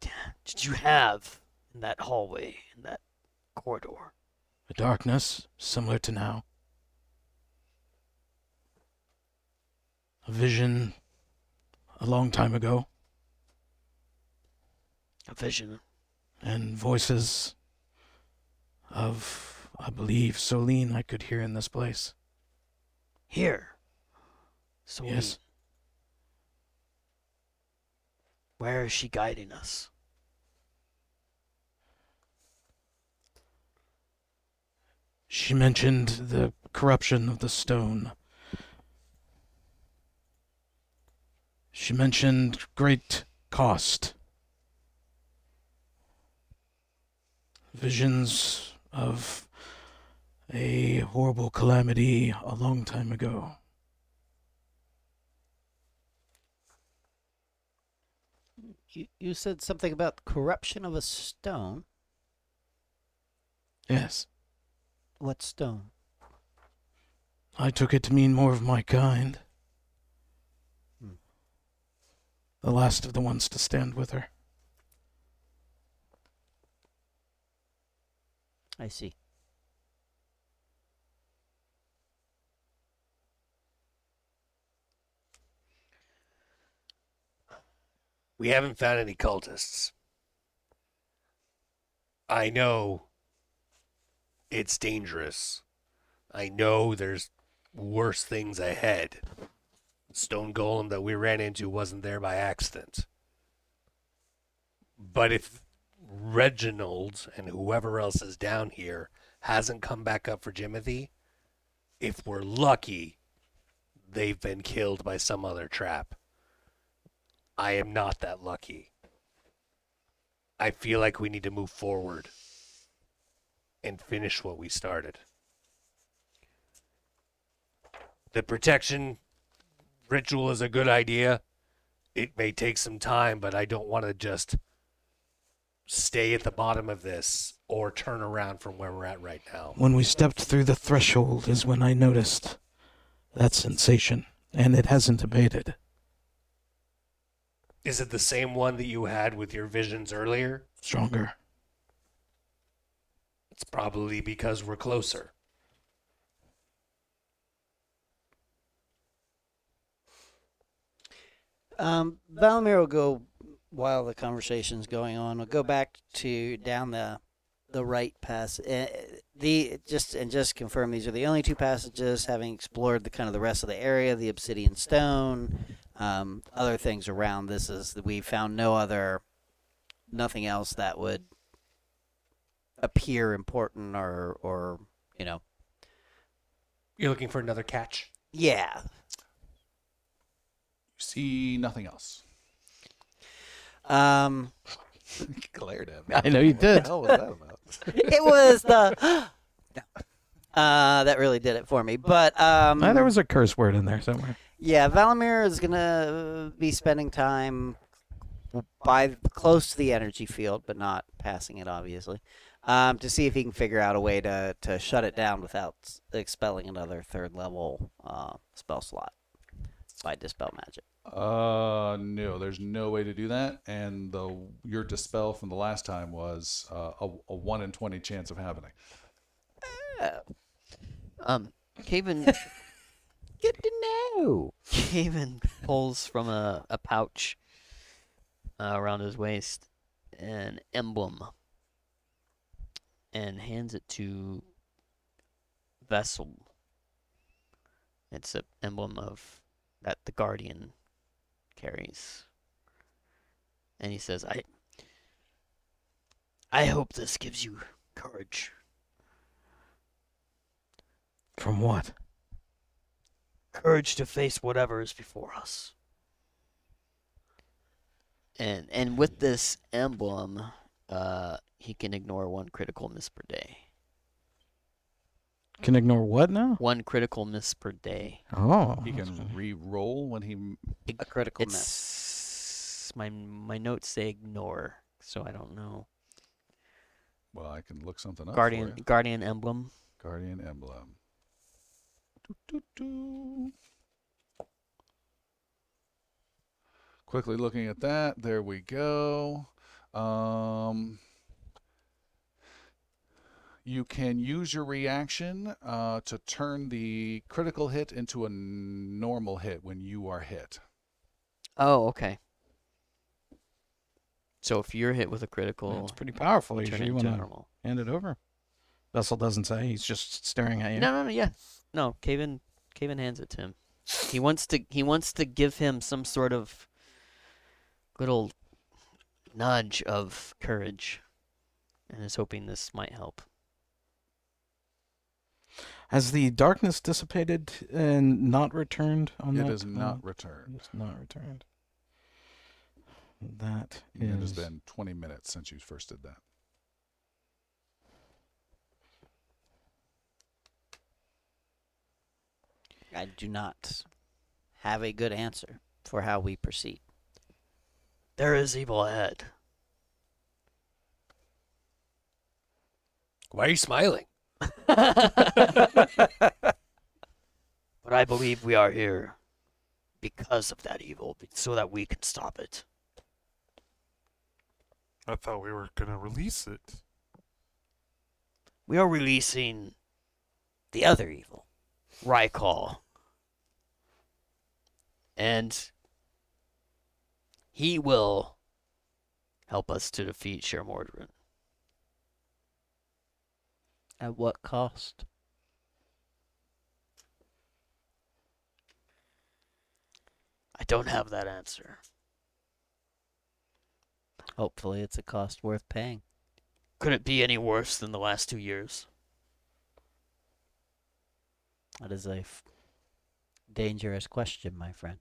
B: did you have in that hallway in that corridor?
D: A darkness similar to now. A vision a long time ago,
B: A vision.
D: and voices of, I believe, Solene I could hear in this place.
B: Here. So
D: Yes.
B: where is she guiding us?
D: She mentioned the corruption of the stone. She mentioned great cost. Visions of a horrible calamity a long time ago.
E: You, you said something about corruption of a stone.
D: Yes,
E: What stone?
D: I took it to mean more of my kind.
E: Hmm.
D: The last of the ones to stand with her.
E: I see.
C: We haven't found any cultists. I know it's dangerous. I know there's worse things ahead. Stone Golem that we ran into wasn't there by accident. But if Reginald and whoever else is down here hasn't come back up for Jimothy, if we're lucky, they've been killed by some other trap. I am not that lucky. I feel like we need to move forward and finish what we started. The protection ritual is a good idea. It may take some time, but I don't want to just stay at the bottom of this or turn around from where we're at right now.
D: When we stepped through the threshold is when I noticed that sensation, and it hasn't abated.
C: Is it the same one that you had with your visions earlier?
D: Stronger.
C: It's probably because we're closer.
E: Um, Valamir will go while the conversation's going on. We'll go back to down the the right pass. Uh, the just and just confirm these are the only two passages. Having explored the kind of the rest of the area, the obsidian stone, um, other things around. This is we found no other, nothing else that would appear important or or you know
C: You're looking for another catch.
E: yeah
A: see nothing (laughs) else.
E: um
A: glared at me.
D: I know you
A: What
D: did.
A: the hell was that about?
E: (laughs) it was the (gasps) no. uh, that really did it for me. But um,
D: Ah, there was a curse word in there somewhere.
E: yeah, Valamir is gonna be spending time by close to the energy field, but not passing it, obviously, um, to see if he can figure out a way to to shut it down without s- expelling another third level uh, spell slot by dispel magic.
A: Uh, no, there's no way to do that. And the your dispel from the last time was uh, a, a one in twenty chance of happening.
I: Um, Caven
E: (laughs) Good to know.
I: Caven pulls from a, a pouch uh, around his waist an emblem and hands it to Vessel. It's an emblem of that the Guardian carries. And he says, I I hope this gives you courage.
D: From what?
B: Courage to face whatever is before us.
I: And and with this emblem, uh, he can ignore one critical miss per day.
D: Can ignore what now?
I: One critical miss per day.
D: Oh.
A: He can re-roll when he.
E: A critical miss.
I: It's my my notes say ignore, so I don't know.
A: Well, I can look something up. for
I: Guardian
A: you.
I: guardian emblem.
A: Guardian emblem. Doo, doo, doo. Quickly looking at that. There we go. Um, you can use your reaction uh, to turn the critical hit into a normal hit when you are hit.
I: Oh, okay. So if you're hit with a critical,
D: It's pretty powerful. You
I: turn
D: sure
I: it
D: you
I: into
D: want to
I: normal.
D: hand it over? Vessel doesn't say. He's just staring at you.
I: No, no, no. Yeah, no. Caven Caven hands it to him. He wants to he wants to give him some sort of little nudge of courage, and is hoping this might help.
D: Has the darkness dissipated and not returned on that?
A: It is
D: uh,
A: not returned.
D: It's not returned. That
A: It has
D: is-
A: been 20 minutes since you first did that.
E: I do not have a good answer for how we proceed.
B: There is evil
I: (laughs)
B: ahead.
C: Why are you smiling?
B: But I believe we are here because of that evil, be- so that we can stop it.
F: I thought we were gonna release it.
B: We are releasing the other evil, Rykal.
I: and he will help us to defeat Sher Mordrin.
E: At what cost?
B: I don't have that answer.
E: Hopefully, it's a cost worth paying.
B: Could it be any worse than the last two years?
E: That is a f- dangerous question, my friend.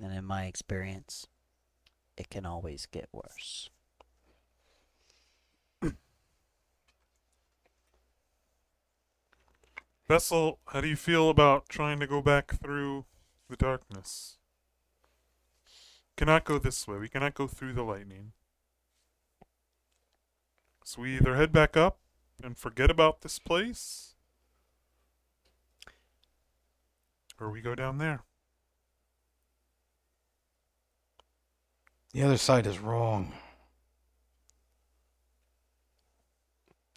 E: And in my experience, it can always get worse.
F: Vessel, how do you feel about trying to go back through the darkness? Cannot go this way. We cannot go through the lightning. So we either head back up and forget about this place, or we go down there.
D: The other side is wrong.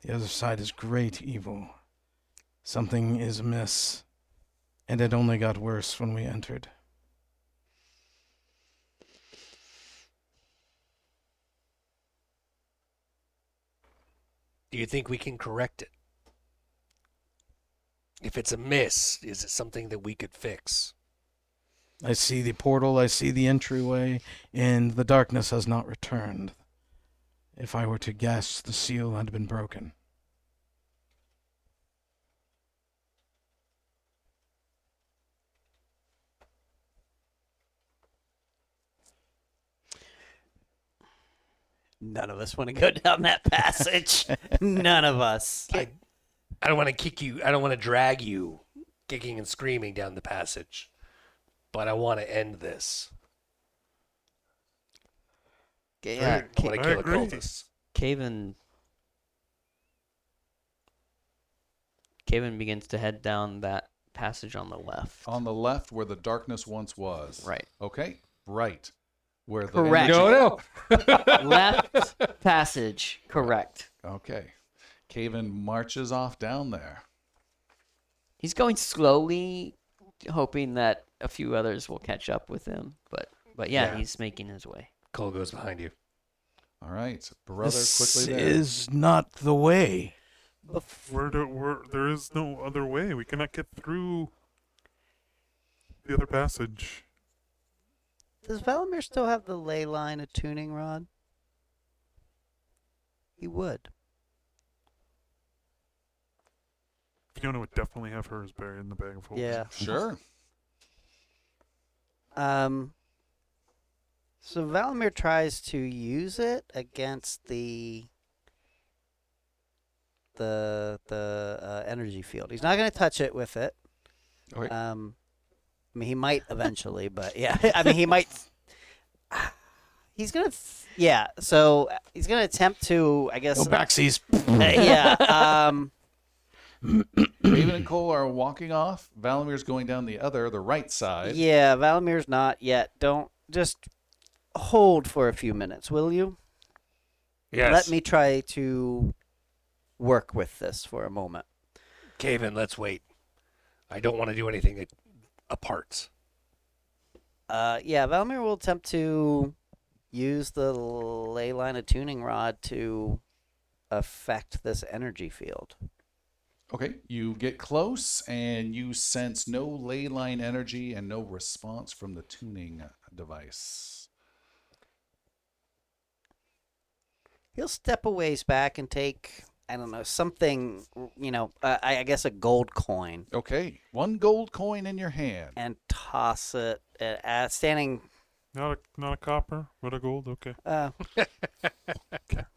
D: The other side is great evil. Something is amiss. and it only got worse when we entered.
C: Do you think we can correct it? If it's a miss, is it something that we could fix?
D: I see the portal, I see the entryway, and the darkness has not returned. If I were to guess, the seal had been broken.
E: None of us want to go down
B: (laughs)
E: that passage. None of us.
C: I, I don't want to kick you. I don't want to drag you kicking and screaming down the passage. But I want to end this.
I: Ga- Yeah,
F: Right.
C: I want to
F: I
C: kill a
F: agree.
C: cultist.
I: uh, Caven. Caven begins to head down that passage on the left.
A: On the left, where the darkness once was.
I: Right.
A: Okay. Right. Where the
I: Correct.
A: energy-
C: no.
I: (laughs) left passage. Correct.
A: Okay. Caven marches off down there.
I: He's going slowly, hoping that a few others will catch up with him. But but yeah,
C: Yeah.
I: he's making his way.
C: Cole goes behind you.
A: All right, brother.
D: this
A: quickly there.
D: is not the way.
F: Where do where there is no other way. We cannot get through the other passage.
E: Does Valimir still have the ley line attuning rod? He would.
F: Fiona would definitely have hers buried in the bag of holding.
E: Yeah.
A: Sure.
E: Um. So Valimir tries to use it against the the the uh, energy field. He's not going to touch it with it.
A: Okay.
E: Um, I mean, he might eventually, (laughs) but yeah, I mean, he might. (sighs) He's gonna, th- yeah. So uh, he's gonna attempt to, I guess.
D: No backsies.
E: uh, yeah. Um.
A: Caven and Cole are walking off. Valamir's going down the other, the right side.
E: Yeah, Valamir's not yet. Don't just hold for a few minutes, will you?
C: Yes.
E: Let me try to work with this for a moment.
C: Caven, let's wait. I don't want to do anything that- apart.
E: Uh, yeah, Valamir will attempt to use the ley line attuning rod to affect this energy field.
A: Okay. You get close and you sense no ley line energy and no response from the tuning device.
E: He'll step a ways back and take, I don't know, something, you know, uh, I, I guess a gold coin
A: Okay. One gold coin in your hand.
E: and toss it at, at standing.
F: Not a not a copper, but a gold. Okay.
E: Uh,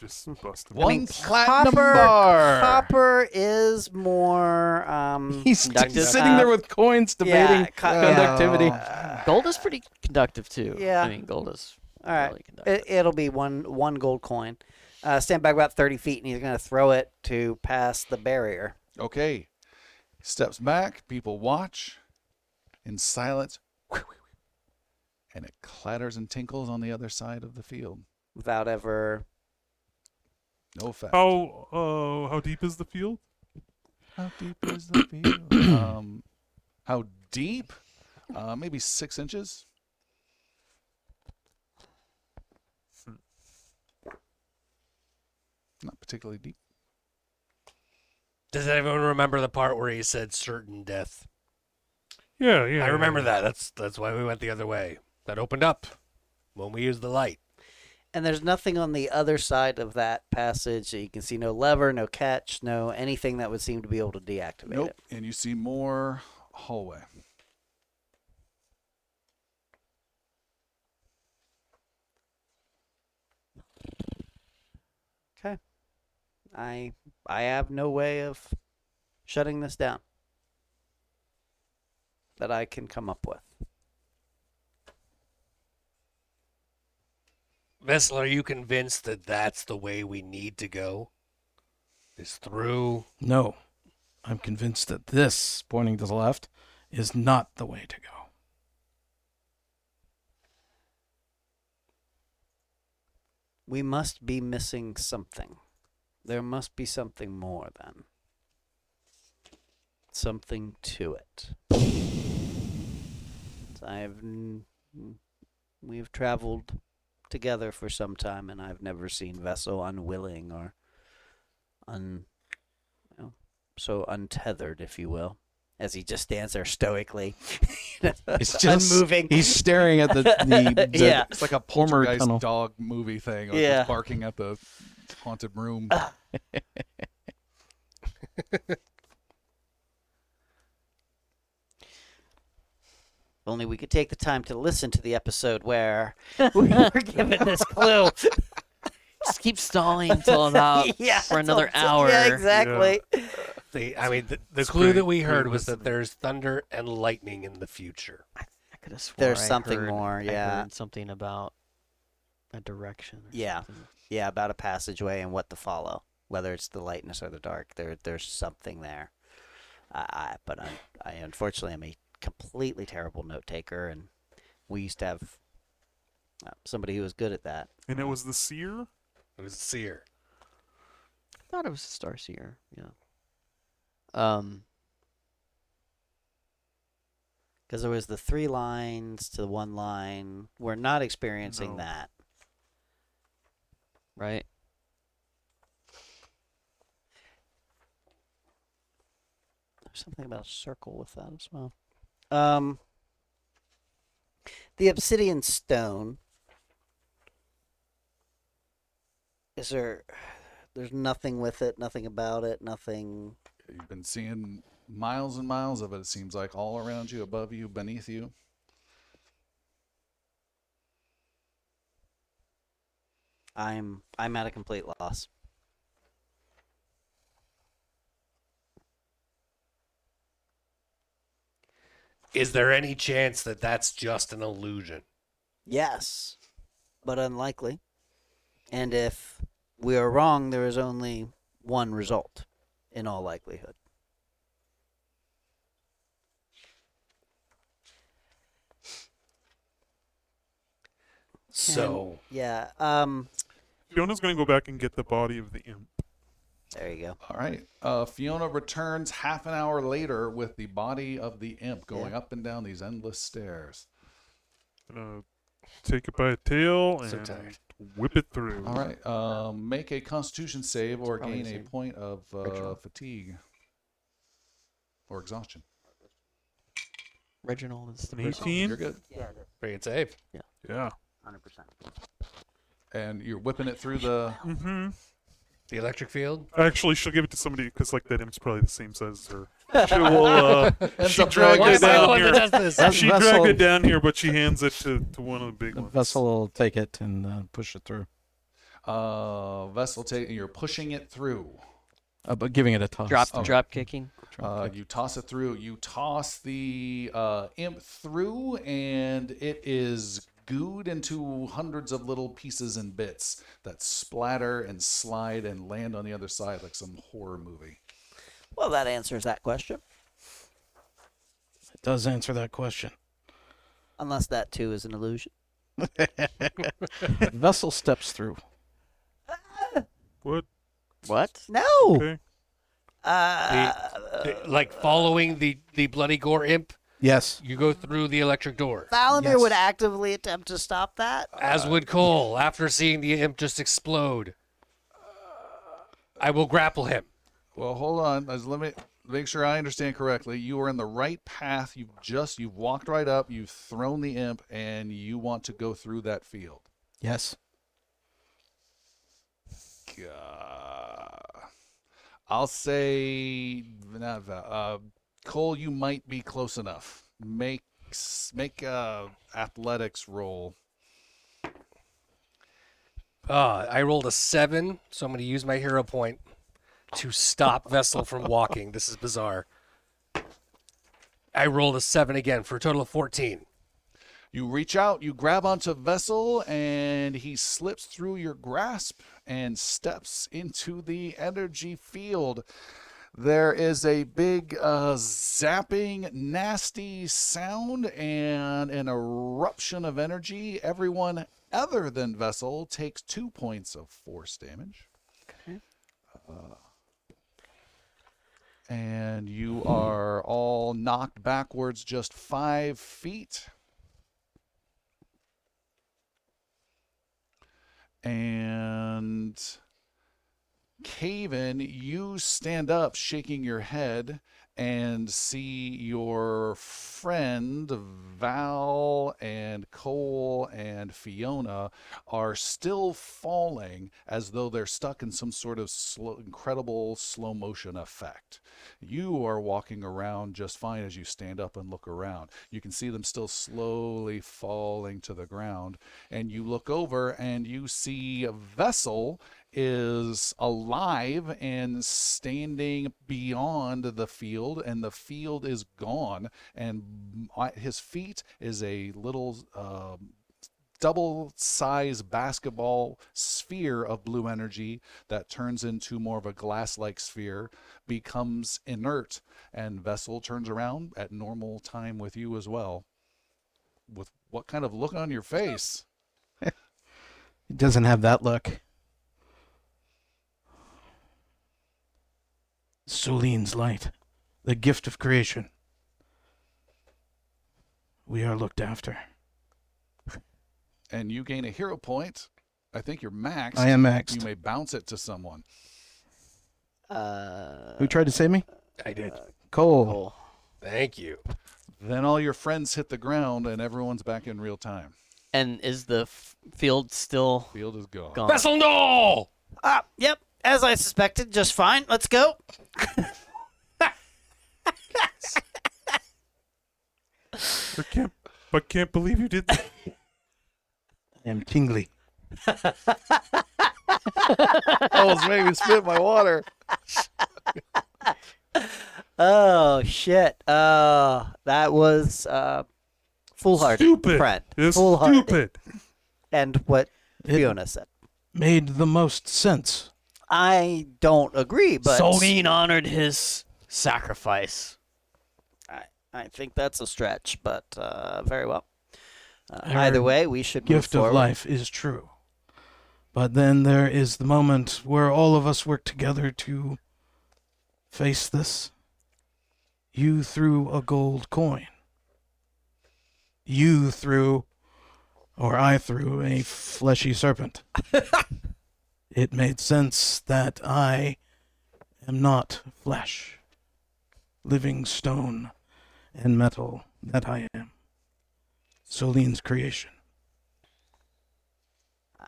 F: Just busting.
A: One
E: mean,
A: platinum
E: copper-
A: bar.
E: Copper is more.
A: (laughs)
E: Um,
D: He's
I: Conductive.
D: sitting there with coins debating
E: yeah,
A: uh,
E: co-
D: conductivity.
E: yeah.
I: Gold is pretty conductive too.
E: Yeah.
I: I mean, gold
E: (laughs)
I: is
E: All right.
I: really conductive.
E: It, it'll be one one gold coin. Uh, stand back about thirty feet, and he's going to throw it to pass the barrier.
A: Okay. Steps back. People watch in silence. And it clatters and tinkles on the other side of the field.
E: without ever.
A: No effect.
F: How uh how deep is the field?
A: How deep is the field? um, how deep? Uh, maybe six inches. Not particularly deep.
C: Does anyone remember the part where he said certain death?
F: Yeah, yeah.
C: I remember that. That's that's why we went the other way. That opened up when we used the light.
E: And there's nothing on the other side of that passage. that You can see no lever, no catch, no anything that would seem to be able to deactivate
A: nope.
E: it.
A: And you see more hallway.
E: I I have no way of shutting this down that I can come up with.
C: Vessel, are you convinced that that's the way we need to go? Is through?
D: No, I'm convinced that this, pointing to the left, is not the way to go.
E: We must be missing something. There must be something more then. Something to it. friend. I've n- n- we've traveled together for some time, and I've never seen Vessel unwilling or un you know, so untethered, if you will, as he just stands there stoically, (laughs)
D: It's just
E: unmoving.
D: He's staring at the, (laughs) the, the
E: Yeah.
A: It's like a
D: Plumber
A: Poltergeist
D: tunnel.
A: dog movie thing. Like
E: Yeah.
A: it's barking at the haunted room.
E: If only we could take the time to listen to the episode where we were given this clue.
I: (laughs) Just keep stalling until about
E: (laughs) yeah,
I: for another
E: that's-
I: hour.
E: Yeah, exactly.
C: The, I mean, the, the clue that we heard was that there's thunder and lightning in the future.
I: I could have sworn
E: There's
I: I
E: something
I: heard-
E: more,
I: I
E: yeah.
I: heard something about a direction. or
E: Yeah.
I: something.
E: (laughs) Yeah, about a passageway and what to follow, whether it's the lightness or the dark. There, there's something there. I, I but I, I unfortunately am a completely terrible note taker, and we used to have uh, somebody who was good at that.
F: And it was the seer?
C: It was seer.
I: I thought it was a star seer. Yeah. Um.
E: Because there was the three lines to the one line. We're not experiencing
F: No.
E: that.
I: Right.
E: There's something about a circle with that as well. Um, the obsidian stone. Is there? There's nothing with it. Nothing about it. Nothing.
A: You've been seeing miles and miles of it, it seems like, all around you, above you, beneath you.
E: I'm I'm at a complete loss.
C: Is there any chance that that's just an illusion?
E: Yes, but unlikely. And if we are wrong, there is only one result, in all likelihood.
C: So
E: Yeah. Um.
F: Fiona's going to go back and get the body of the imp.
E: There you go.
A: All right. Uh, Fiona returns half an hour later with the body of the imp going up and down these endless stairs.
F: Gonna take it by a tail
C: So
F: and
C: tired.
F: whip it through.
A: All right. Um, make a constitution save or
I: probably
A: gain a
I: same.
A: point of uh, fatigue or exhaustion.
I: Reginald is the
F: An
I: person.
F: 18?
A: You're good.
C: pretty good save.
F: Yeah.
E: Hundred percent.
A: And you're whipping it through the.
F: Mm-hmm.
C: The electric field.
F: Actually, she'll give it to somebody because, like, that imp's probably the same size as her. She will. Uh, she dragged
C: Why
F: it
C: am I the
F: down
C: one that
F: here.
C: does this?
D: That's
F: She
D: vessel.
F: dragged it down here, but she hands it to, to one of the big
D: The
F: ones.
D: vessel will take it and uh, push it through,
A: Uh, vessel take. You're pushing it through.
D: uh, but giving it a toss.
I: Drop,
A: Oh.
I: drop kicking.
A: Uh, you toss it through. You toss the uh, imp through, and it is gooed into hundreds of little pieces and bits that splatter and slide and land on the other side like some horror movie.
E: Well, that answers that question.
D: It does answer that question.
E: Unless that too is an illusion.
D: Vessel steps through.
F: What?
I: What?
E: No.
F: Okay.
E: Uh,
C: The- like following the the bloody gore imp,
D: Yes.
C: you go through the electric door.
E: Valamir
D: Yes.
E: would actively attempt to stop that.
C: As would Cole after seeing the imp just explode. I will grapple him.
A: Well, hold on. Let's- Let me make sure I understand correctly. You are in the right path. You've just you've walked right up. You've thrown the imp, and you want to go through that field.
D: Yes.
A: God. uh, I'll say not Val. Uh, Cole, you might be close enough. Make s- make a athletics roll.
C: Uh, I rolled a seven, so I'm going to use my hero point to stop Vessel from walking. This is bizarre. I rolled a seven again for a total of 14.
A: You reach out, you grab onto Vessel, and he slips through your grasp and steps into the energy field. There is a big uh, zapping, nasty sound and an eruption of energy. Everyone other than Vessel takes two points of force damage. Okay. and you are all knocked backwards just five feet. And Caven, you stand up, shaking your head, and see your friend Val and Cole and Fiona are still falling as though they're stuck in some sort of slow, incredible slow motion effect. You are walking around just fine as you stand up and look around. You can see them still slowly falling to the ground, and you look over and you see Vessel is alive and standing beyond the field, and the field is gone. And at his feet is a little uh, double size basketball sphere of blue energy that turns into more of a glass like sphere, becomes inert, and Vessel turns around at normal time with you as well. With what kind of look on your face?
D: It doesn't have that look. Soline's light, the gift of creation. We are looked after.
A: And you gain a hero point. I think you're maxed.
D: I am maxed.
A: You may bounce it to someone.
D: Who tried to save me?
C: I did.
D: Cole.
C: Uh, Thank you.
A: Then all your friends hit the ground and everyone's back in real time.
I: And is the f- field still
A: Field is gone.
I: gone?
C: Vessel, no!
E: Ah, yep. As I suspected, just fine. Let's go.
F: I can't, but can't believe you did that.
D: I am tingly.
A: Almost made me spit my water.
E: Oh shit. Uh, that was uh, foolhardy,
F: Stupid.
E: friend.
F: It's
E: foolhardy.
F: stupid.
E: And what
D: It-
E: Fiona said.
D: Made the most sense.
E: I don't agree, but
I: Soline honored his sacrifice.
E: I, I think that's a stretch. But uh, very well. Uh, either way, we should move
D: Gift
E: forward.
D: of life is true. But then there is the moment where all of us work together to face this. You threw a gold coin. You threw, or I threw, a
E: (laughs)
D: fleshy serpent. it made sense that I am not flesh, living stone and metal that I am. Soline's creation.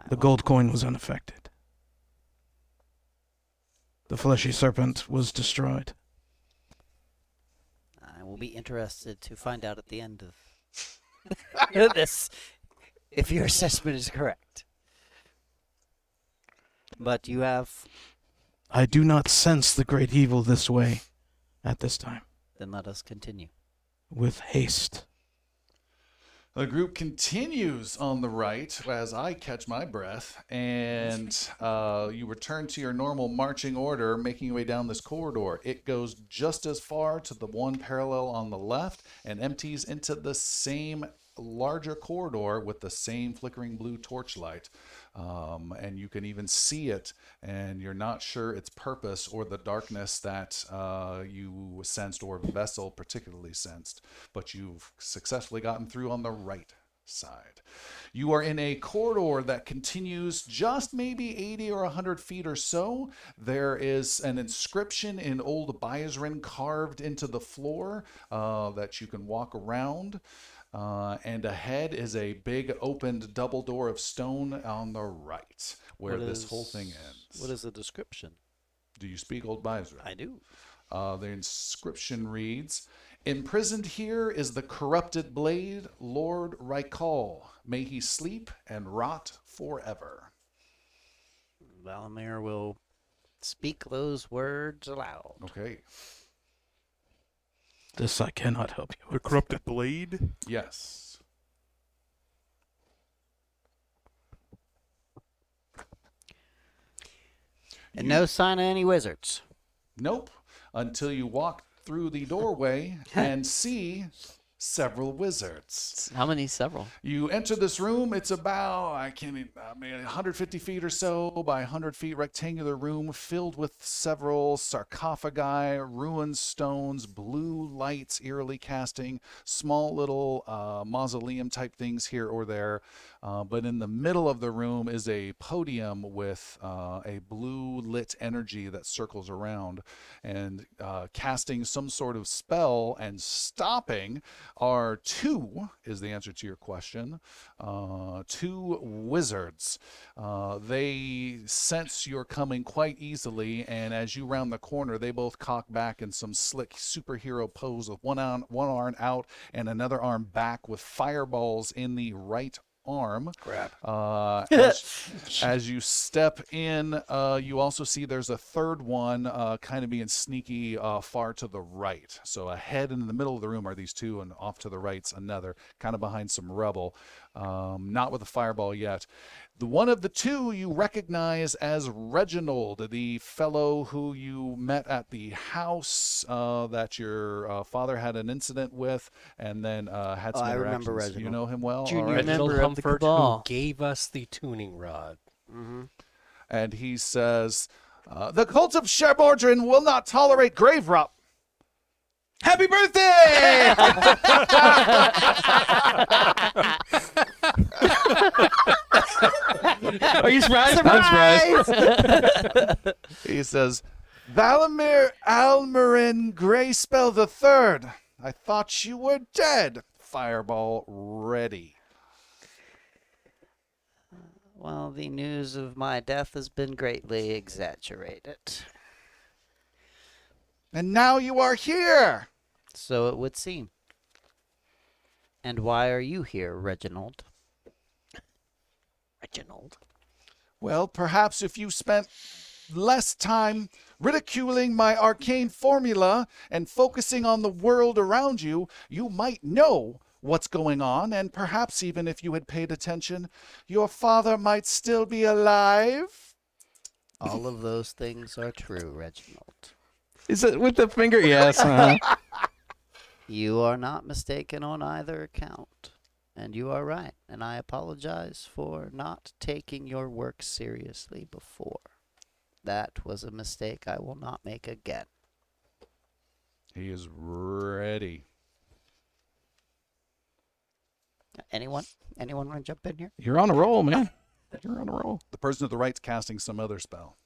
D: The gold coin was unaffected. The fleshy serpent was destroyed.
E: I will be interested to find out at the end of (laughs) this if your assessment is correct. But you have
D: I do not sense the great evil this way at this time.
E: then let us continue.
D: With haste.
A: The group continues on the right as I catch my breath, and uh, you return to your normal marching order, making your way down this corridor. It goes just as far to the one parallel on the left and empties into the same larger corridor with the same flickering blue torchlight. Um, and you can even see it, and you're not sure its purpose or the darkness that uh, you sensed or Vessel particularly sensed, but you've successfully gotten through on the right side. You are in a corridor that continues just maybe 80 or 100 feet or so. There is an inscription in old Byzrin carved into the floor uh, that you can walk around. Uh, and ahead is a big opened double door of stone on the right where
E: What
A: this whole
E: is-
A: thing ends.
E: What is the description?
A: Do you speak Old Byzrin?
E: I do.
A: Uh, the inscription reads Imprisoned here is the corrupted blade, Lord Rykal. May he sleep and rot forever.
E: Valamir will speak those words aloud.
A: Okay.
D: This I cannot help you
F: The
D: with.
F: corrupted blade.
A: Yes.
E: And no sign of any wizards. (laughs)
A: Nope. Until you walk through the doorway and see several wizards.
I: How many? Several.
A: You enter this room. It's about I can't even, I mean 150 feet or so by 100 feet rectangular room filled with several sarcophagi, ruined stones, blue lights eerily casting, small little uh, mausoleum type things here or there. Uh, but in the middle of the room is a podium with uh, a blue lit energy that circles around and uh, casting some sort of spell and stopping are two is the answer to your question uh, two wizards uh, they sense you're coming quite easily and as you round the corner they both cock back in some slick superhero pose with one arm one arm out and another arm back with fireballs in the right arm
C: Crap.
E: (laughs)
A: uh, as, as you step in, uh, you also see there's a third one uh, kind of being sneaky uh, far to the right. So ahead and in the middle of the room are these two, and off to the right's another, kind of behind some rubble. Um, not with a fireball yet. The one of the two you recognize as Reginald, the fellow who you met at the house uh, that your uh, father had an incident with, and then uh, had
E: Oh,
A: some
E: I remember
A: interactions. You
E: Reginald.
A: know him well.
I: Junior
A: All right.
I: member
C: Reginald
I: of the
C: Humphert, who
I: Cabal.
C: gave us the tuning rod.
A: and he says, uh, "The cult of Sherbordrin will not tolerate grave rob." Happy birthday!
I: Are you surprised?
A: he says, "Valimir Almarin Greyspell the Third. I thought you were dead." Fireball ready.
E: Well, the news of my death has been greatly exaggerated.
A: And now you are here.
E: So it would seem. And why are you here, Reginald?
B: Reginald.
A: Well, perhaps if you spent less time ridiculing my arcane formula and focusing on the world around you, you might know what's going on, and perhaps even if you had paid attention, your father might still be alive.
E: All of those things are true, Reginald.
D: Is it with the finger?
E: (laughs)
D: Yes. uh-huh.
E: You are not mistaken on either account. And you are right. And I apologize for not taking your work seriously before. That was a mistake I will not make again.
A: He is ready.
E: Anyone? Anyone want to jump in here?
D: You're on a roll, man. You're on a roll.
A: The person at the right's casting some other spell.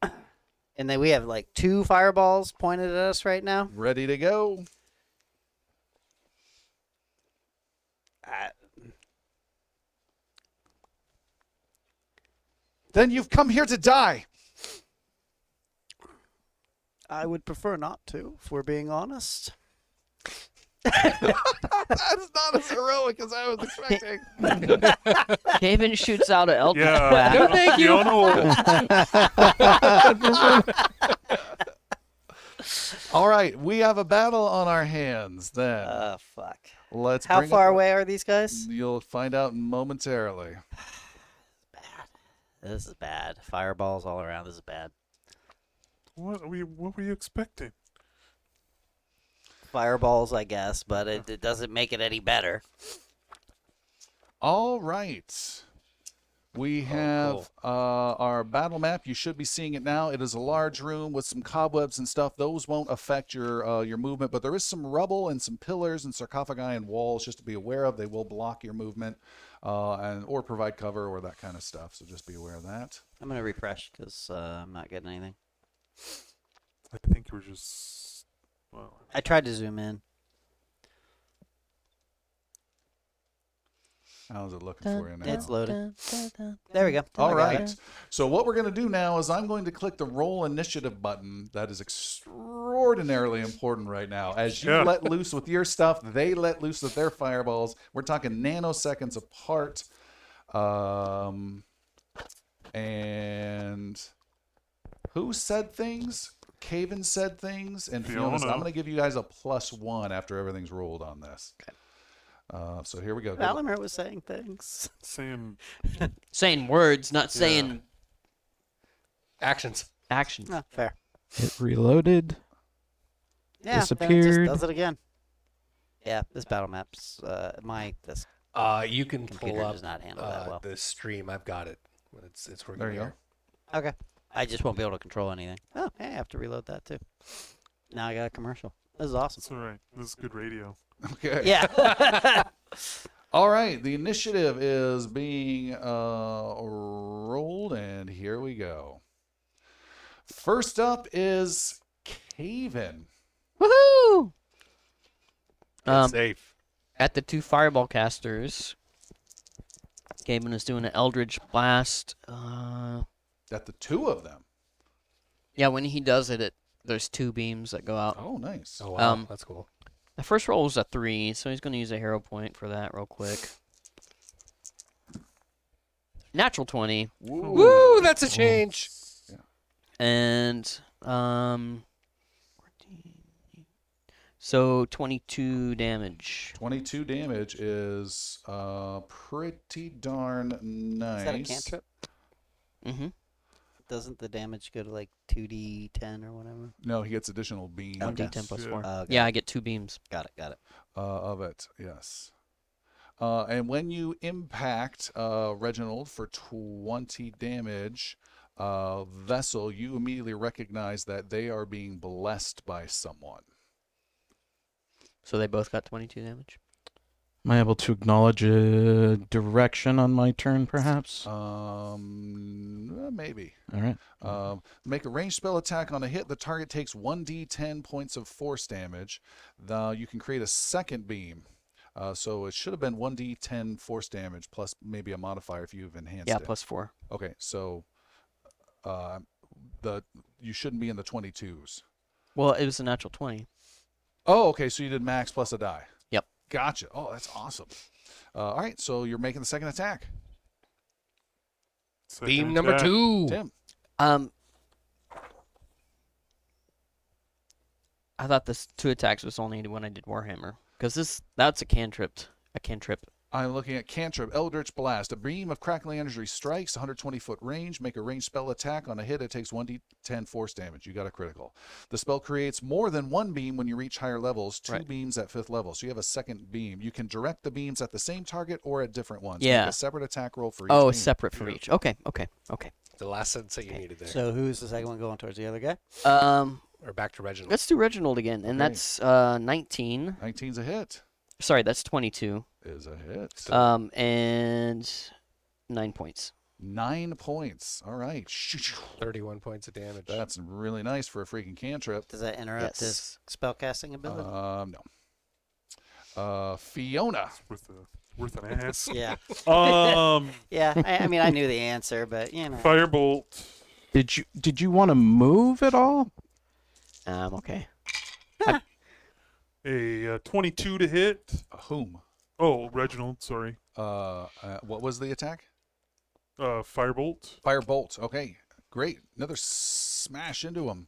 E: And then we have like two fireballs pointed at us right now.
A: Ready to go. Then you've come here to die.
E: I would prefer not to, if we're being honest.
A: That's not as heroic as I was expecting.
E: (laughs)
H: Gavin shoots out an elder.
C: (laughs)
F: Yeah.
H: Wow.
F: thank you.
A: All right, we have a battle on our hands. Then
E: Oh, fuck.
A: let's.
E: How
A: bring
E: far
A: up-
E: away are these guys?
A: You'll find out momentarily.
E: This is bad. Fireballs all around. This is bad.
F: What, were you, what were you expecting?
E: Fireballs, I guess, but it, it doesn't make it any better.
A: All right.
E: Oh,
A: We have uh, our battle map. You should be seeing it now. It is a large room with some cobwebs and stuff. Those won't affect your uh, your movement, but there is some rubble and some pillars and sarcophagi and walls just to be aware of. They will block your movement uh, and or provide cover or that kind of stuff. So just be aware of that.
E: I'm going to refresh because uh, I'm not getting anything.
F: I think you were just. Well,
E: I tried to zoom in.
A: How's it looking for you now?
E: It's loaded. There we go.
A: All
E: I got it.
A: right. So what we're going to do now is I'm going to click the roll initiative button. That is extraordinarily important right now. As you
F: Yeah.
A: let loose with your stuff, they let loose with their fireballs. We're talking nanoseconds apart. Um, and who said things? Caven said things, and Fiona. said- I'm
F: Fiona.
A: going to give you guys a plus one after everything's rolled on this. Uh, so here we go. Good luck.
E: Valimir was saying (laughs) things.
F: Sam.
I: Saying words, not saying
C: Actions.
I: actions. Um,
E: Ah, fair.
D: It reloaded.
E: Yeah, then it
D: Disappeared.
E: just does it again. Yeah, this battle map's uh, my this
C: Uh, you can
E: Computer
C: pull up
E: does not handle
C: uh,
E: that well.
C: the stream. I've got it. It's it's working.
A: There you
C: here.
E: Okay. I just won't be able to control anything. Oh, hey, I have to reload that too. Now I got a commercial. This is awesome.
F: That's all right. This is good radio.
A: (laughs) Okay.
E: (laughs) Yeah.
A: All right. The initiative is being uh, rolled, and here we go. First up is Caven.
I: Woohoo! Um,
C: safe.
I: at the two fireball casters. Gaben is doing an Eldritch Blast. Uh,
A: Got the two of them.
I: yeah, when he does it, it there's two beams that go out.
A: Oh, nice.
C: Oh wow,
I: Um,
C: that's cool.
I: The first roll was a three, so he's going to use a hero point for that real quick. Natural 20.
C: Woo, that's a change.
I: And, um, 14. so 22 damage.
A: 22 damage is uh, pretty darn nice.
E: Is that a cantrip?
I: Mm-hmm.
E: Doesn't the damage go to like 2d10 or whatever?
A: No, he gets additional beam
C: Oh,
I: One
E: Okay.
I: d10 plus
F: Yeah.
I: four.
E: Uh, okay.
I: Yeah, I get two beams.
E: Got it, got it.
A: uh, of it. Yes. Uh, and when you impact uh, Reginald for 20 damage, uh, Vessel, you immediately recognize that they are being blessed by someone.
I: So they both got 22 damage.
D: Am I able to acknowledge a direction on my turn, perhaps?
A: Um, uh, maybe.
D: All right.
I: Mm-hmm.
A: Um, make a ranged spell attack on a hit. The target takes 1d10 points of force damage. Now you can create a second beam. Uh, so it should have been 1d10 force damage plus maybe a modifier if you've enhanced
I: yeah,
A: it.
I: plus four.
A: Okay, so uh, the you shouldn't be in the 22s.
I: Well, it was a natural 20.
A: Oh, okay, so you did max plus a die.
I: Yep.
A: Gotcha. Oh, that's awesome. Uh, all right, so you're making the second attack,
F: Second
C: Beam number
F: attack.
C: two.
A: Tim.
I: Um, I thought this two attacks was only when I did Warhammer because this that's a cantrip, a cantrip.
A: I'm looking at cantrip, Eldritch Blast. A beam of crackling energy strikes 120 foot range. Make a ranged spell attack. On a hit, it takes 1d10 force damage. You got a critical. The spell creates more than one beam when you reach higher levels, two
I: Right.
A: beams at fifth level. So you have a second beam. You can direct the beams at the same target or at different ones. Make
I: Yeah.
A: a separate attack roll for each.
I: Oh,
A: beam.
I: it's separate for each. Okay, okay, okay.
C: The last sentence that you needed there.
E: So who's the second one going towards the other guy?
I: Um,
C: Or back to Reginald.
I: let's do Reginald again, and
A: Okay.
I: that's uh 19.
A: 19's a hit.
I: Sorry, that's 22.
A: Is a hit.
I: Um, and nine points.
A: Nine points. All right.
C: Thirty-one points of damage.
A: That's really nice for a freaking cantrip.
E: Does that interrupt his spellcasting ability?
A: Um, no. Uh, Fiona.
F: Worth, a, worth
C: (laughs)
F: an ass.
E: yeah.
F: um,
E: Yeah. I, I mean, I knew the answer, but you know.
F: firebolt.
D: Did you did you want to move at all?
I: Um, okay.
F: A uh, 22 to hit.
A: Whom?
F: Oh, Reginald, sorry.
A: Uh, uh, what was the attack?
F: Uh, firebolt.
A: Firebolt. Okay. Great. Another smash into him.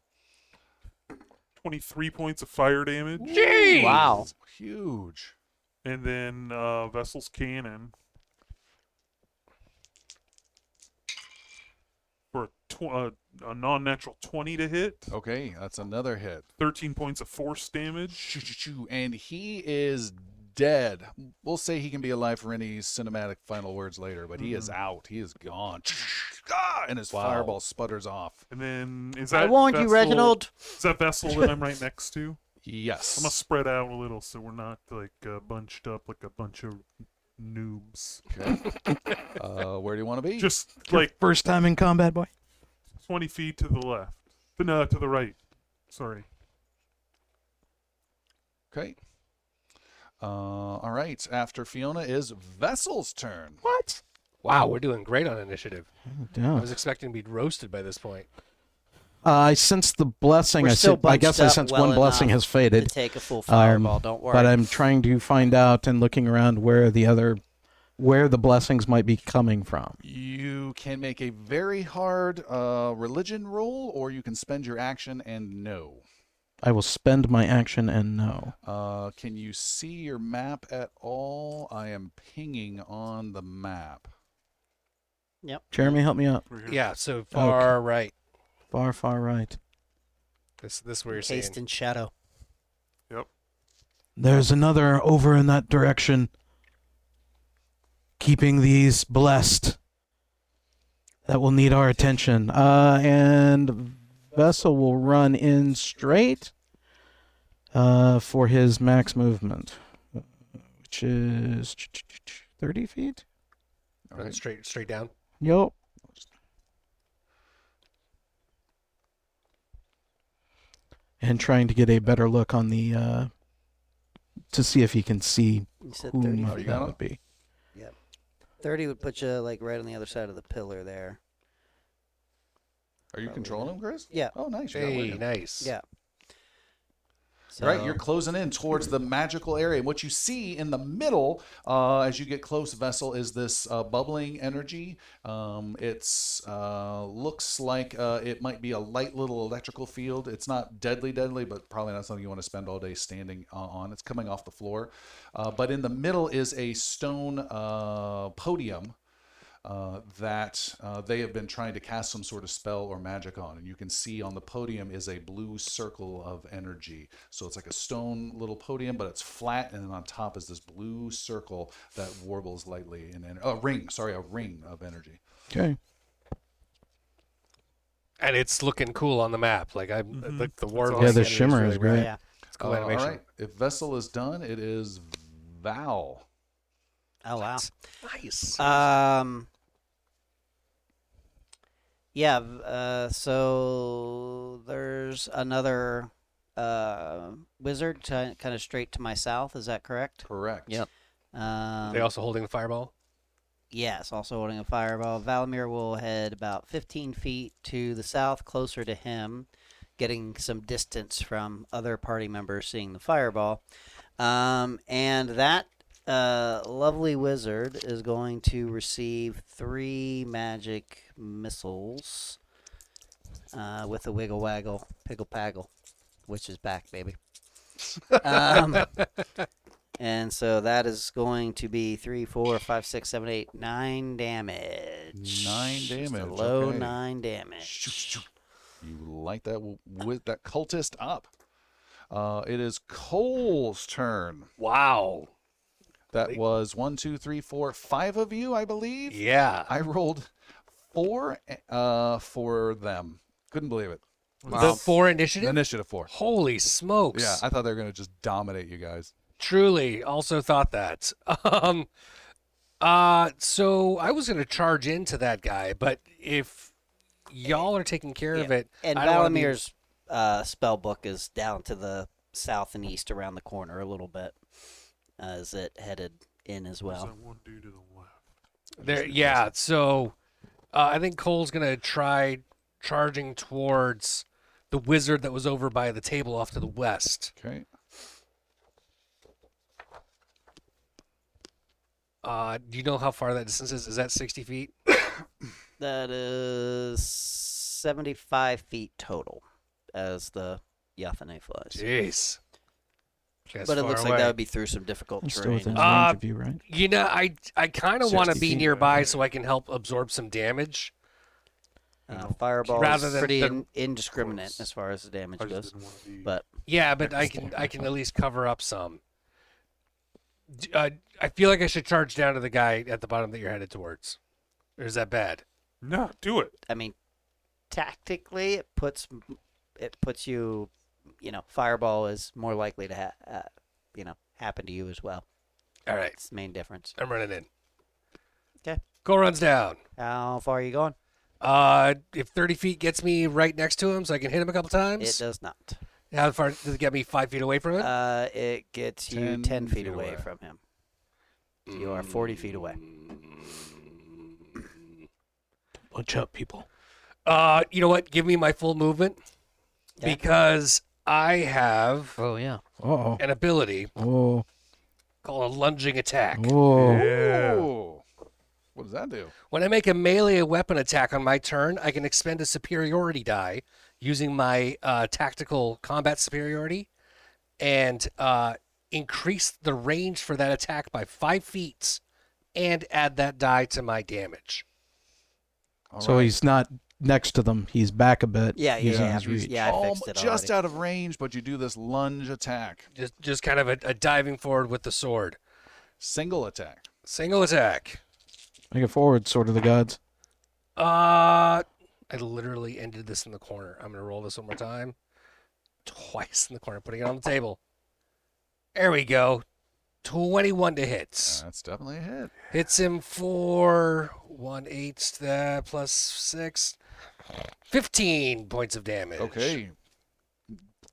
F: 23 points of fire damage.
C: Jeez!
I: Wow.
A: Huge.
F: And then uh, Vessel's cannon. For a, tw- uh, a non natural 20 to hit.
C: Oh.
A: Okay. That's another hit.
F: 13 points of force damage.
A: Shoo, shoo, shoo. And he is dead. We'll say he can be alive for any cinematic final words later, but he is
F: Mm-hmm.
A: out. He is gone. Ah, and his fireball sputters off.
F: And then is that
E: I warned you,
F: Vessel-
E: Reginald.
F: Is that Vessel
E: (laughs)
F: that I'm right next to?
A: Yes.
F: I'm gonna spread out a little so we're not like uh, bunched up like a bunch of noobs.
A: Uh, where do you want to be?
F: Just like
D: First time in combat, boy.
F: 20 feet to the left. No, to the right. Sorry.
A: okay. Uh, all right. After Fiona is Vessel's turn.
C: What? Wow, we're doing great on initiative. I
D: Yeah.
C: was expecting to be roasted by this point.
D: Uh, I sense the blessing.
E: We're
D: I,
E: still
D: sen- I guess
E: bunched
D: I
E: up
D: sense
E: well
D: one blessing
E: enough
D: has
E: To
D: faded.
E: take a full
D: Um,
E: fireball. Don't worry.
D: But I'm trying to find out and looking around where the other, where the blessings might be coming from.
A: You can make a very hard uh, religion roll, or you can spend your action and no.
D: I will spend my action and no.
A: Uh, can you see your map at all? I am pinging on the map.
D: Jeremy, help me out.
F: We're here.
C: Yeah, so far right.
D: Far, far right.
C: This this where you're saying.
E: Cased in shadow.
D: There's another over in that direction. Keeping these blessed. That will need our attention. Uh, and Vessel will run in straight uh, for his max movement, which is 30 feet.
C: Run Straight, straight down.
D: Yep. And trying to get a better look on the uh to see if he can see
E: You said
D: who
E: 30.
A: you
D: that
A: got
D: would be.
E: 30 would put you like right on the other side of the pillar there.
A: Are you
E: Probably
A: controlling him, Chris?
E: Yeah.
A: Oh, nice. You got
C: Hey,
A: Wigan.
C: nice.
E: Yeah.
A: Right,
E: So-
A: you're closing in towards the magical area. What you see in the middle, uh, as you get close, vessel is this uh, bubbling energy. Um, it's uh, looks like uh, it might be a light little electrical field. It's not deadly, deadly, but probably not something you want to spend all day standing uh, on. It's coming off the floor, uh, but in the middle is a stone uh, podium uh, that uh, they have been trying to cast some sort of spell or magic on. And you can see on the podium is a blue circle of energy. So it's like a stone little podium, but it's flat, and then on top is this blue circle that warbles lightly. And a ring, sorry, a ring of energy.
D: Okay.
C: And it's looking cool on the map. Like I, the, the warp.
F: awesome. Yeah,
D: the shimmer is great.
E: Yeah.
C: It's cool
A: Uh,
C: animation.
A: All right, if vessel is done, it is Val.
E: Oh, wow.
C: Nice.
E: Um. Yeah. v- Uh, so there's another uh, wizard kind of straight to my south. Is that correct?
A: Correct.
I: Yep.
E: Um,
C: they also holding the fireball.
E: yes. Also holding a fireball. Valimir will head about 15 feet to the south, closer to him, getting some distance from other party members seeing the fireball. Um, and that uh, lovely wizard is going to receive three magic missiles uh, with a wiggle waggle, pickle paggle, which is back, baby. um,
A: (laughs)
E: and so that is going to be three, four, five, six, seven, eight, nine damage.
A: Nine
E: Just a
A: damage,
E: low
A: okay.
E: nine damage.
A: You light that w- with that cultist up. Uh, it is Cole's turn.
C: Wow.
A: That was one, two, three, four, five of you, I believe.
C: Yeah.
A: I rolled four uh, for them. Couldn't believe it.
C: The four initiative.
A: Initiative four.
C: Holy smokes.
A: Yeah, I thought they were gonna just dominate you guys.
C: Truly, also thought that. (laughs) Um, uh, so I was gonna charge into that guy, but if y'all are taking care of it,
E: And
C: I don't wanna be-
E: Valamir's uh, spell book is down to the south and east around the corner a little bit uh, as it headed in as
F: There's
E: well.
F: that one dude to the left.
C: there, yeah. So uh, I think Cole's gonna try charging towards the wizard that was over by the table off to the west.
A: Okay.
C: Uh, do you know how far that distance is? Is that sixty feet?
E: That is 75 feet total as the Yathane flies.
C: Jeez. That's
E: But it
C: far
E: looks like that
C: away.
E: would be through some difficult
D: I'm still
E: terrain.
D: within
C: Uh,
D: range of you, right?
C: You know, I I kind of want to
D: 60
C: be
D: feet.
C: nearby so I can help absorb some damage.
E: Uh, fireball
C: Oh, Rather
E: is
C: than
E: pretty
C: the-
E: in- indiscriminate as far as the damage
F: I
E: goes.
F: just didn't want to be.
E: But
C: Yeah, but I can I can at least cover up some. D- Uh, I feel like I should charge down to the guy at the bottom that you're headed towards. Or is that bad?
F: no, do it.
E: I mean, tactically, it puts it puts you, you know, fireball is more likely to, ha- uh, you know, happen to you as well.
C: All right,
E: It's the main difference.
C: I'm running in.
E: 'Kay.
C: Go runs down.
E: How far are you going?
C: Uh, if 30 feet gets me right next to him, so I can hit him a couple
E: It
C: times.
E: does not.
C: How far does it get me? Five feet away from it.
E: Uh, it gets you
A: 10
E: 10, feet,
A: feet
E: away,
A: away.
E: from him. You are 40 feet away.
D: Watch out, people.
C: Uh, you know what? Give me my full movement
E: Yeah.
C: because I have
I: Oh yeah.
D: Oh.
C: an ability
D: Oh.
C: called a lunging attack.
D: Oh.
A: Ooh. What does that do?
C: When I make a melee weapon attack on my turn, I can expend a superiority die using my uh, tactical combat superiority and uh, increase the range for that attack by five feet and add that die to my damage.
A: All
D: so
A: right.
D: he's not next to them. He's back a bit.
J: Yeah, yeah,
D: He's in
J: yeah.
D: his reach.
J: Yeah, I fixed
A: Alm-
J: it
A: just
J: already.
A: out of range, but you do this lunge attack,
C: Just, just kind of a, a diving forward with the sword.
A: single attack.
C: Single attack.
D: Make it forward, sword of the gods.
C: Uh, I literally ended this in the corner. I'm gonna roll this one more time. Twice in the corner, putting it on the table. There we go. 21 to hits.
A: That's definitely a hit.
C: Hits him for 1 8 uh, plus 6. 15 points of damage.
A: Okay.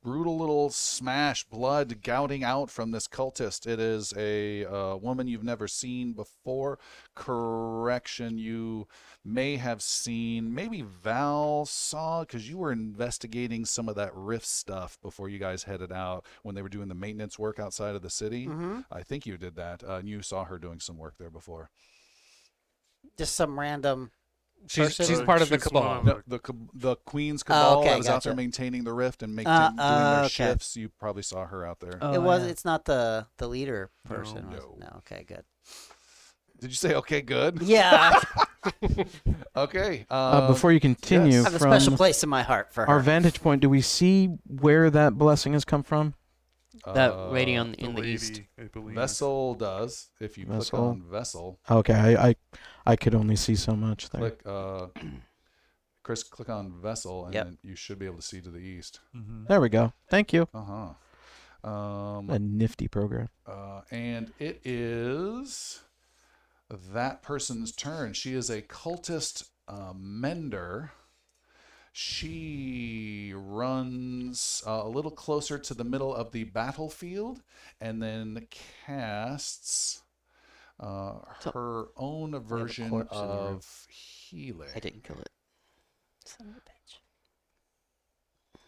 A: Brutal little smash, blood gouting out from this cultist. It is a uh, woman you've never seen before. Correction, you may have seen, maybe Val saw, because you were investigating some of that rift stuff before you guys headed out when they were doing the maintenance work outside of the city.
E: Mm-hmm.
A: I think you did that. Uh, and you saw her doing some work there before.
E: Just some random.
C: She's,
E: Person?
C: she's part of the
F: She's one of
C: cabal.
F: them.
A: No, the cab- the Queen's Cabal
E: Oh, okay,
A: that was out there
E: gotcha.
A: maintaining the rift and making,
E: Uh,
A: doing their
E: uh, okay.
A: shifts. You probably saw her out there.
I: Oh,
E: it was.
I: yeah.
E: It's not the the leader person. was
A: no.
E: it? no. Okay. Good.
A: Did you say okay, good?
E: Yeah,
A: Okay. Uh,
D: Uh, before you continue,
E: I have a
D: from
E: special place in my heart for her.
D: our vantage point, do we see where that blessing has come from?
I: That
A: uh,
I: lady on in the
F: lady,
I: east.
F: I believe.
A: vessel does if you click
D: Vessel.
A: on vessel.
D: Okay, I, I, I could only see so much there.
A: Click. Uh, Chris, click on vessel, and
I: Yep.
A: then you should be able to see to the east.
D: There we go. Thank you.
A: Uh huh. Um,
D: A nifty program.
A: Uh, and it is that person's turn. She is a cultist uh, mender. She runs uh, a little closer to the middle of the battlefield and then casts uh,
I: So-
A: her own version
I: corpse in the room.
A: of healing.
I: I didn't kill it.
H: Son of a bitch.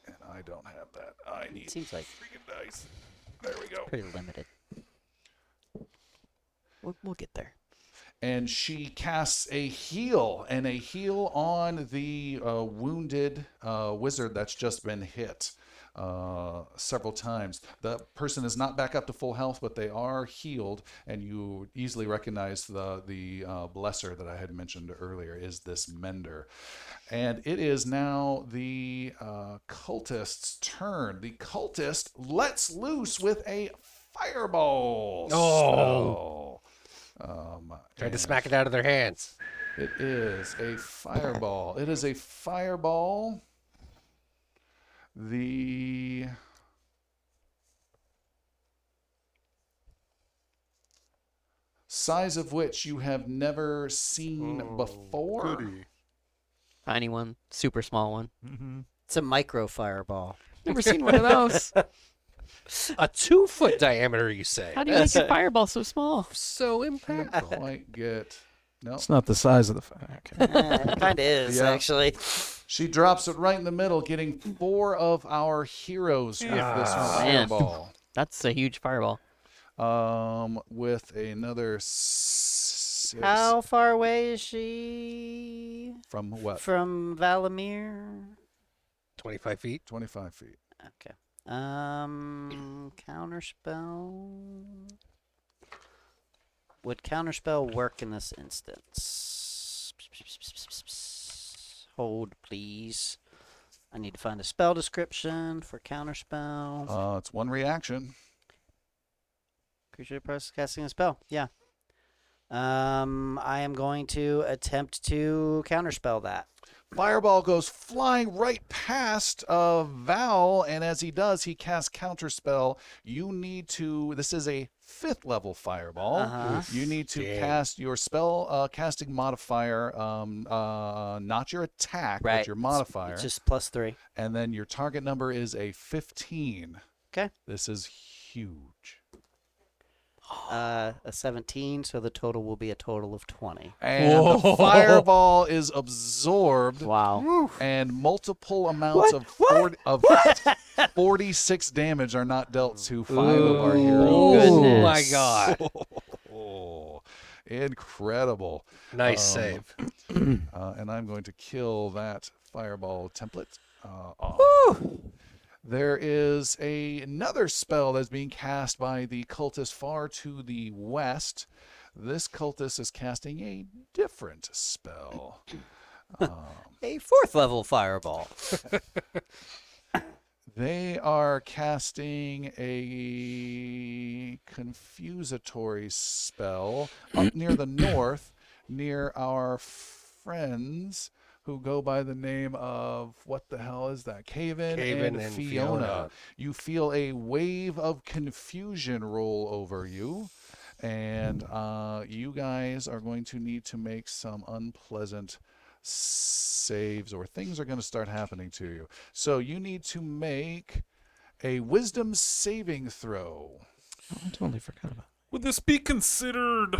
A: And I don't have that. I need
J: It seems like
A: freaking dice. There we go.
J: pretty limited.
I: We'll, we'll get there.
A: and she casts a heal and a heal on the uh, wounded uh, wizard that's just been hit uh, several times. The person is not back up to full health, but they are healed, and you easily recognize the the uh, blesser that I had mentioned earlier is this mender, and it is now the uh, cultist's turn. The cultist lets loose with a fireball.
C: Oh.
A: spell. Um,
C: Tried to
A: and-
C: smack it out of their hands.
A: it is a fireball. It is a fireball. The size of which you have never seen
F: Oh,
A: before.
F: goody.
I: Tiny one, super small one.
E: It's a micro (laughs) fireball.
I: Never seen one of (laughs) those.
C: A two foot diameter, you say?
H: How do you make your fireball so small?
C: So
F: (laughs)
A: Can't
C: impactful.
A: quite get. No,
D: It's not the size of the. fi-
F: (laughs)
D: Okay.
E: kind of Eh, is
A: Yeah.
E: actually.
A: she drops it right in the middle, getting four of our heroes with this
I: man.
A: fireball.
I: That's a huge fireball.
A: Um, with another six
E: How far away is she
A: from what?
E: from Valamir?
C: 25 feet.
A: Twenty-five feet.
E: Okay. Um, counterspell. Would counterspell work in this instance? Hold, please. I need to find a spell description for counterspell.
A: Uh, it's one reaction.
E: Creature press casting a spell. Yeah. Um, I am going to attempt to counterspell that.
A: Fireball goes flying right past uh, Val, and as he does, he casts Counterspell. You need to. This is a fifth level fireball.
E: Uh-huh.
A: You need to
C: Dang.
A: cast your spell uh, casting modifier, um, uh, not your attack,
E: Right.
A: but your
E: It's-
A: modifier,
E: It's just plus three.
A: and then your target number is a fifteen.
E: 'Kay.
A: This is huge.
E: Uh, a 17, so the total will be a total of 20.
A: And the
C: Whoa.
A: fireball is absorbed
E: Wow.
A: and multiple amounts of 40, of (laughs) 46 damage are not dealt to five of our heroes.
C: Oh my god.
A: Oh, incredible.
C: Nice
A: Um,
C: save.
A: (clears throat) Uh, and I'm going to kill that fireball template. Uh, off. There is a, another spell that's being cast by the cultist far to the
I: (laughs)
A: west. This cultist is casting a different spell. Um,
I: A fourth level fireball.
A: (laughs) They are casting a confusatory spell up near
I: (coughs)
A: the north, near our friends who go by the name of what the hell is that? Caven,
C: Caven
A: and,
C: and
A: Fiona.
C: Fiona.
A: You feel a wave of confusion roll over you. And uh, you guys are going to need to make some unpleasant saves or things are going to start happening to you. So you need to make a wisdom saving throw.
G: I totally forgot about
F: Would this be considered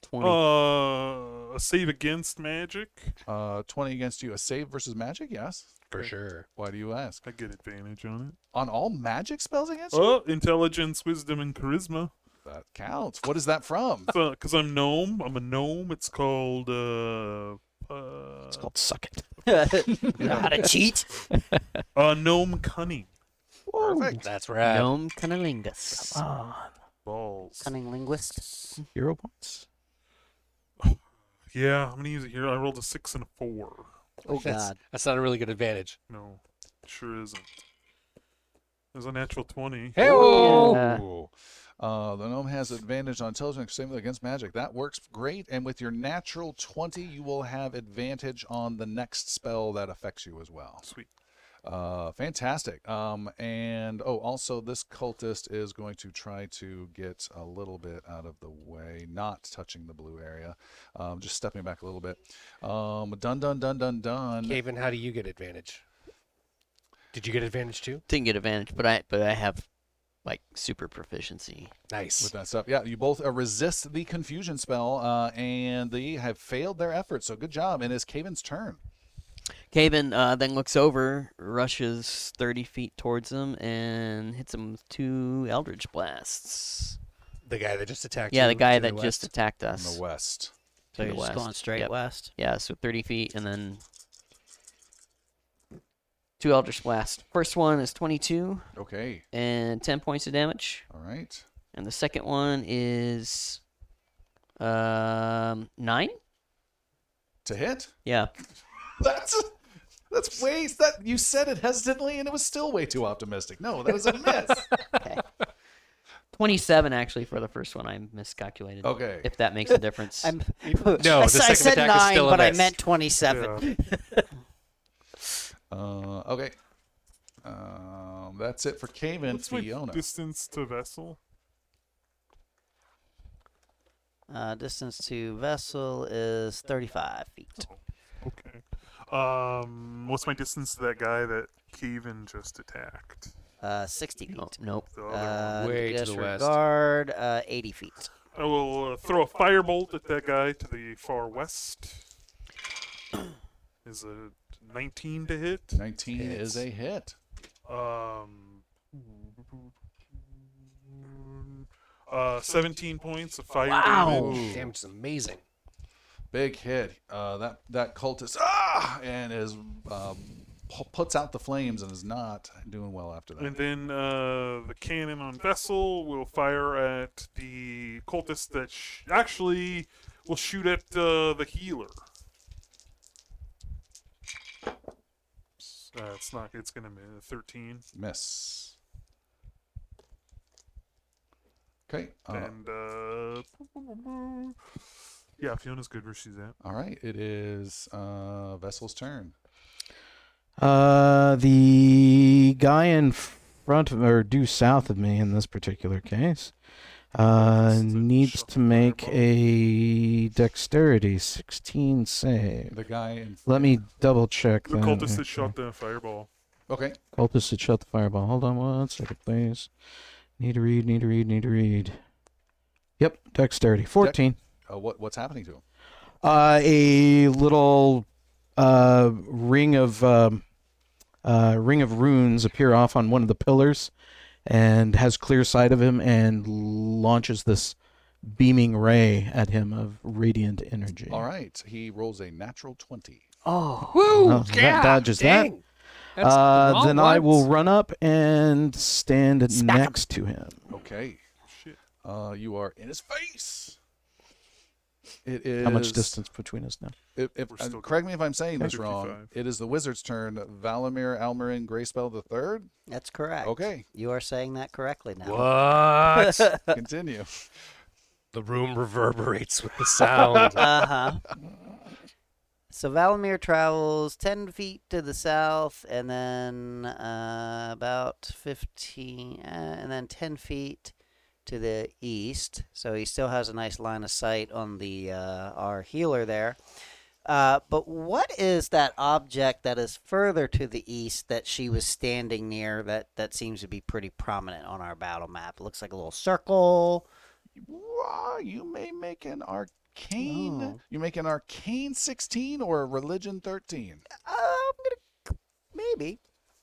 I: 20.
F: uh, a save against magic?
A: Uh, 20 against you. A save versus magic? Yes.
C: for sure.
A: Why do you ask?
F: I get advantage on
A: On all magic spells
F: it.
A: against you?
F: Oh, intelligence, wisdom, and
I: (laughs)
F: charisma.
A: That counts. What is that from?
F: Because I'm gnome. I'm a gnome. It's called. Uh, uh,
D: It's called Suck
F: (laughs)
D: It.
I: You know how to cheat?
F: uh, gnome cunning.
A: Perfect.
C: That's right.
I: Gnome cunnilingus.
F: Balls.
E: Cunning linguist.
D: Hero points.
F: Yeah, I'm going to use it here. I rolled a six and a four.
E: Oh
C: (laughs) That's-
E: God.
C: That's not a really good advantage.
F: No, sure isn't. There's a natural 20.
C: Hey,
A: Uh, the gnome has advantage on intelligence saving against magic. That works great. And with your natural 20, you will have advantage on the next spell that affects you as well.
F: Sweet.
A: Uh, fantastic. Um, and oh, also this cultist is going to try to get a little bit out of the way, not touching the blue area. Um, just stepping back a little bit. Um, dun dun dun dun dun.
C: Caven, how do you get advantage? Did you get advantage too?
I: Didn't get advantage, but I but I have like super proficiency.
A: With
C: Nice.
A: that stuff, yeah. You both uh, resist the confusion spell, uh, and they have failed their efforts. So good job. And it's Caven's turn.
I: Caven uh, then looks over, rushes 30 feet towards him, and hits him with two Eldritch Blasts.
C: The guy that just attacked
I: yeah,
C: you
I: the guy
C: to
I: that just
C: west.
I: attacked
A: In
I: us.
A: the west.
I: To
E: So
I: the
E: you're just
I: west.
E: going straight
I: Yep.
E: west.
I: Yeah, so 30 feet, and then two Eldritch Blasts. First one is 22
A: Okay.
I: and 10 points of damage,
A: All right.
I: and the second one is um, 9?
A: To hit.
I: Yeah.
A: That's that's way that you said it hesitantly and it was still way too optimistic. No, that was a miss.
I: 27 actually for the first one. I miscalculated.
A: Okay.
I: If that makes a difference.
E: (laughs) I'm,
C: (laughs) No,
E: I,
C: Oh, the
E: s- I
C: second
E: said
C: attack
E: nine,
C: is still a
E: but I
C: miss.
E: meant twenty-seven.
F: Yeah.
A: Uh, okay. Um, that's it for Caven
F: What's my
A: Fiona.
F: distance to vessel?
E: Uh, distance to vessel is thirty-five feet.
F: Okay. Um, what's my distance to that guy that Caven just attacked?
E: Uh, sixty feet.
I: Oh, nope.
F: The other one.
E: Uh,
C: Way to the west.
E: disregard uh, eighty feet.
F: I will uh, throw a firebolt at that guy to the far west. Is a 19 to hit?
A: 19 is a hit.
F: Um, uh, 17 points of fire
C: Wow.
F: damage.
C: Damage is Oh, amazing.
A: Big hit. Uh, that that cultist ah and is uh, pu- puts out the flames and is not doing well after that.
F: And then uh, the cannon on vessel will fire at the cultist that sh- actually will shoot at uh, the healer. S- Uh, it's not. It's gonna be a thirteen,
A: Miss. Okay. Uh,
F: and uh, yeah, Fiona's good where she's at.
A: all right. It is uh, Vessel's turn.
D: Uh, the guy in front of, or due south of me in this particular case, uh,
F: Just to
D: needs
F: shut
D: to
F: the
D: make
F: fireball.
D: a dexterity 16 save.
A: The guy in.
D: Let me double check.
F: The
D: that
F: cultist that
D: actually.
F: shot the fireball.
A: Okay.
D: Cultist that shot the fireball. Hold on one second, please. Need to read, need to read, need to read. Yep, dexterity 14.
A: Uh, what what's happening to him?
D: Uh, a little uh, ring of um, uh, ring of runes appear off on one of the pillars, and has clear sight of him and launches this beaming ray at him of radiant energy.
A: All right. He rolls a natural 20.
C: Woo!
D: Oh, that dodges that.
C: that.
D: Uh, then I will run up and stand next to him.
A: Okay.
F: Shit.
A: Uh, you are in his face. It is
D: How much distance between us now?
A: If, if,
F: We're
A: uh,
F: still
A: correct me if I'm saying this wrong.
F: 155.
A: It is the wizard's turn. Valamir Almarin Grayspell the
D: (laughs)
A: third.
E: That's correct.
A: Okay.
E: You are saying that correctly now.
C: What?
E: (laughs)
A: Continue.
C: (laughs) the room reverberates with the sound.
E: Uh huh. So Valamir travels 10 feet to the south and then uh, about 15, uh, and then 10 feet to the east. So he still has a nice line of sight on the uh, our healer there. Uh, but what is that object that is further to the east that she was standing near that, that seems to be pretty prominent on our battle map? It looks like a little circle.
A: Wow, you may make an arcane.
E: Oh.
A: You make an arcane 16 or a religion 13.
E: Uh, I'm gonna maybe.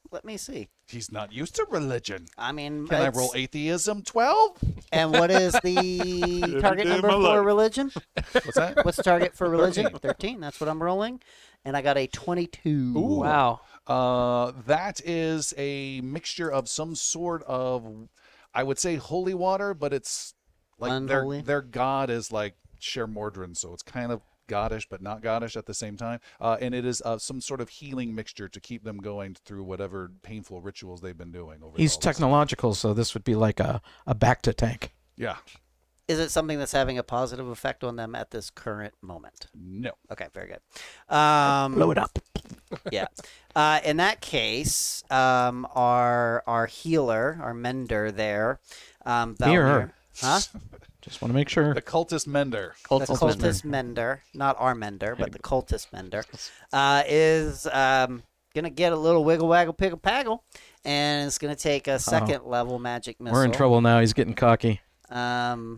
E: Let me see.
A: He's not used to religion.
E: I mean,
A: Can I
E: it's-
A: roll atheism 12?
E: And what is the
F: Every
E: target
F: day of
E: number
F: my
E: for
F: life.
E: religion?
A: What's
E: (laughs)
A: that?
E: What's the target for religion?
A: 13.
E: 13. That's what I'm rolling. And I got a 22.
A: Ooh.
I: Wow.
A: Uh, that is a mixture of some sort of, I would say holy water, but it's like
E: Unholy?
A: their their god is like Sher Mordrin, so it's kind of goddish but not goddish at the same time. Uh, and it is uh, some sort of healing mixture to keep them going through whatever painful rituals they've been doing over.
D: He's
A: all this-
D: technological, so this would be like a, a Bacta tank.
A: Yeah.
E: Is it something that's having a positive effect on them at this current moment?
A: No.
E: Okay, very good. Um,
D: Blow it up.
E: (laughs) yeah. Uh, in that case, um, our our healer, our mender there, um,
D: Here.
E: Valmir- Huh?
D: Just want to make sure.
A: The cultist mender.
E: the
I: Cultist
E: cultist
I: member.
E: mender, not our mender, but the cultist mender, uh, is um, gonna get a little wiggle waggle pickle paggle, and it's gonna take a second level magic missile.
D: We're in trouble now. He's getting cocky.
E: Um,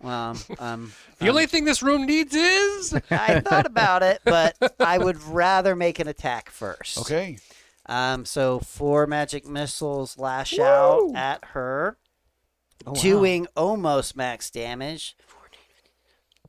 E: well, um,
C: (laughs) the only thing this room needs is
E: I thought about it, but I would rather make an attack first.
A: Okay.
E: Um, so four magic missiles lash out at her, doing almost max damage.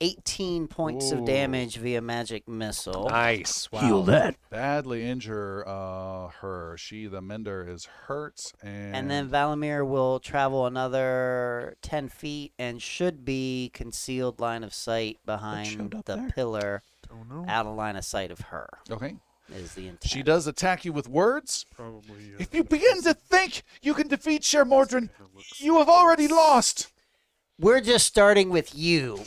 E: 18 points of
A: Whoa.
E: damage via magic missile.
C: nice. Wow.
D: that.
A: Badly injure uh, her. She, the mender, is hurt. And,
E: And then Valamir will travel another 10 feet and should be concealed line of sight behind
D: showed up
E: the
D: there?
E: pillar,
F: Don't know.
E: out of line of sight of her,
A: Okay.
E: is the intent.
A: She does attack you with words.
F: Probably. Uh,
A: If you begin to think you can defeat Sher Mordrin, you have already lost.
E: We're just starting with you.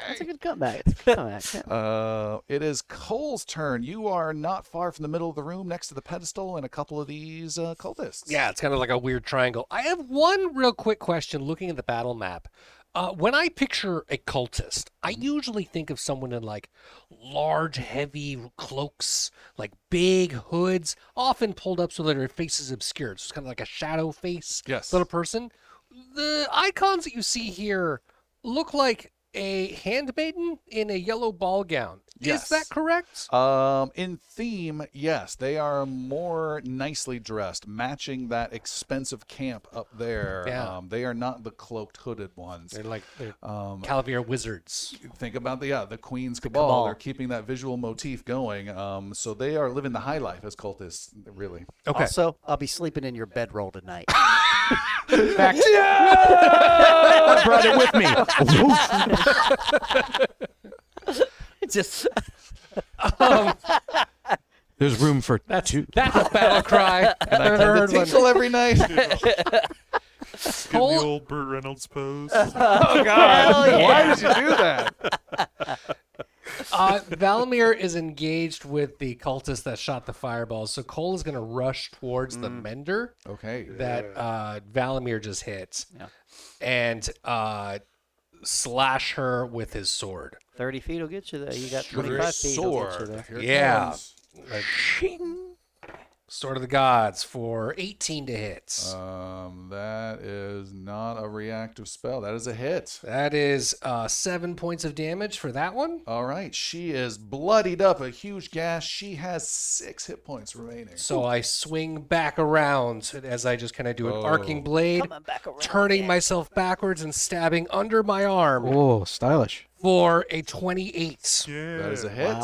I: That's a good comeback. It's a good comeback. yeah.
A: Uh, it is Cole's turn. You are not far from the middle of the room, next to the pedestal, and a couple of these uh, cultists.
C: Yeah, it's kind of like a weird triangle. I have one real quick question looking at the battle map. Uh, when I picture a cultist, I
A: Mm-hmm.
C: usually think of someone in like large, heavy cloaks, like big hoods, often pulled up so that their face is obscured. So it's kind of like a shadow face
A: Yes.
C: little person. The icons that you see here look like a handmaiden in a yellow ball gown. Is
A: Yes.
C: that correct?
A: Um, in theme, yes, they are more nicely dressed, matching that expensive camp up there.
C: Yeah.
A: Um, they are not the cloaked, hooded ones.
C: They're like they're
A: Um,
C: Calavere wizards.
A: think about the yeah, the Queen's cabal.
I: cabal.
A: They're keeping that visual motif going. Um, so they are living the high life as cultists, really.
C: Okay.
E: Also, I'll be sleeping in your bedroll tonight.
D: I brought it with me.
I: Just
D: There's room for
C: That's
D: two.
C: that's a battle cry. (laughs) and I heard one.
A: Tinkle every night.
F: Give me
C: Cole-
F: old Burt Reynolds pose.
A: Why did you do that?
C: Uh, Valamir is engaged with the cultist that shot the fireballs, so Cole is going to rush towards the mender
A: Okay.
C: that uh, Valamir just hit, and uh, slash her with his sword.
E: 30 feet will get you there. You got
A: With your
E: 25 feet. will get you
A: sword.
E: there.
A: Here it
C: Yeah.
A: comes.
C: Sword of the gods for 18 to hit.
A: Um, that is not a reactive spell. That is a hit.
C: that is uh, seven points of damage for that one.
A: All right, she is bloodied up, a huge gash. She has six hit points remaining.
C: So I swing back around as I just kind of do an
A: Oh.
C: arcing blade,
E: Coming back around.
C: turning myself backwards and stabbing under my arm.
D: Oh, stylish.
C: for a 28
F: yeah.
A: That is a hit.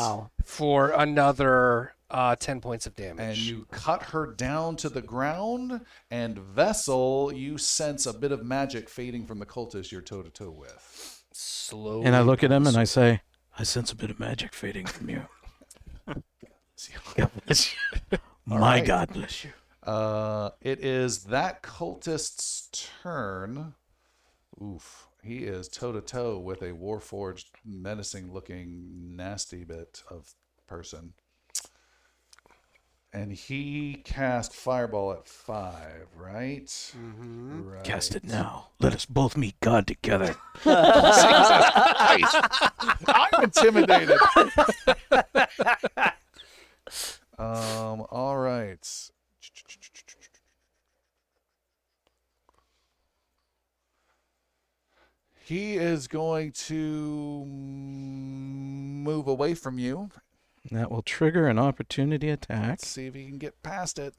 C: for another uh, 10 points of damage.
A: And you cut her down to the ground, and Vessel, you sense a bit of magic fading from the cultist you're toe to toe with.
C: slowly.
D: And I look at him and I say, I sense a bit of magic fading from (laughs) you. God bless you.
A: All
D: My
A: right.
D: God bless you.
A: Uh, it is that cultist's turn. Oof. He is toe to toe with a warforged, menacing looking, nasty bit of person. And he cast Fireball at five, right? Mm-hmm. right.
D: Cast it now. Let us both meet God together.
A: I'm intimidated. um. All right. He is going to move away from you.
D: That will trigger an opportunity attack.
A: Let's see if he can get past it.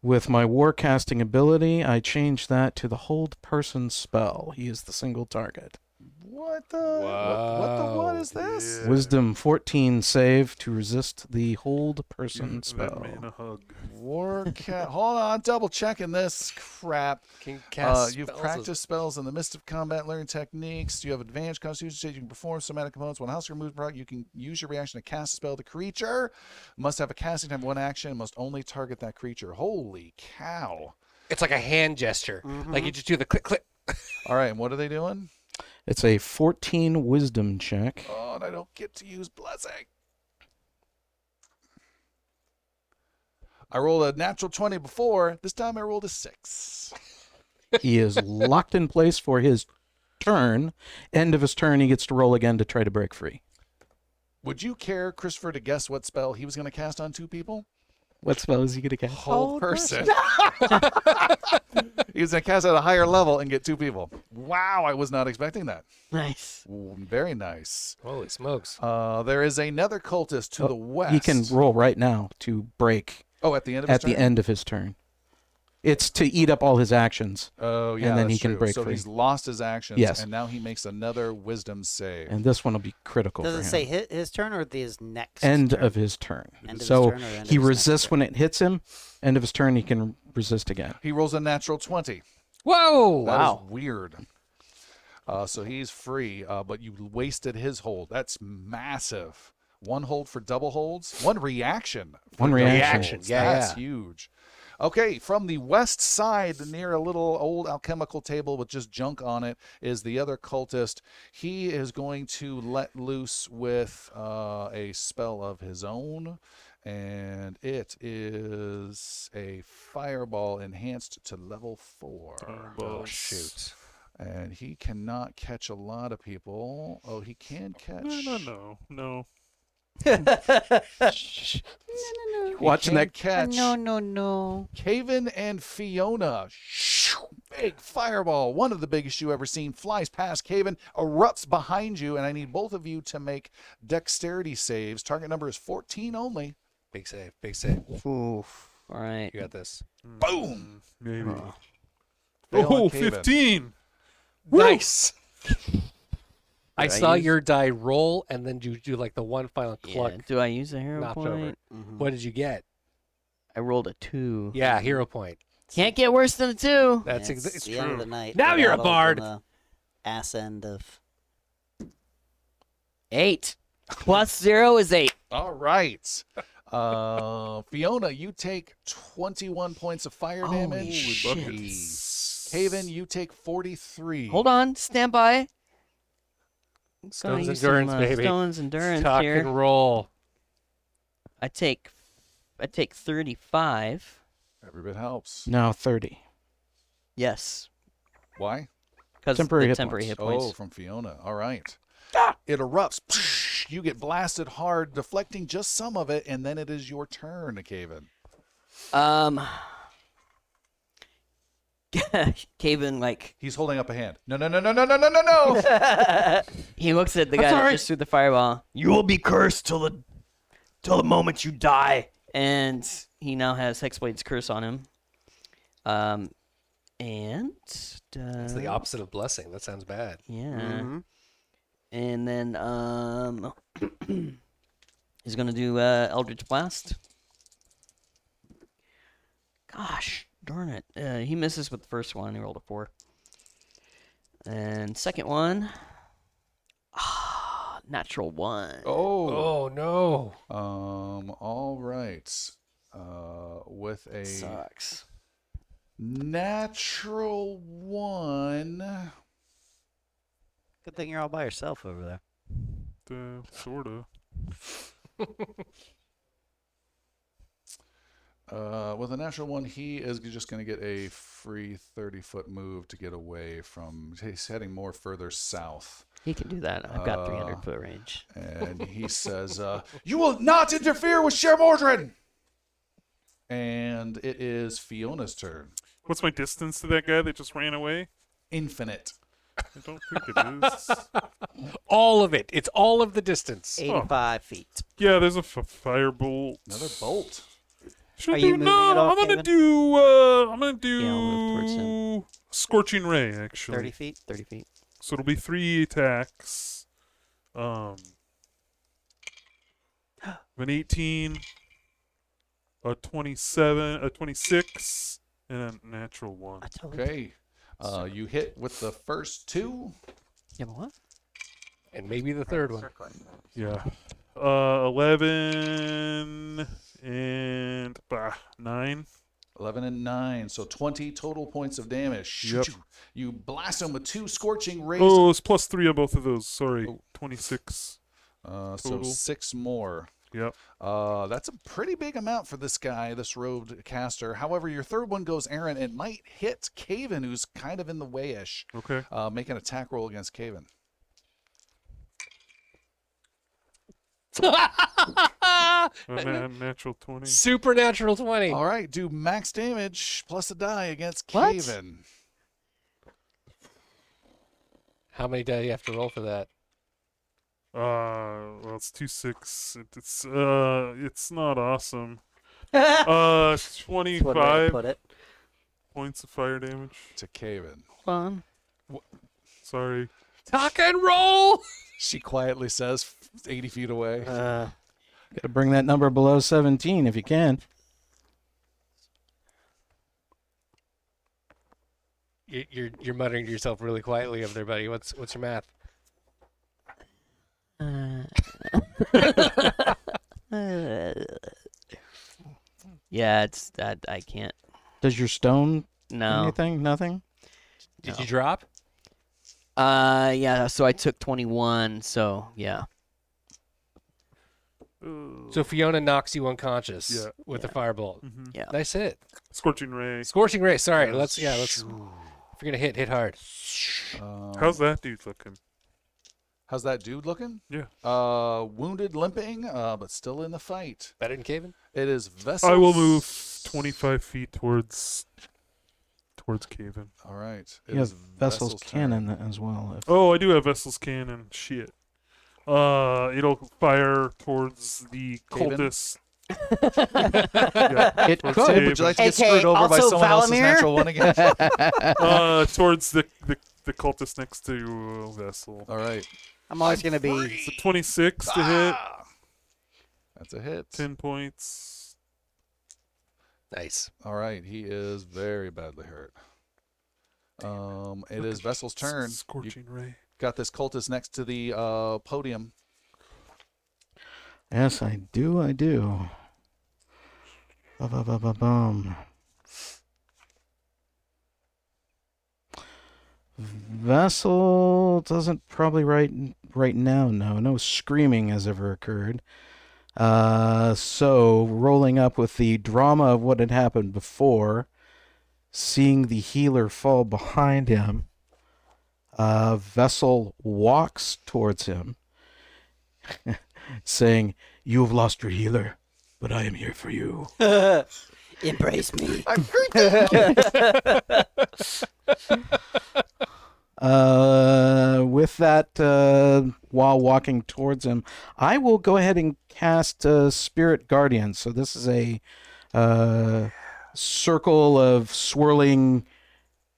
D: With my war casting ability, I change that to the hold person spell. He is the single target.
A: What the? What, what the? What
C: Wow.
A: is this?
F: Yeah.
D: Wisdom 14 save to resist the hold
A: Mm,
D: person
F: Give that
D: spell.
F: man a hug.
A: War cat. Hold on, double checking this crap.
C: Can
A: Uh,
C: cast
A: you've
C: spells
A: practiced spells in the midst of combat, learning techniques. You have advanced constitution saves. You can perform somatic components. When a house removes product, you can use your reaction to cast a spell. The creature must have a casting time of one action and must only target that creature. Holy cow.
C: as- It's like a hand gesture. Like you just do the click, click.
A: All right, and what are they doing?
D: It's a 14 wisdom check.
A: Oh, and I don't get to use blessing. I rolled a natural 20 before. This time I rolled a 6. (laughs)
D: He is locked in place for his turn. End of his turn, he gets to roll again to try to break free.
A: Would you care, Christopher, to guess what spell he was going to cast on two people?
D: What spell is he going to cast?
A: Whole person. (laughs) he was going to cast at a higher level and get two people. Wow, I was not expecting that.
B: Nice.
A: Ooh, Very nice.
C: Holy smokes.
A: Uh, there is another cultist to
D: Oh,
A: the west.
D: He can roll right now to break
A: Oh, at the end of his
D: at the
A: turn?
D: end of his turn. It's to eat up all his actions.
A: Oh, yeah.
D: then
A: that's
D: he can
A: true.
D: break
A: So
D: free.
A: he's lost his actions.
D: Yes.
A: And now he makes another wisdom save.
D: And this one will be critical
E: Does
D: for
E: it
D: him.
E: say his, his turn or the, his next?
D: end
E: turn?
D: of his turn.
E: End of his turn
D: so
E: or end
D: he
E: of his next
D: resists
E: turn?
D: when it hits him. End of his turn, he can resist again.
A: He rolls a natural 20.
C: Whoa.
D: Oh,
A: That is weird. Uh, so he's free, uh, but you wasted his hold. That's massive. One hold for double holds, one reaction. for
D: One
A: double
D: reaction,
A: holds.
C: yeah,
A: That's
C: yeah.
A: huge. Okay, from the west side, near a little old alchemical table with just junk on it, is the other cultist. He is going to let loose with uh, a spell of his own, and it is a fireball enhanced to level four.
C: Oh, shoot.
A: And he cannot catch a lot of people. Oh, he can catch.
F: No, no, no, no.
A: He
D: Watching
A: can
D: that-
A: catch.
H: No, no, no.
A: Caven and Fiona. Shoo! Big fireball, one of the biggest you ever seen, flies past Caven, erupts behind you, and I need both of you to make dexterity saves. Target number is 14 only.
C: Big save. Big save.
I: Oof. All right.
C: You got this.
A: Boom!
F: Maybe.
A: Fail on
F: oh,
A: Caven.
F: 15.
C: Nice. I
I: Did I
C: saw
I: use-
C: your die roll and then you do like the one final cluck.
I: Yeah. Do I use a hero
C: knocked
I: point?
C: over.
E: Mm-hmm.
C: What did you get?
I: I rolled a two.
C: Yeah, hero point.
I: Can't get worse than a two.
C: That's
E: it's
C: exa- it's
E: the end of
C: true.
E: the night.
C: Now
E: We're
C: you're a
E: all up on
C: bard.
E: the Ass end of.
I: Eight plus zero
C: (laughs)
I: is eight.
A: All right. Uh, Fiona, you take 21 points of fire
I: Holy
A: damage.
I: shit.
A: Caven, you take 43.
I: Hold on. Stand by. Gonna
C: Stone's
I: use some,
C: endurance,
I: uh,
C: baby.
I: Stone's endurance
C: Tuck
I: here.
C: and roll.
I: I take, I take thirty-five.
A: Every bit helps.
D: Now 30.
I: Yes,
A: Why?
I: because
D: Temporary
I: temporary,
D: hit
I: temporary
D: points.
I: hit points.
A: Oh, from Fiona. All right. It erupts. You get blasted hard, deflecting just some of it, and then it is your turn, Caven.
I: Um, (laughs) Caven like
A: He's holding up a hand. No, no, no, no, no, no, no, no, no.
I: he looks at the guy that just threw the fireball. You will be cursed till the till the moment you die. And he now has Hexblade's curse on him. Um, and uh,
C: It's the opposite of blessing. That sounds bad.
I: Yeah.
E: Mm-hmm.
I: And then um (clears throat) he's gonna do uh, Eldritch Blast. Gosh darn it! Uh, he misses with the first one. He rolled a four. And second one. Natural one.
A: Oh.
C: Oh no.
A: Um. All right. Uh, with a
I: Sucks.
A: natural one.
E: Good thing you're all by yourself over there.
F: Uh, sort of.
A: Uh, with a natural one, he is just going to get a free 30 foot move to get away from. He's heading more further south.
I: He can do that. I've got 300
A: Uh,
I: foot range.
A: And he says, uh, You will not interfere with Sher Mordred! And it is Fiona's turn.
F: What's my distance to that guy that just ran away?
A: Infinite.
F: I don't think
A: (laughs)
F: it is.
C: All of it. It's all of the distance.
E: 85 feet.
F: yeah, there's a f- firebolt.
A: Another bolt.
F: Should
E: Are
F: I
E: you
F: do
E: moving
F: no?
E: at all,
F: I'm gonna
E: Kevin?
F: do. Uh, I'm gonna do.
I: Yeah, I'll move towards him.
F: Scorching ray, actually.
I: 30 feet? 30 feet.
F: So it'll be three attacks.
I: (gasps)
F: Um, an 18, a 27, a 26, and a natural one.
E: I told you.
A: Okay. Uh, you hit with the first two.
I: Yeah, but what?
C: And maybe the third one.
F: Yeah. Uh, 11 and bah, 9.
A: 11 and 9. So 20 total points of damage.
F: Yep.
A: Shoo-choo. You blast him with two scorching rays.
F: Oh, it's plus 3 on both of those. Sorry.
E: Oh.
F: 26.
A: Uh, so
F: total.
A: six more.
F: Yep.
A: Uh, that's a pretty big amount for this guy, this robed caster. However, your third one goes Aaron. It might hit Caven, who's kind of in the way ish.
F: Okay.
A: Uh, make an attack roll against Caven.
F: A na- Uh, natural 20.
C: Supernatural 20.
A: All right, do max damage plus a die against
I: What?
A: Caven.
C: How many do you have to roll for that?
F: Uh, well, it's two six. It, it's uh, it's
E: (laughs)
F: not awesome. uh, twenty
E: That's one way to
F: five
E: put it.
F: points of fire damage.
A: To Caven.
I: Fun.
F: Sorry.
C: Tuck and roll!
A: She quietly says, 80 feet away.
E: Uh,
D: Gotta bring that number below 17 if you can.
C: You- You're you're muttering to yourself really quietly over there, buddy. What's what's your math?
I: (laughs) yeah, it's that I can't.
D: Does your stone
I: No.
D: anything? Nothing?
C: Did
I: No.
C: you drop?
I: Uh, yeah. So I took 21. So yeah.
F: Ugh.
C: So Fiona knocks you unconscious
F: Yeah.
C: with a firebolt.
F: Mhm.
I: Yeah.
C: Nice hit.
F: Scorching ray.
C: Scorching ray. Sorry. Let's yeah. Let's. If you're gonna hit, hit hard.
A: Um,
F: How's that dude looking?
A: how's that dude looking?
F: Yeah.
A: Uh, wounded, limping, uh, but still in the fight.
C: Better than Caven.
A: It is Vessel.
F: I will move twenty five feet towards towards Caven.
A: All right. it
D: He has
A: is
D: Vessel's
A: Vessel's turn.
D: cannon as well. If
F: Oh, I do have vessel's cannon. Shit. Uh, it'll fire towards the
A: Caven?
F: cultist. yeah.
D: It
F: towards
D: could.
A: Would you
F: Caven.
A: like to get
E: AKA
A: screwed over by
E: also
A: someone else's
E: Valamir?
A: natural one again?
E: (laughs)
A: (laughs)
F: uh, towards the, the the cultist next to uh, vessel.
A: All right.
E: I'm always going to be.
F: It's a 26 to hit,
A: Ah! That's a hit.
F: 10 points.
C: Nice.
A: All right. He is very badly hurt. Um, it is Vessel's turn.
F: S-
A: You
F: Scorching ray.
A: got this cultist next to the uh, podium.
D: Yes, I do. I do. Ba ba ba ba bum. Vessel doesn't probably right right now. No, no screaming has ever occurred. Uh, so rolling up with the drama of what had happened before, seeing the healer fall behind him, uh, Vessel walks towards him, (laughs) saying, "You have lost your healer, but I am here for you."
E: (laughs) Embrace me.
D: (laughs) Uh, with that, uh, while walking towards him, I will go ahead and cast uh, Spirit Guardian. So this is a uh, circle of swirling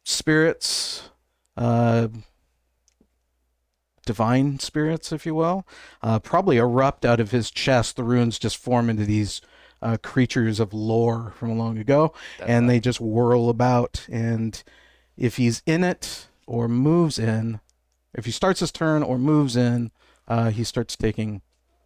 D: spirits, uh, divine spirits, if you will. Uh, probably erupt out of his chest. The runes just form into these uh, creatures of lore from long ago, and they just whirl about. And if he's in it or moves in, if he starts his turn or moves in, uh, he starts taking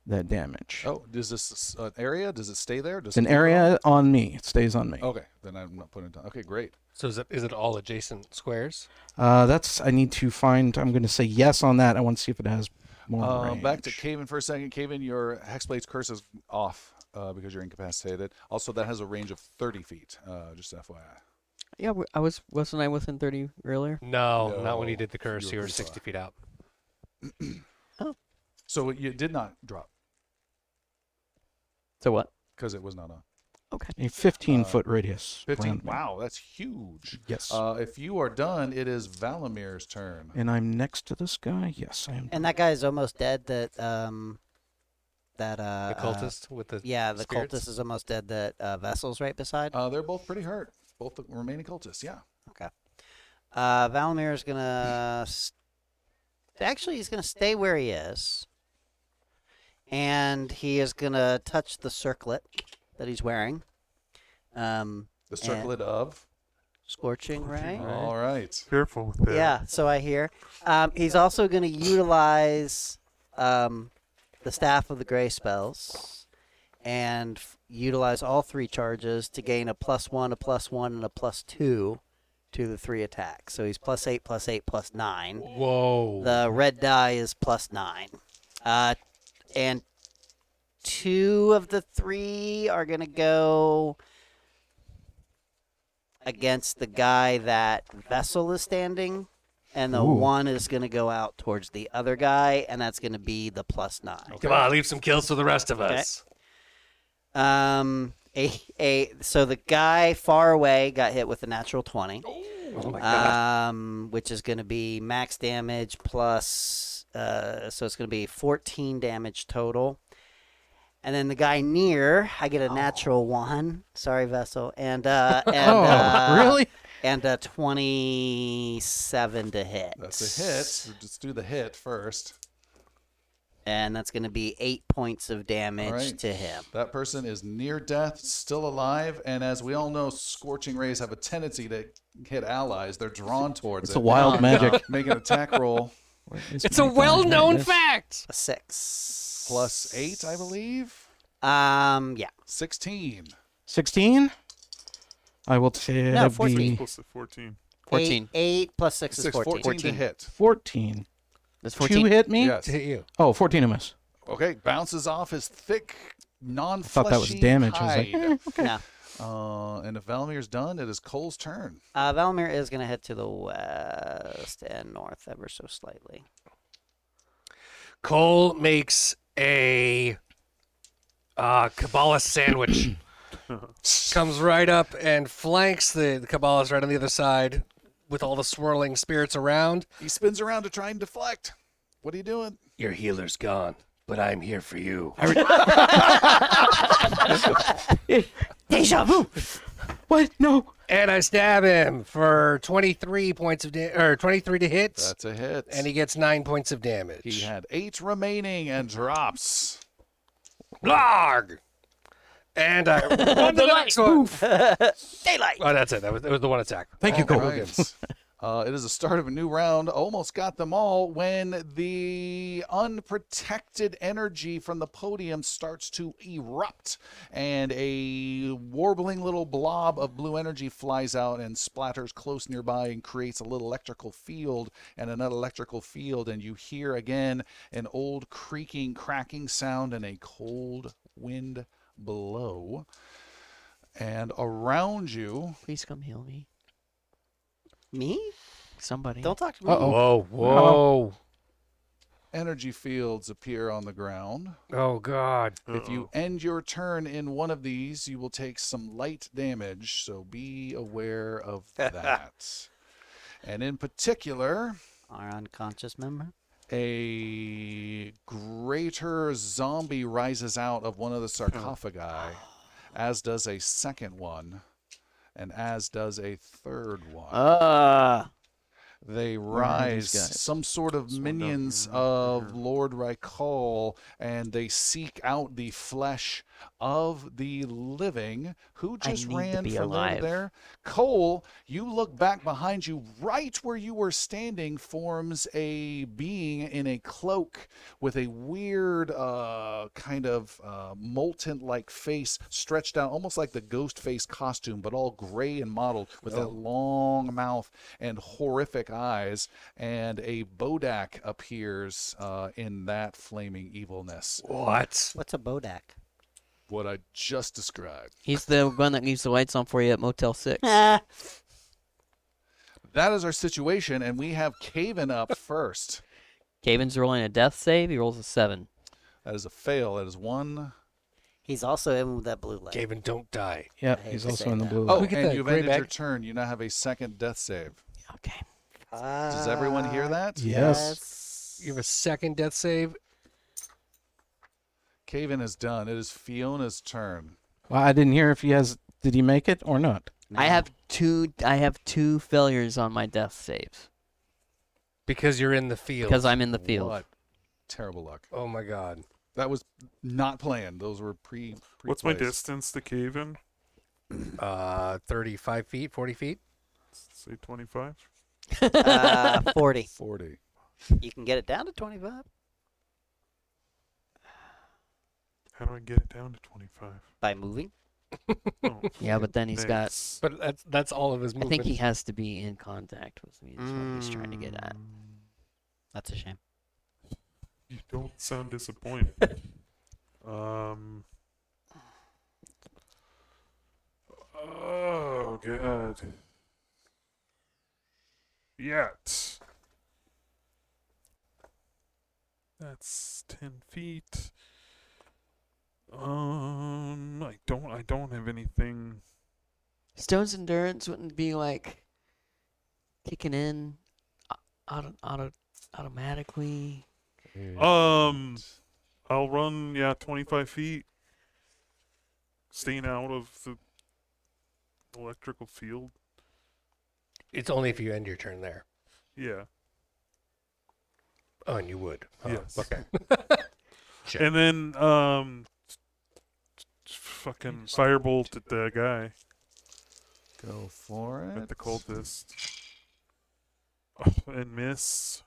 D: that damage.
A: Oh, is this an area? Does it stay there? Does
D: It's an
A: it move at all?
D: area on me. It stays on me.
A: Okay, then I'm not putting it down. Okay, great.
C: So is it is it all adjacent squares?
D: Uh, that's I need to find. I'm going to say yes on that. I want to see if it has more.
A: Uh, back to
D: range.
A: Caven for a second. Caven, your Hexblade's curse is off uh, because you're incapacitated. Also, that has a range of 30 feet, uh, just FYI.
I: Yeah, w- I was wasn't I within thirty earlier?
C: No, not when you
A: No,
C: did the curse.
A: you're
C: You were
A: too
C: sixty
A: far.
C: feet out.
A: So you did not drop
I: So what?
A: because it was not on.
D: a 15
A: uh,
D: foot radius.
A: 15.
D: around me.
A: Wow, that's huge.
D: Yes.
A: Uh, if you are done, it is Valamir's turn.
D: and I'm next to this guy. Yes, I am.
E: And that guy is almost dead. That um, that uh,
C: The
E: uh,
C: cultist with the
E: yeah, the
C: spirits?
E: cultist is almost dead. That uh, vessel's right beside.
A: Uh, they're both pretty hurt. Both the remaining cultists, yeah.
C: Oh.
E: Uh, Valamir is gonna. s Actually, he's gonna stay where he is, and he is gonna touch the circlet that he's wearing. Um,
A: The circlet of.
E: scorching ray.
A: All right.
F: Careful with that.
E: Yeah, so I hear. Um, he's also going to utilize um, the staff of the gray spells and f- utilize all three charges to gain a plus one, a plus one, and a plus two to the three attacks. So he's plus eight, plus eight, plus nine.
C: Whoa.
E: The red die is plus nine. Uh, and two of the three are going to go against the guy that Vessel is standing. And the
D: Ooh.
E: one is going to go out towards the other guy, and that's going to be the plus nine.
C: Come on, leave some kills for the rest of us.
E: Um, a, a, so the guy far away got hit with a natural 20.
C: Oh my god.
E: um, which is going to be max damage plus, uh, so it's going to be 14 damage total. And then the guy near, I
A: Oh.
E: get a natural one. Sorry, Vessel.
A: (laughs)
E: And, uh, and,
D: oh,
E: uh,
D: really?
E: And a 27 to hit.
A: That's a hit. Let's do the hit first.
E: And that's going to be eight points of damage
A: right.
E: to him.
A: That person is near death, still alive, and as we all know, scorching rays have a tendency to hit allies. They're drawn towards
D: It's
A: it.
D: a wild magic.
A: (laughs) Make an attack roll
D: It's a well-known fact.
E: A six.
A: plus eight, I believe.
E: Um, yeah.
A: Sixteen.
D: 16. I will say
E: No,
D: that'd
E: 14.
D: be
F: Close to 14.
I: Fourteen.
E: Eight, eight plus six, is
A: Six,
E: 14.
A: 14 to hit.
D: 14.
I: That's
D: Two
I: fourteen.
D: hit me.
A: Yes.
C: To hit you.
D: Oh, 14 to miss.
A: Okay. Bounces off his thick, non
D: I thought that was damage. I was like, (laughs)
E: No.
A: uh, and if Valmir's done, it is Cole's turn.
E: Uh, Valamir is going to head to the west and north ever so slightly.
C: Cole makes a uh, Kabbalah sandwich. Comes right up and flanks the, the Kabbalahs right on the other side with all the swirling spirits around.
A: He spins around to try and deflect. What are you doing?
C: Your healer's gone, but I'm here for you.
E: Deja vu!
D: What? No.
C: and I stab him for 23 points of da- or 23 to hit,
A: That's a hit.
C: and he gets nine points of damage.
A: he had eight remaining and drops.
C: Blarg! And
E: (laughs)
C: I on the next one.
E: Daylight!
C: Oh, that's it. That was, that was the one attack.
D: Thank you,
A: All
D: Cole.
A: right. uh, it is the start of a new round. Almost got them all when the unprotected energy from the podium starts to erupt, and a warbling little blob of blue energy flies out and splatters close nearby and creates a little electrical field and another electrical field. And you hear again an old creaking, cracking sound and a cold wind blow. And around you,
I: Please come heal me.
E: Me?
I: Somebody.
E: Don't talk to me.
D: Uh-oh.
C: Whoa, whoa.
A: energy fields appear on the ground.
C: Oh, God.
A: If
F: Uh,
A: you end your turn in one of these, you will take some light damage, so be aware of that. and in particular,
E: Our unconscious member.
A: a greater zombie rises out of one of the sarcophagi, as does a
E: Oh,
A: second one, and as does a third one.
I: Uh,
A: They
I: are
A: rise,
I: these guys? Mm-hmm.
A: some sort of
D: Sworn down
A: minions
D: here,
A: of
D: here.
A: Lord Rykal, and they seek out the flesh of the living. Who
I: I
A: just
I: need to
A: ran
I: be
A: for
I: alive.
A: Lord there? Cole, you look back behind you, right where you were standing, forms a being in a cloak with a weird uh, kind of uh, molten like face stretched out, almost like the ghost face costume, but all gray and mottled with
C: Oh.
A: that long mouth and horrific eyes. And a Bodak appears uh, in that flaming evilness,
C: What?
J: What's a bodak? (laughs)
A: what I just described.
I: He's the one that leaves the lights on for you at Motel (laughs) Six.
J: Ah,
A: That is our situation, and we have Caven
C: (laughs)
A: up first.
I: Caven's rolling a death save. He rolls a seven.
A: That is a fail. That is one.
J: he's also in with that blue light.
C: Gaven, don't die.
D: Yep,
J: hate
D: he's
J: to
D: also
J: say
D: in the
J: that.
D: blue.
A: Oh,
D: light.
C: we get
A: and
C: that
A: you've
C: gray
A: ended your
C: back?
A: turn. You now have a second death save.
I: Okay.
J: Uh,
A: (laughs) Does everyone hear that?
D: yes.
C: You have a second death save.
A: Caven is done. It is Fiona's turn.
D: Well, I didn't hear if he has. Did he make it or not?
I: I have two. I have two failures on my death saves
C: Because you're in the field.
I: because I'm in the field. (laughs)
A: What terrible luck.
C: Oh my god.
A: That was not planned. Those were pre.
F: What's my
A: pre-placed.
F: distance to cave in?
C: Uh, 35 feet, 40
D: (laughs)
C: feet.
F: Say 25.
I: (laughs)
J: Uh, 40.
A: Forty.
J: You can get it down to 25.
F: How do I get it down to 25?
J: By moving?
F: Oh,
I: Yeah, but then he's got.
F: thanks.
C: But that's that's all of his
I: I
C: movement.
I: think he has to be in contact with me. Is what he's trying to get at.
F: Mm.
J: That's a shame.
F: You don't sound disappointed. um. Oh god. Yet. That's ten feet. Um, I don't. I don't have anything.
I: Stone's endurance wouldn't be like kicking in au- auto, auto, automatically.
F: Um, I'll run. Yeah, twenty-five feet. Staying out of the electrical field.
C: It's only if you end your turn there.
F: Yeah.
C: Oh, and you would. Oh,
F: Yes.
C: Okay. (laughs) Yeah.
F: And then um fucking firebolt at the guy
A: Go for it.
F: at the cultist. Oh, and miss.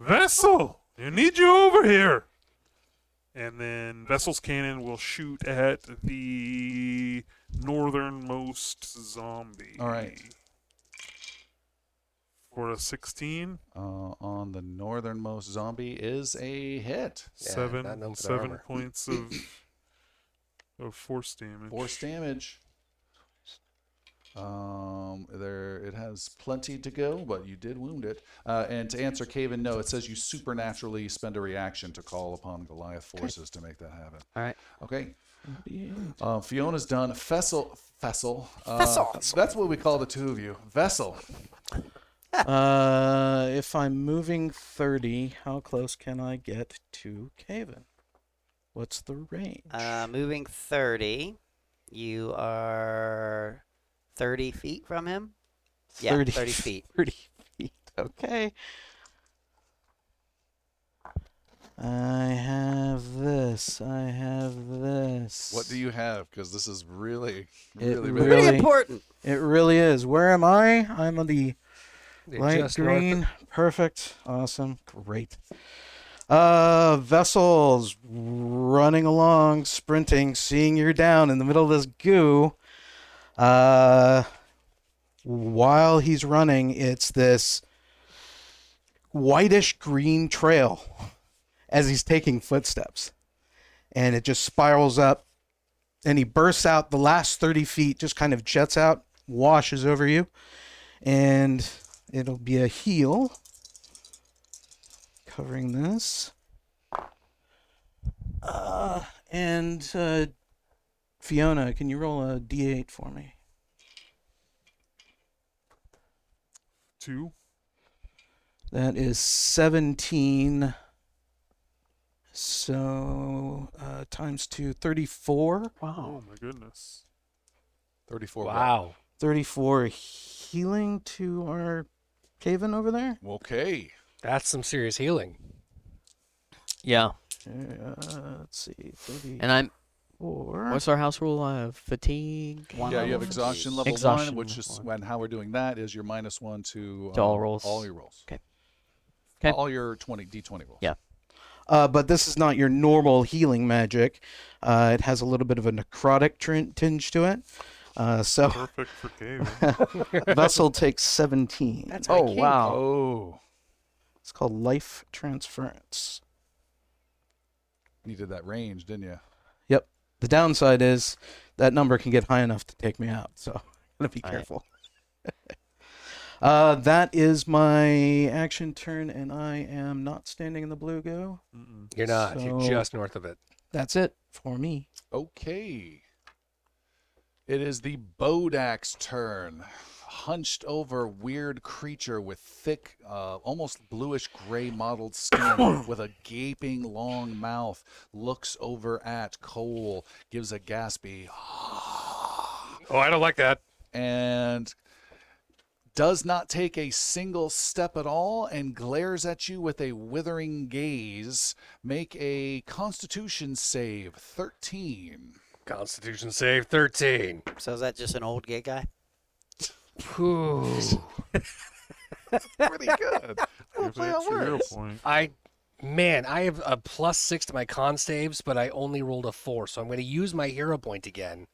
F: Vessel! You need you over here. And then Vessel's cannon will shoot at the northernmost zombie.
A: All right.
F: For a 16,
A: Uh, on the northernmost zombie is a hit.
C: Yeah, that
F: seven,
C: number
F: seven
C: armor.
F: points of (coughs) of force damage.
A: Force damage. Um, there it has plenty to go, but you did wound it. Uh, and to answer Caven, no, it says you supernaturally spend a reaction to call upon Goliath forces to make that happen.
I: All right.
A: Okay. Uh, Fiona's done. Fessel, Fessel. Uh, That's what we call the two of you. Vessel.
D: (laughs) uh, if I'm moving 30, how close can I get to Caven? What's the range?
J: Uh, moving 30. You are 30 feet from him? Yeah, 30, feet.
D: 30 feet. Okay. I have this. I have this.
A: What do you have? Because this is really, (laughs)
D: It
A: really,
D: really-
A: really.
J: Pretty
D: Really?
J: important.
D: It really is. Where am I? I'm on the
C: You're
D: Light
C: just north of-
D: green, perfect, awesome, great. Uh, vessels running along, sprinting, seeing you're down in the middle of this goo. Uh, while he's running, it's this whitish green trail as he's taking footsteps, and it just spirals up. And he bursts out the last 30 feet, just kind of jets out, washes over you, and it'll be a heel covering this uh, and uh, fiona can you roll a d8 for me
F: Two.
D: that is 17 so uh, times 2 34
F: Oh my goodness.
A: 34. what?
C: Wow.
D: 34 healing to our Caven over there.
A: Okay.
C: That's some serious healing.
I: Yeah.
D: Uh, let's see. 30.
I: And I'm.
D: Or
I: What's our house rule? Uh, fatigue.
E: One
A: yeah, you have
E: level.
A: exhaustion level
I: Exhaustion
A: one, which is
I: level
A: when how we're doing that is your minus one to,
I: To all
A: um,
I: rolls.
A: All your rolls.
I: 'Kay.
A: Uh,
I: 'Kay.
A: All your 20, d20 rolls.
I: Yeah.
D: Uh, but this is not your normal healing magic. Uh, it has a little bit of a necrotic trin- tinge to it. Uh,
F: (laughs)
D: so
F: Perfect for caving.
D: vessel takes 17.
C: That's
D: oh
C: my kink.
D: wow!
A: Oh,
D: It's called life transference.
A: needed that range, didn't you?
D: Yep. The downside is that number can get high enough to take me out, so (laughs) I gotta be
I: All right.
D: careful. (laughs) uh, that is my action turn, and I am not standing in the blue go.
F: Mm-mm.
C: You're not. You're
D: So-
C: just north of it.
D: That's it for me.
A: Okay. It is the Bodak's turn. Hunched over weird creature with thick, uh, almost bluish gray mottled skin with a gaping long mouth looks over at Cole, gives a gaspy,
C: Oh, I don't like that.
A: and does not take a single step at all and glares at you with a withering gaze. Make a constitution save 13.
C: Constitution save 13.
J: So is that just an old gay guy?
C: Phew.
A: Pretty good. I don't
F: Gives
A: play
F: an
A: on
F: extra hero
A: words.
F: point.
C: I, man, I have a plus six to my con saves, but I only rolled a four, so I'm going to use my hero point again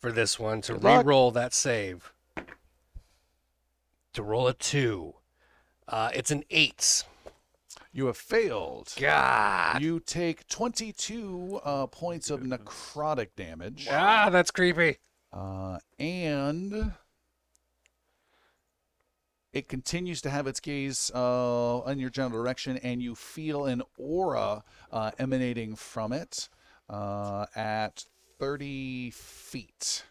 C: for this one to
D: Good luck.
C: re-roll that save. To roll a two, uh, it's an eight.
A: You have failed.
C: God,
A: You take 22 uh, points of necrotic damage.
C: ah, that's creepy.
A: Uh, and it continues to have its gaze uh, in your general direction, and you feel an aura uh, emanating from it uh, at 30 feet.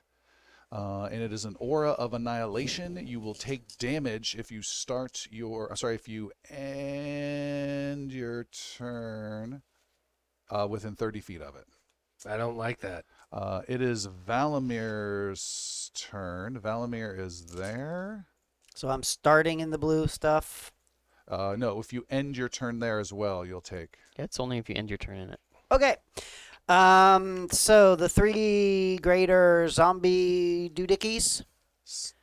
A: Uh, and it is an aura of annihilation. You will take damage if you start your, uh, sorry, if you end your turn uh, within 30 feet of it.
C: I don't like that.
A: Uh, it is Valamir's turn. Valamir is there.
J: So I'm starting in the blue stuff.
A: Uh, no, if you end your turn there as well, you'll take.
I: Yeah, it's only if you end your turn in it.
J: Okay. Um, so the three greater zombie doodickies,
A: s-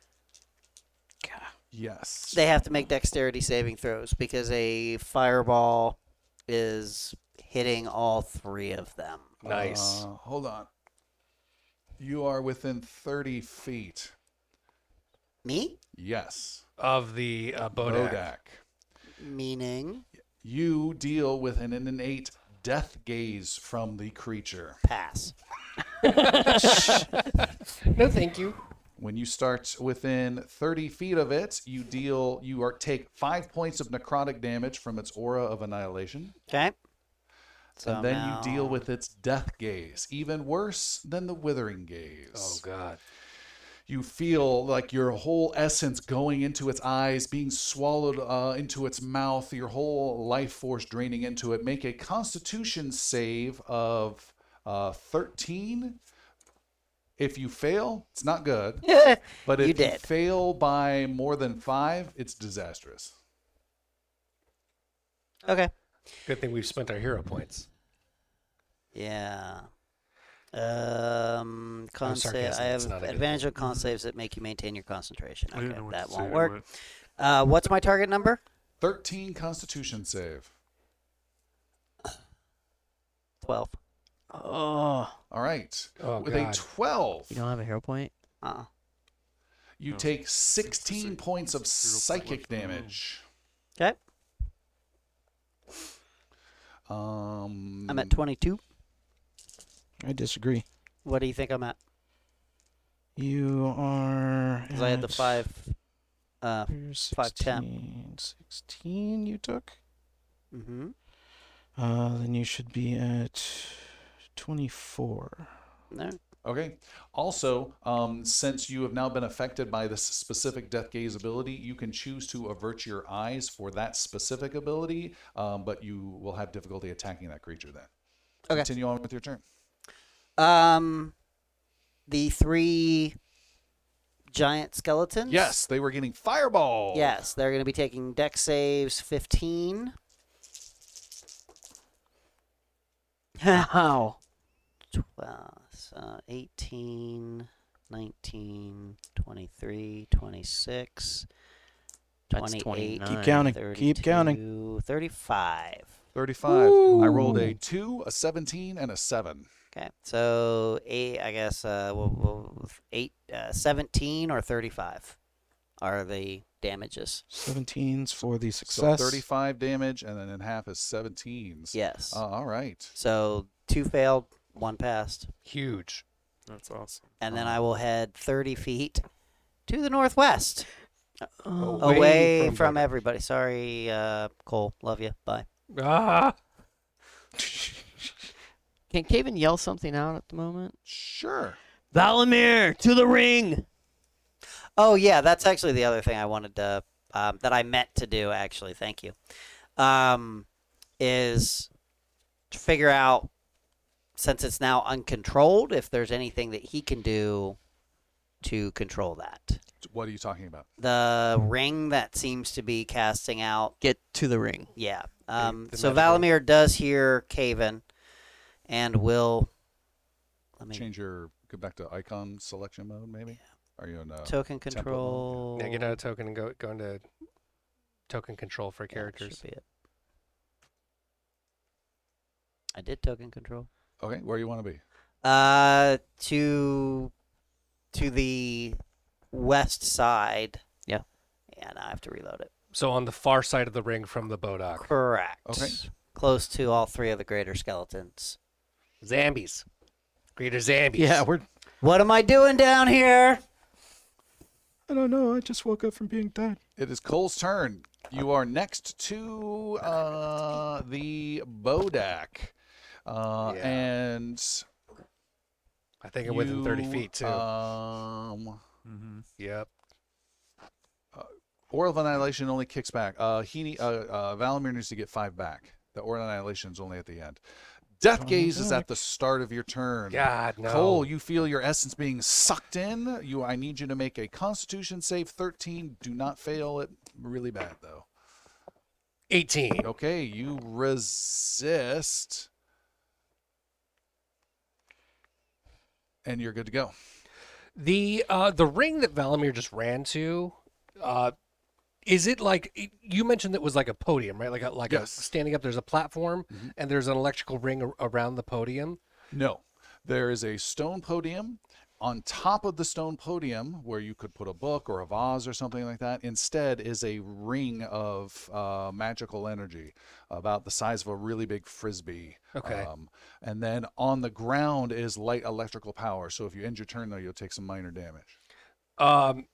A: Yes.
J: they have to make dexterity saving throws because a fireball is hitting all three of them.
C: Nice.
A: Uh, hold on. You are within 30 feet.
J: Me?
A: Yes.
C: of the uh, Bodak.
J: Meaning
A: You deal with an innate death gaze from the creature.
J: pass.
C: No, thank you.
A: When you start within 30 feet of it, you deal you are take 5 points of necrotic damage from its aura of annihilation.
J: Okay. So
A: and then
J: now-
A: you deal with its death gaze, even worse than the withering gaze.
C: Oh God.
A: You feel like your whole essence going into its eyes, being swallowed uh, into its mouth, your whole life force draining into it. Make a constitution save of uh, 13. If you fail, it's not good. But if
J: You
A: you,
J: did.
A: fail by more than five, it's disastrous.
J: (laughs) okay.
C: Good thing we've spent our hero points.
J: Yeah. Um, con sa-
C: sarcasm,
J: I
C: it's
J: have
C: not a good
J: advantage of con saves that make you maintain your concentration.
F: I didn't
J: Okay,
F: know what
J: that
F: to say
J: won't
F: to
J: work.
F: it.
J: Uh, what's my target number?
A: 13 constitution save.
J: Twelve.
I: Oh.
A: All right.
C: Oh
A: With
C: God.
A: a 12.
I: You don't have a hero point?
J: Uh-uh.
A: You
F: No.
A: take
F: Oh, Six to
A: 16
F: six.
A: points of
F: Zero point
A: psychic
F: left. Mm.
A: damage.
J: Okay.
A: Um,
J: I'm
F: Mm.
J: at twenty-two.
D: I disagree.
J: What do you think I'm at?
D: You are.
J: Because I had the
D: at-
J: five. Uh,
D: Here's
J: five, 10.
D: 16, 16 you took.
J: mm-hmm.
D: Uh, then you should be at 24.
J: No.
A: Okay. Also, um, since you have now been affected by this specific Death Gaze ability, you can choose to avert your eyes for that specific ability, um, but you will have difficulty attacking that creature then.
J: Okay.
A: Continue on with your turn.
J: Um, the three
E: giant skeletons.
A: Yes, they were getting fireball.
E: Yes, they're going to be taking deck saves 15.
K: How?
E: 12, so 18, 19, 23, 26,
I: That's
E: 28,
I: 29. Keep
D: counting, keep counting.
E: 32, 35.
A: 35. I rolled a 2, a 17, and a 7.
E: Okay, so eight, I guess, uh, we'll, we'll, eight, uh, 17 or 35 are the damages.
D: 17s for the
A: So
D: success.
A: 35 damage, and then in half is 17s.
E: Yes.
A: Uh, all right.
E: So two failed, one passed.
C: Huge.
F: That's awesome.
E: And then I will head 30 feet to the northwest.
I: Oh. Uh,
C: Away,
E: Away from, everybody. Sorry, uh, Cole. Love you. Bye.
C: Ah,
I: Can Caven yell something out at the moment?
A: Sure.
I: Valimir to the ring.
E: Oh, yeah. That's actually the other thing I wanted to, um, that I meant to do, actually. Thank you. Um, is to figure out, since it's now uncontrolled, if there's anything that he can do to control that.
A: What are you talking about?
E: The ring that seems to be casting out
I: Get to the ring.
E: Yeah. Um,
C: the
E: so
C: magical-
E: Valimir does hear Caven and will. Let me
A: Change your, go back to icon selection mode, maybe? Are you in uh,
E: token
A: template mode.
E: control.
C: now get out of token and go go into token control for
E: Yeah, that should
C: characters.
E: be it. I did token control.
A: Okay, where you want to be?
E: Uh, to to the west side.
I: Yeah.
E: Yeah. Now I have to reload it.
C: So on the far side of the ring from the Bodoc.
E: Correct.
A: Okay.
E: Close to all three of the greater skeletons.
C: Zambies. Greater Zambies.
D: yeah, we're.
E: What am I doing down here?
D: I don't know. I just woke up from being dead.
A: It is Cole's turn. You are next to uh, the Bodak. Uh,
C: Yeah.
A: And
C: I think I'm within 30
A: you,
C: feet, too.
A: Um,
F: Mm-hmm.
C: yep.
A: Oral of Annihilation only kicks back. Uh, he ne- uh, uh, Valimir needs to get five back. The Oral of Annihilation is only at the end. Death Gaze is at the start of your turn.
C: God, no.
A: Cole, you feel your essence being sucked in. You, I need you to make a Constitution save 13. Do not fail it. Really bad though.
C: 18.
A: Okay, you resist, and you're good to go.
C: The uh the ring that Valimir just ran to, uh is it like it- you mentioned that was like a podium, right? Like a like
A: Yes.
C: a standing up there's a platform and there's an electrical ring ar- around the podium.
A: No. There is a stone podium. On top of the stone podium, where you could put a book or a vase or something like that, instead is a ring of uh, magical energy, about the size of a really big frisbee.
C: Okay.
A: Um, and then on the ground is light electrical power. So if you end your turn, though, you'll take some minor damage.
C: Um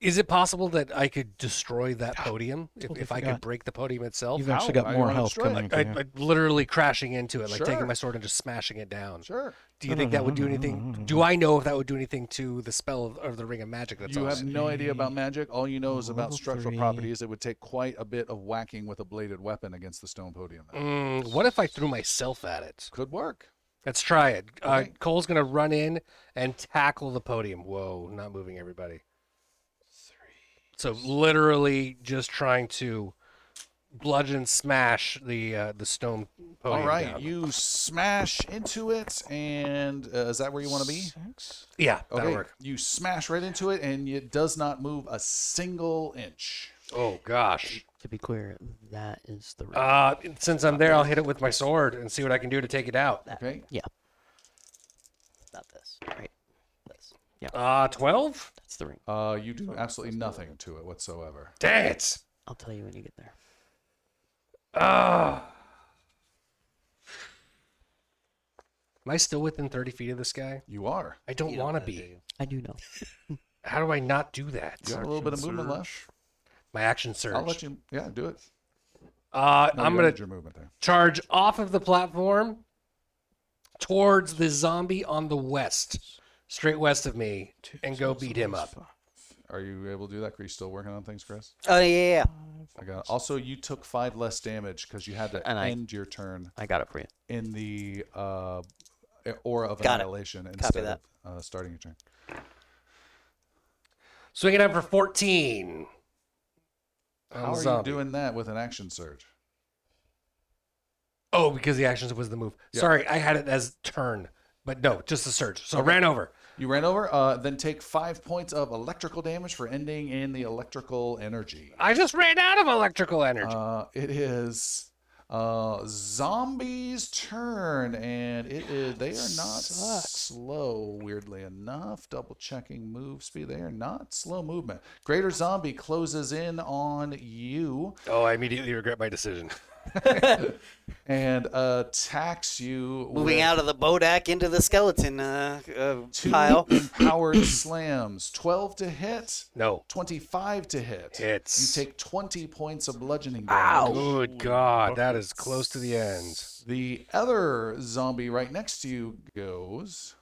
C: is it possible that I could destroy that
A: Ah,
C: podium if, if I could
D: forgot.
C: break the podium itself?
D: You've actually
A: how?
D: got
A: I
D: more
A: wanna
D: health
A: destroy
D: coming.
A: it.
D: to
C: I,
D: you.
C: I literally crashing into it, like
A: Sure.
C: taking my sword and just smashing it down.
A: Sure.
C: Do you think that would
A: (laughs)
C: do anything? Do I know if that would do anything to the spell of, of the Ring of Magic? That's
A: you
C: on
A: have
C: it?
A: no idea about magic. All you know is about
D: Level
A: structural
D: three.
A: properties. It would take quite a bit of whacking with a bladed weapon against the stone podium. though.
C: Mm, what if I threw myself at it?
A: Could work.
C: Let's try it. Uh,
A: Okay.
C: Cole's gonna run in and tackle the podium. Whoa, not moving everybody. So literally just trying to bludgeon smash the uh, the stone podium.
A: All right,
C: down.
A: you smash into it, and uh, is that where you want to be?
D: Six?
C: yeah, that'll
A: Okay,
C: work.
A: you smash right into it, and it does not move a single inch.
C: Oh gosh.
I: To be clear, that is the ring.
C: Uh, since I'm there, I'll hit it with my sword and see what I can do to take it out.
A: Okay,
E: Not this.
C: Uh, twelve.
I: That's the ring.
A: uh, you do absolutely nothing to it whatsoever.
C: Dang it.
I: I'll tell you when you get there.
C: Ah. Am I still within 30 feet of this guy?
A: You are.
C: I don't want to be.
I: I do know.
C: How do I not do that?
A: You have a little bit of movement left.
C: My action surge.
A: I'll let you. Yeah, do it.
C: Uh,
A: No,
C: I'm
A: you
C: gonna
A: added your movement there.
C: charge off of the platform towards the zombie on the west, straight west of me, and go beat him up.
A: Are you able to do that? Are you still working on things, Chris?
E: Oh, yeah, yeah, yeah.
A: I got. Also, you took five less damage because you had to
I: And I-
A: end your turn
I: I got it for you.
A: in the uh, aura of
E: Got it.
A: annihilation
E: Copy
A: instead
E: that.
A: of uh, starting your turn.
C: Swing it out for 14. On
A: How are
C: zombie.
A: you doing that with an action surge?
C: Oh, because the actions was the move.
A: Yeah.
C: Sorry, I had it as turn, but no, just the surge. So I
A: Okay.
C: ran over.
A: You ran over. Uh, then take five points of electrical damage for ending in the electrical energy.
C: I just ran out of electrical energy.
A: Uh, it is uh, zombies' turn, and it is they are not
C: Sucks.
A: slow. Weirdly enough, double checking move speed. They are not slow movement. Greater zombie closes in on you
C: oh, I immediately regret my decision.
A: and attacks you.
J: Moving
A: with
J: out of the Bodak into the skeleton uh, uh,
A: two
J: pile.
A: empowered slams. Twelve to hit.
C: No.
A: 25 to hit.
C: Hits.
A: You take 20 points of bludgeoning damage.
C: Good God, that is close to the end.
A: The other zombie right next to you goes.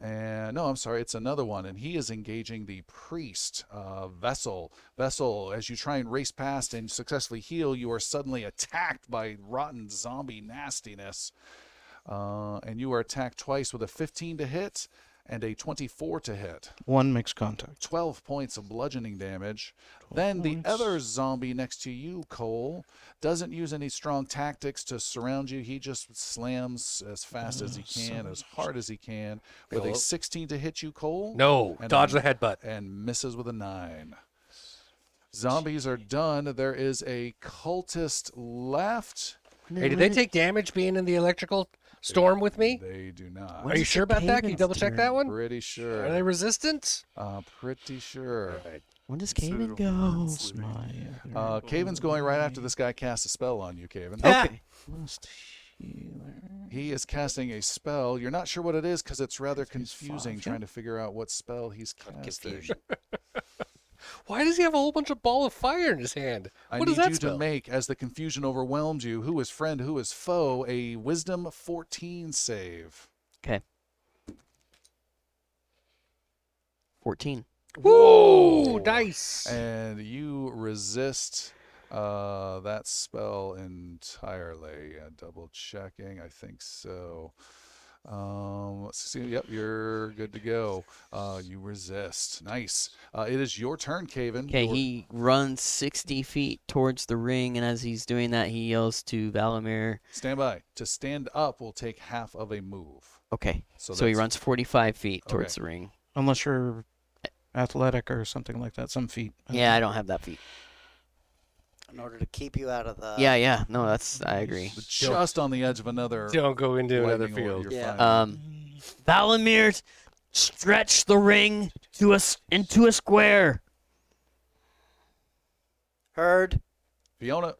A: And no, I'm sorry, it's another one. And he is engaging the priest, uh, Vessel. Vessel, as you try and race past and successfully heal, you are suddenly attacked by rotten zombie nastiness. Uh, and you are attacked twice with a 15 to hit and a 24 to hit.
D: One makes contact.
A: 12 points of bludgeoning damage. Then the other zombie next to you, Cole, doesn't use any strong tactics to surround you. He just slams as fast
C: Oh,
A: as he can, as hard as he can, with a
C: Philip.
A: 16 to hit you, Cole.
C: No,
A: And
C: dodge
A: a-
C: the headbutt.
A: And misses with a 9. Zombies are done. There is a cultist left.
C: Hey, did they take damage being in the electrical storm with me?
A: They do not.
C: Are you sure about that? Can you double check that one?
A: Pretty
C: Are they
A: sure.
C: resistant?
A: Uh, pretty sure.
G: When does
F: Caven
G: go?
A: Uh, Caven's going right after this guy casts a spell on you, Caven. He is casting a spell. You're not sure what it is because it's rather confusing trying to figure out what spell he's casting.
J: Confusion.
C: Why does he have a whole bunch of ball of fire in his hand?
A: I
C: what
A: need
C: does that
A: you
C: spell?
A: to make, as the confusion overwhelms you, who is friend, who is foe, a Wisdom 14 save.
I: 14.
C: Whoa, nice.
A: And you resist uh, that spell entirely. Uh, double checking, I think so. Um, let's see. Yep, you're good to go. Uh, you resist. Nice. Uh, it is your turn, Caven.
I: Okay,
A: Your-
I: he runs 60 feet towards the ring, and as he's doing that, he yells to Valimir.
A: Stand by. To stand up will take half of a move.
I: Okay,
A: So,
I: so he
A: that's-
I: runs 45 feet towards
A: Okay.
I: the ring.
D: Unless you're athletic or something like that, some feat.
I: Yeah, I don't have that feet.
J: In order to keep you out of the.
I: yeah, yeah, no, that's I agree.
A: just on the edge of another.
C: (laughs) Don't go into another
A: lightning orb,
C: field.
A: you're
J: Yeah.
A: fine.
I: Um, Valimir, stretch the ring to us into a square.
J: Heard.
A: Fiona,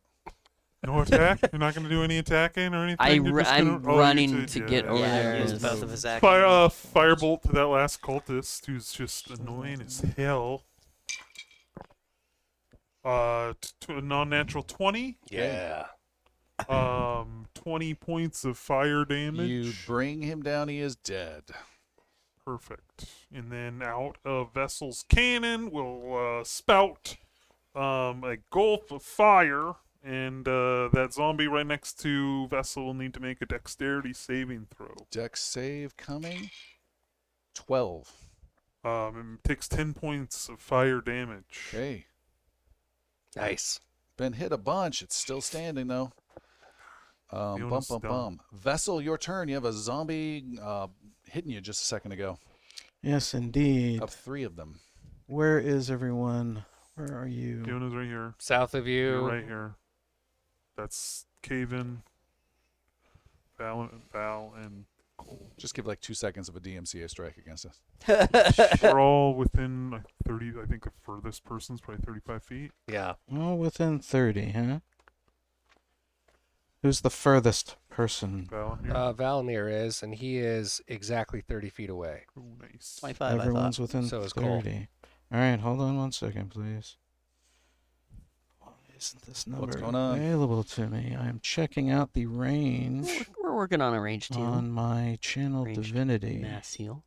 F: No attack? You're not going to do any attacking or anything?
I: I
F: You're
I: ru-
F: just gonna-
I: I'm
F: oh, you
I: running
F: did,
I: to
F: yeah,
I: get
F: yeah.
I: over
J: yeah,
I: there
J: used
I: is-
J: both of his actions.
F: Fire, uh, firebolt to that last cultist who's just annoying as hell. Uh, t- t- a non-natural twenty.
C: Yeah.
F: Um, twenty points of fire damage.
A: you bring him down. He is dead.
F: Perfect. And then out of Vessel's cannon will uh, spout um, a gulp of fire, and uh, that zombie right next to Vessel will need to make a dexterity saving throw.
A: Dex save coming. Twelve.
F: Um, it takes 10 points of fire damage.
A: Okay.
C: Nice.
A: Been hit a bunch. It's still standing though. Um, bum
F: Fiona's
A: bum
F: down.
A: bum. Vessel, your turn. You have a zombie uh, hitting you just a second ago.
D: Yes, indeed.
A: Up three of them.
D: Where is everyone? Where are you?
F: Fiona's right here.
C: South of
F: You're
C: you.
F: right here. That's Caven, Val, Val and Cole.
A: Just give like two seconds of a DMCA strike against us.
F: We're all within like 30, I think the furthest person's probably 35 feet.
C: Yeah.
D: Oh, within 30, huh? Who's the furthest person?
F: Val and here.
C: Uh, Valimir is, and he is exactly 30 feet away.
F: Ooh, nice.
I: 25, I thought.
D: Everyone's within
C: So is Cole.
D: 30. All right, hold on one second, please. Why isn't this number
A: going on?
D: available to me? I'm checking out the range
I: We're- We're working on a range deal.
D: on my channel
I: Ranged
D: divinity.
I: Mass heal.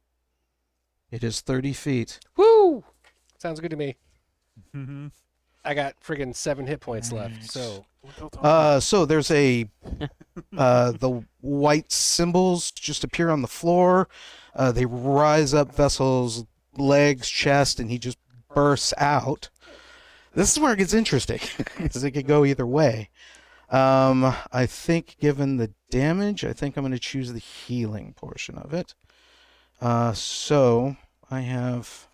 D: It is 30 feet.
C: Woo! Sounds good to me.
F: (laughs) Mm-hmm.
C: I got friggin' seven hit points left.
D: Nice.
C: So
F: Oh.
D: Uh, so there's a uh, the white symbols just appear on the floor. Uh, they rise up Vessel's legs, chest, and he just bursts out. This is where it gets interesting (laughs) because it could go either way. Um, I think, given the damage, I think I'm going to choose the healing portion of it. Uh, so I have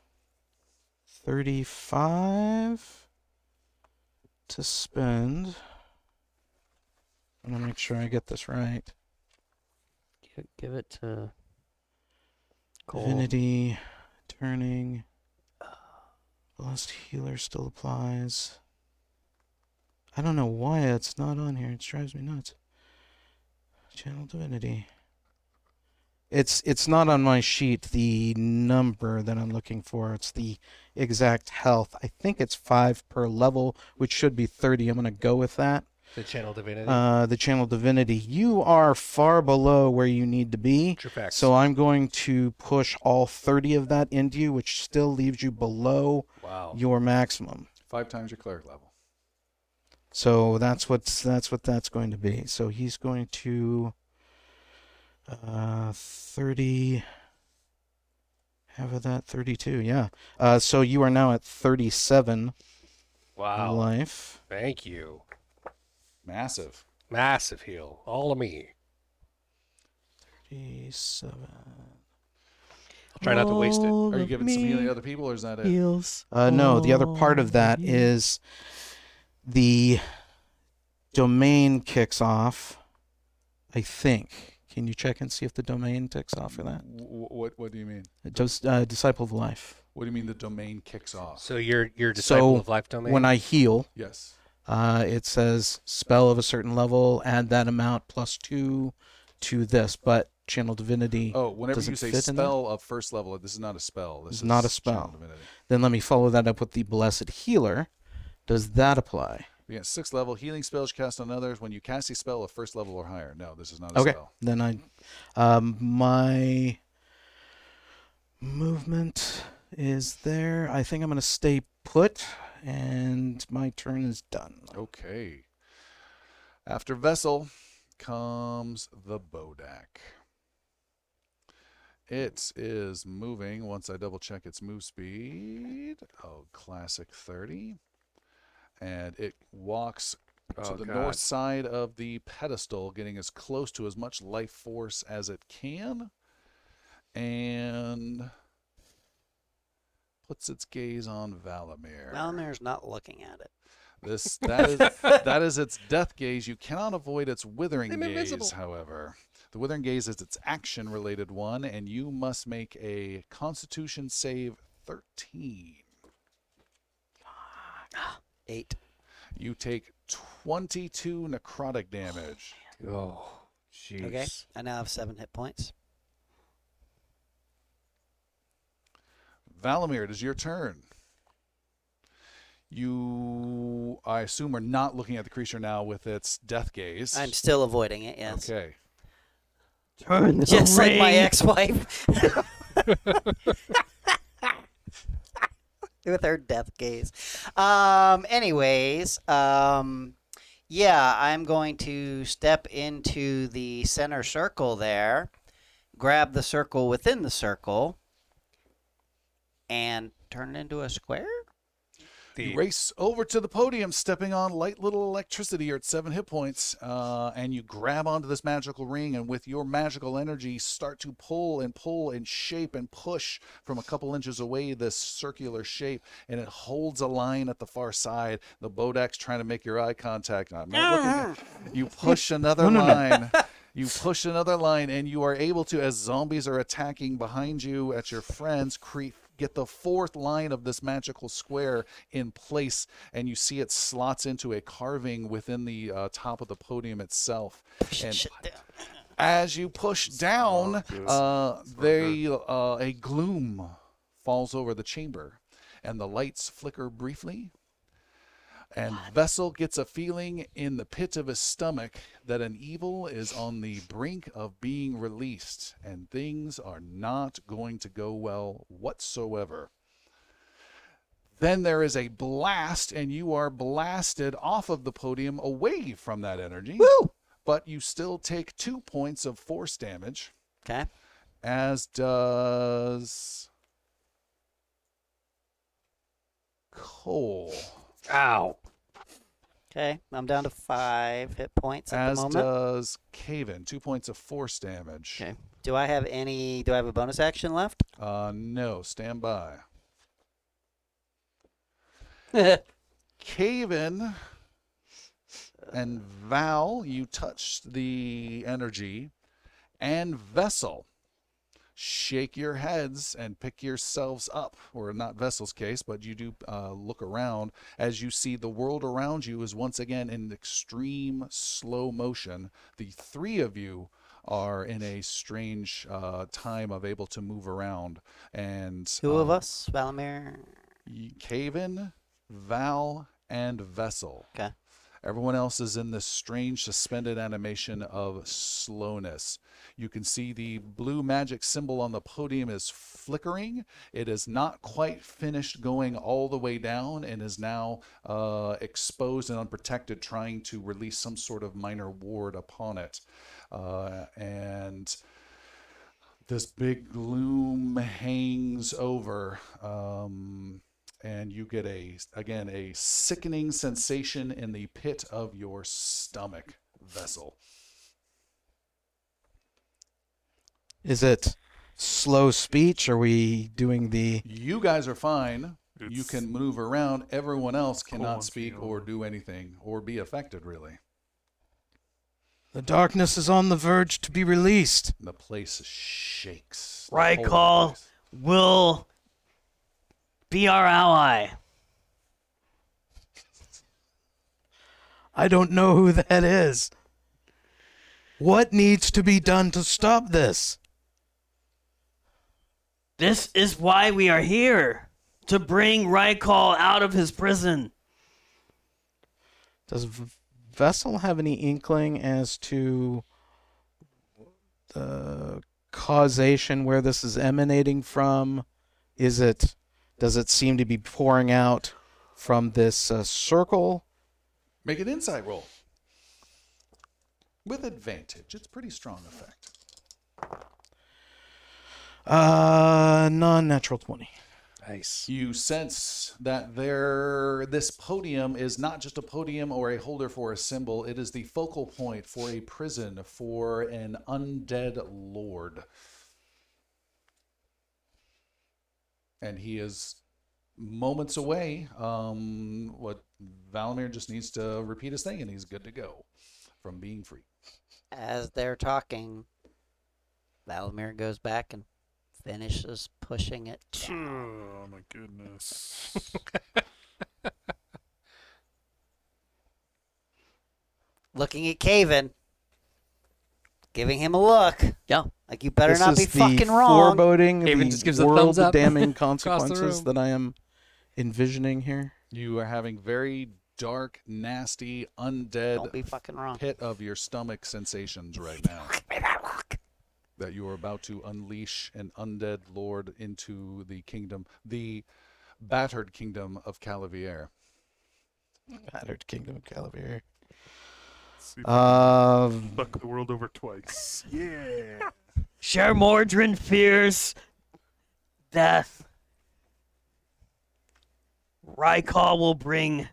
D: 35 to spend. I'm going to make sure I get this right.
I: Gi- Give it to Cole.
D: Divinity, turning. Blessed healer still applies. I don't know why it's not on here. It drives me nuts. Channel divinity. It's it's not on my sheet the number that I'm looking for. It's the exact health. I think it's five per level, which should be thirty. I'm gonna go with that.
C: The channel divinity.
D: Uh, the channel divinity. You are far below where you need to be.
C: True facts.
D: So I'm going to push all 30 of that into you, which still leaves you below
C: Wow.
D: your maximum.
A: Five times your cleric level.
D: So that's what's that's what that's going to be. So he's going to uh 30 half of that 32. Yeah. Uh so you are now at 37
C: Wow.
D: life.
C: Thank you.
A: Massive.
C: Massive heal. All of me.
D: 37.
C: I'll try not to waste it.
A: Are you giving some healing to other people, or is that it?
D: Uh, no, the other part of that is the domain kicks off. I think. Can you check and see if the domain ticks off for that?
A: Wh- What What do you mean?
D: Just uh, disciple of life.
A: What do you mean the domain kicks off?
C: So you're you're disciple of life domain.
D: when I heal,
A: Yes.
D: uh, it says spell of a certain level, add that amount plus two to this, but channel divinity.
A: Oh, whenever
D: doesn't
A: you say
D: fit in there.
A: spell of first level, this is not a spell. This
D: It's
A: is
D: not a
A: channel
D: spell.
A: divinity.
D: Then let me follow that up with the blessed healer. Does that apply?
A: You get sixth level healing spells cast on others when you cast a spell of first level or higher. No, this is not a
D: Okay.
A: spell.
D: Then I, um, my movement is there. I think I'm gonna stay put, and my turn is done.
A: Okay. After Vessel comes the Bodak. It is moving. Once I double check its move speed, oh, classic 30. And it walks to
C: Oh,
A: the
C: God.
A: north side of the pedestal, getting as close to as much life force as it can. And puts its gaze on Valamir.
E: Valamir's not looking at it.
C: (laughs)
A: This that is that is its death gaze. You cannot avoid its withering
C: I'm
A: gaze,
C: invisible.
A: however. The withering gaze is its action related one, and you must make a constitution save thirteen.
E: Eight.
A: You take twenty two necrotic damage.
C: Oh, jeez.
E: Okay. I now have seven hit points.
A: Valamir, it is your turn. You I assume are not looking at the creature now with its death gaze.
E: I'm still avoiding it, yes.
A: Okay.
L: Turn the
E: Just like my
L: ring.
E: ex-wife. (laughs) With her death gaze. Um, anyways, um, yeah, I'm going to step into the center circle there, grab the circle within the circle, and turn it into a square.
A: You race over to the podium, stepping on light little electricity. You're at seven hit points, uh, and you grab onto this magical ring, and with your magical energy, start to pull and pull and shape and push from a couple inches away this circular shape, and it holds a line at the far side. The Bodak's trying to make your eye contact. I'm not looking. at- You push another line. You push another line, and you are able to, as zombies are attacking behind you at your friends, creep. Get the fourth line of this magical square in place, and you see it slots into a carving within the uh, top of the podium itself. And as you push down, uh, they, uh, a gloom falls over the chamber, and the lights flicker briefly, and Vessel gets a feeling in the pit of his stomach that an evil is on the brink of being released, and things are not going to go well whatsoever. Then there is a blast, and you are blasted off of the podium away from that energy. Woo! But you still take two points of force damage,
E: Okay.
A: as does Cole.
M: Ow.
E: Okay, I'm down to five hit points at
A: As
E: the moment.
A: does Caven. Two points of force damage. Okay.
E: Do I have any? Do I have a bonus action left?
A: Uh, no. Stand by. Caven and Val, you touched the energy, and Vessel. Shake your heads and pick yourselves up, or not Vessel's case, but you do uh, look around as you see the world around you is once again in extreme slow motion. The three of you are in a strange uh, time of able to move around, and
E: Two of
A: um,
E: us, Valimir.
A: y- Caven, Val, and Vessel.
E: Okay.
A: Everyone else is in this strange suspended animation of slowness. You can see the blue magic symbol on the podium is flickering. It is not quite finished going all the way down and is now uh, exposed and unprotected, trying to release some sort of minor ward upon it. Uh, and this big gloom hangs over um, and you get a again a sickening sensation in the pit of your stomach vessel
N: Is it slow speech? Are we doing the
A: you guys are fine you can move around everyone else cannot speak or do anything or be affected really
N: the darkness is on the verge to be released?
A: the place shakes The whole
B: Rykal will be our ally.
N: I don't know who (laughs) that is. What needs to be done to stop this?
B: This is why we are here to bring Rykal out of his prison.
D: Does v- Vessel have any inkling as to the causation where this is emanating from? Is it does it seem to be pouring out from this uh, circle?
A: Make an insight roll. With advantage. It's pretty strong effect.
D: Uh, non-natural twenty.
A: Nice. You sense that there this podium is not just a podium or a holder for a symbol, it is the focal point for a prison for an undead lord. And he is moments away. Um what Valimir just needs to repeat his thing and he's good to go from being free.
E: As they're talking, Valimir goes back and finishes pushing it.
F: Oh my goodness.
D: (laughs)
E: Looking at Caven. Giving him a look.
I: Yeah.
E: Like you better
D: This
E: not
D: is
E: be
D: the
E: fucking wrong.
D: Foreboding,
M: Haven
D: the
M: just gives a thumbs
D: world
M: up (laughs)
D: damning
M: across the
D: consequences
M: room.
D: that I am envisioning here.
A: You are having very dark, nasty, undead
E: Don't be fucking wrong. Uh,
A: pit of your stomach sensations right now. that you are about to unleash an undead lord into the kingdom, the battered kingdom of Calavier.
D: Battered Kingdom of Calavere.
F: See if I
D: Uh,
F: can fuck the world over twice. Yeah.
B: Share Mordrin fears death. Rykal will bring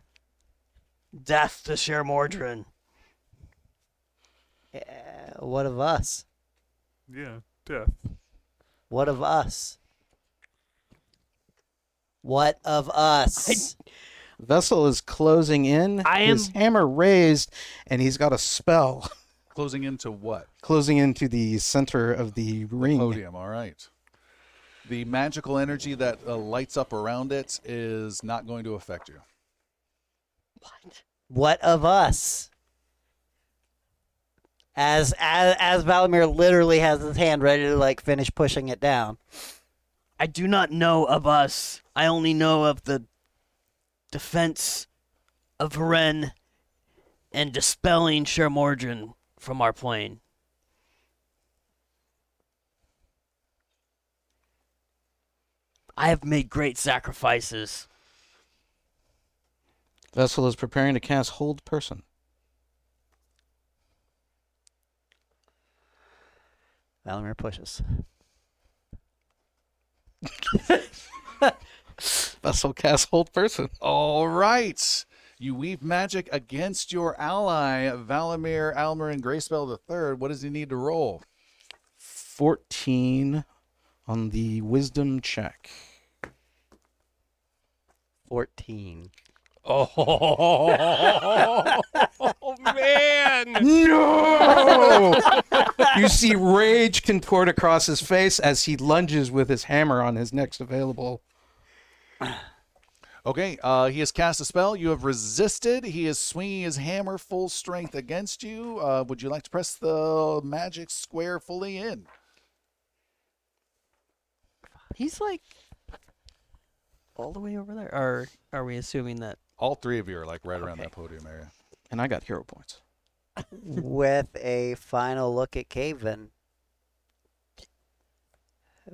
B: death to Share Mordrin.
E: Yeah, what of us?
F: Yeah. Death.
E: What of us? What of us?
D: Vessel is closing in.
B: I
D: His
B: am-
D: hammer raised, and he's got
O: (laughs)
D: a spell
A: Closing into what?
D: closing into the center of the ring.
A: Podium, all right. The magical energy that uh, lights up around it is not going to affect you.
E: What of us? As as as Valimir literally has his hand ready to like finish pushing it down.
B: I do not know of us. I only know of the defense of Ren and dispelling Share Mordrin from our plane. I have made great sacrifices.
D: Vessel is preparing to cast Hold Person.
E: Valimir pushes.
O: Vessel cast hold person.
A: All right. You weave magic against your ally, Valimir Almer and Grayspell III. What does he need to roll?
O: 14 on the wisdom check.
J: 14.
C: Oh, man.
O: No! (laughs) you see rage contort across his face as he lunges with his hammer on his next available.
A: Okay, uh, he has cast a spell. You have resisted. He is swinging his hammer full strength against you. Uh, would you like to press the magic square fully in?
I: He's like all the way over there. Or are we assuming that?
A: All three of you are like right around that podium area.
O: And I got hero points.
J: With a final look at Caven,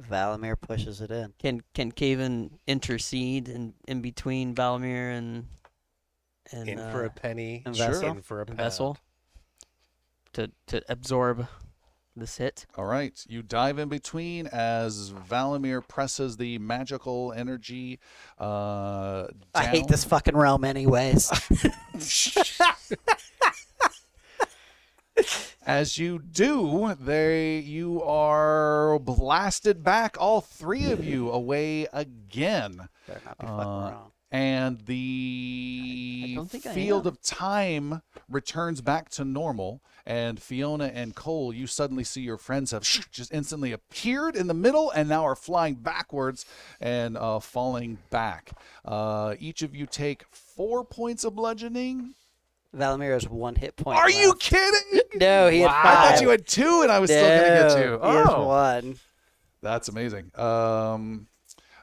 J: Valimir pushes it in.
I: Can can Caven intercede in, in between Valmir and and
C: In for
I: uh,
C: a penny,
I: and
C: sure.
I: Vessel?
C: in for a
I: And Vessel to to absorb this hit.
A: All right, you dive in between as Valimir presses the magical energy. Uh,
J: I hate
A: down.
J: this fucking realm,
A: (laughs)
J: anyways.
A: As you do, they you are blasted back, all three of you, away again. Uh, and the
I: think I
A: field
I: am.
A: of time returns back to normal. And Fiona and Cole, you suddenly see your friends have (laughs) just instantly appeared in the middle and now are flying backwards and uh, falling back. Uh, each of you take four points of bludgeoning.
J: Valimir has one hit point.
A: Are you
J: left.
A: kidding?
J: No, he had
A: I
J: five.
A: thought you had two, and I was still going to get
J: No,
A: two.
J: He has
A: Oh,
J: one.
A: that's amazing. Um,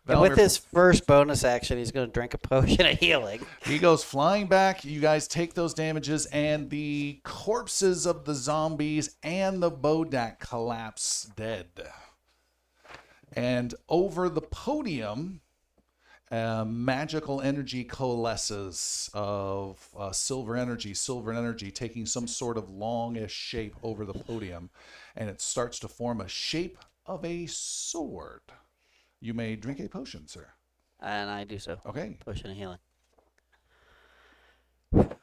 J: And with
A: Valimir-
J: his first bonus action, he's going to drink a potion of healing.
A: He goes flying back. You guys take those damages, and the corpses of the zombies and the Bodak collapse dead. And over the podium, uh, magical energy coalesces of uh, silver energy, silver energy taking some sort of longish shape over the podium, and it starts to form a shape of a sword. You may drink a potion, sir.
J: And I do so.
A: Okay.
J: Potion of healing. What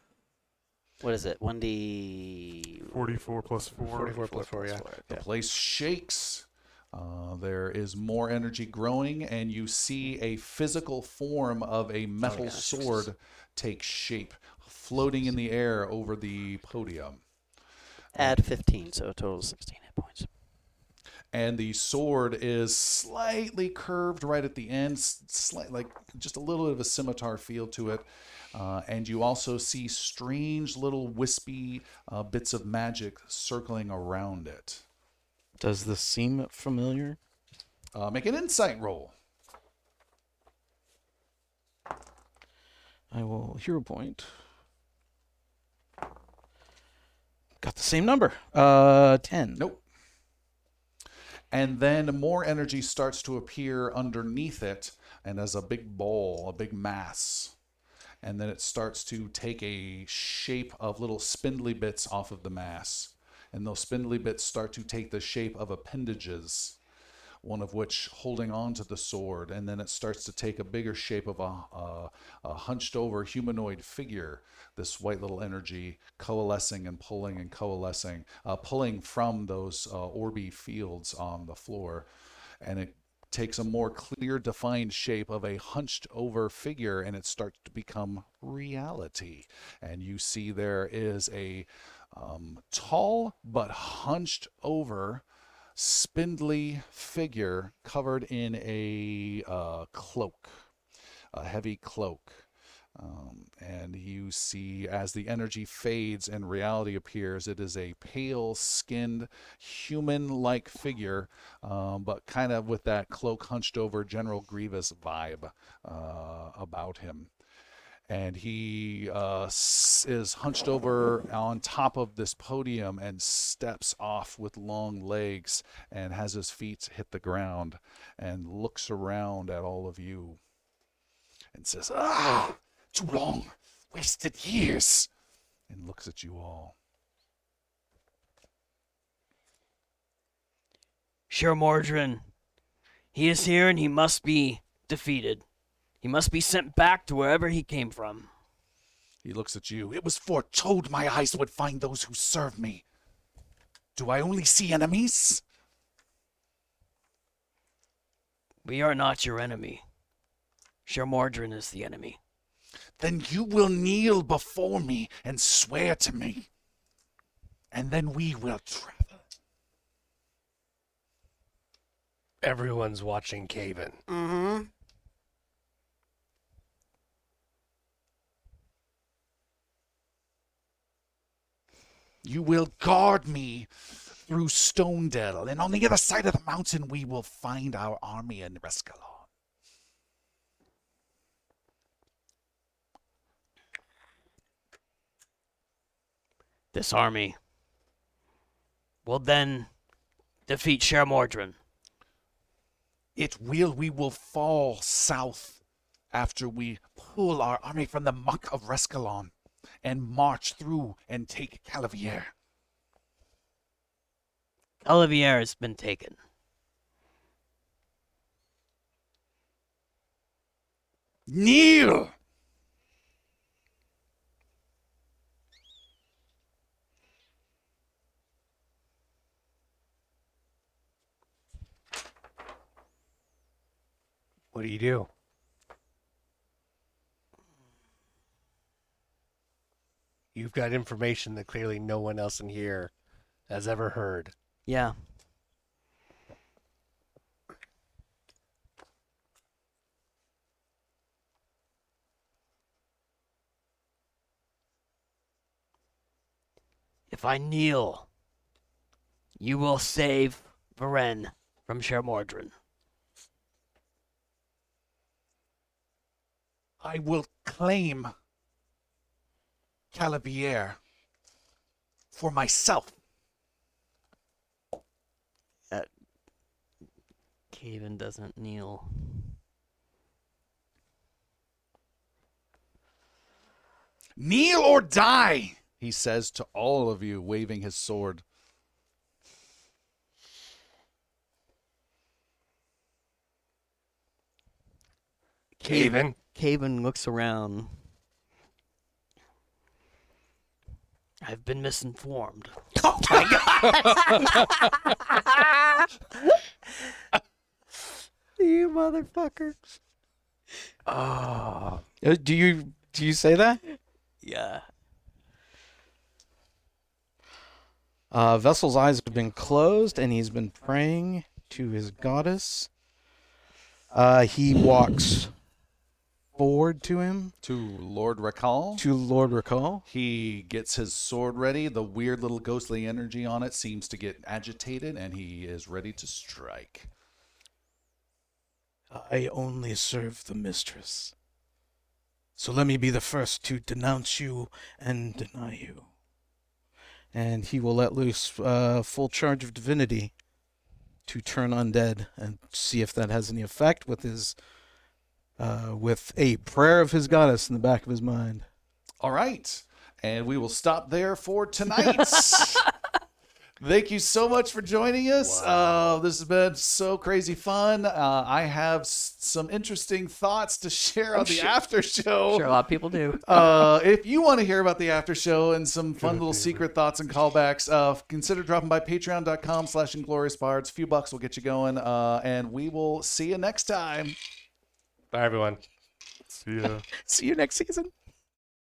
J: is it? 1D.
F: 44 plus 4.
C: 44 plus 4, yeah.
A: The place shakes. Uh, there is more energy growing, and you see a physical form of a metal sword take shape, floating in the air over the podium.
J: Add 15, so a total of 16 hit points.
A: And the sword is slightly curved right at the end, s- slight, like just a little bit of a scimitar feel to it. Uh, and you also see strange little wispy uh, bits of magic circling around it.
O: Does this seem familiar?
A: Uh, make an insight roll.
O: I will hero point. Got the same number. Uh, 10.
A: Nope. And then more energy starts to appear underneath it, and as a big ball, a big mass. And then it starts to take a shape of little spindly bits off of the mass. And those spindly bits start to take the shape of appendages, one of which holding on to the sword. And then it starts to take a bigger shape of a, a, a hunched over humanoid figure, this white little energy coalescing and pulling and coalescing, uh, pulling from those uh, orby fields on the floor. And it takes a more clear, defined shape of a hunched over figure, and it starts to become reality. And you see there is a um, tall but hunched over spindly figure covered in a uh, cloak, a heavy cloak. Um, and you see, as the energy fades and reality appears, it is a pale skinned, human like figure, um, but kind of with that cloak hunched over General Grievous vibe uh, about him and he uh, s- is hunched over on top of this podium and steps off with long legs and has his feet hit the ground and looks around at all of you and says, Ah, too long, wasted years, and looks at you all.
B: Sure, Mordrin. He is here and he must be defeated. He must be sent back to wherever he came from.
A: He looks at you. It was foretold my eyes would find those who serve me. Do I only see enemies?
B: We are not your enemy. Shermordrin is the enemy.
A: Then you will kneel before me and swear to me. And then we will travel.
C: Everyone's watching Caven.
J: Mm-hmm.
A: You will guard me through Stonedale, and on the other side of the mountain we will find our army in Rescalon.
B: This army will then defeat Shermordrin.
A: It will. We will fall south after we pull our army from the muck of Rescalon and march through and take Calavier.
B: Olivier has been taken.
A: Kneel!
C: What do you do? You've got information that clearly no one else in here has ever heard.
B: Yeah. If I kneel, you will save Varen from Shermordrin.
A: I will claim Calabier for myself.
B: Caven doesn't kneel.
A: Kneel or die, he says to all of you, waving his sword.
C: Caven.
I: Caven looks around.
B: I've been misinformed.
A: Oh
J: my
B: god!
E: You motherfucker.
C: Oh.
O: Uh, Do you do you say that?
B: yeah.
O: Uh, Vessel's eyes have been closed, and he's been praying to his goddess. Uh, he walks forward to him
A: To Lord Rakal.
O: to Lord Recall.
A: He gets his sword ready. The weird little ghostly energy on it seems to get agitated, and he is ready to strike.
D: I only serve the mistress. So let me be the first to denounce you and deny you.
O: and he will let loose uh, full charge of divinity to turn undead and see if that has any effect with his uh, with a prayer of his goddess in the back of his mind.
A: All right. And we will stop there for tonight. Thank you so much for joining us. Uh, this has been so crazy fun. Uh, I have s- some interesting thoughts to share on the after show.
I: Sure, a lot of people do.
A: uh, if you want to hear about the after show and some fun little secret thoughts and callbacks, uh, consider dropping by patreon.com slash inglorious bards. A few bucks will get you going. Uh, and we will see you next time.
C: Bye, everyone.
F: See ya.
O: See you next season.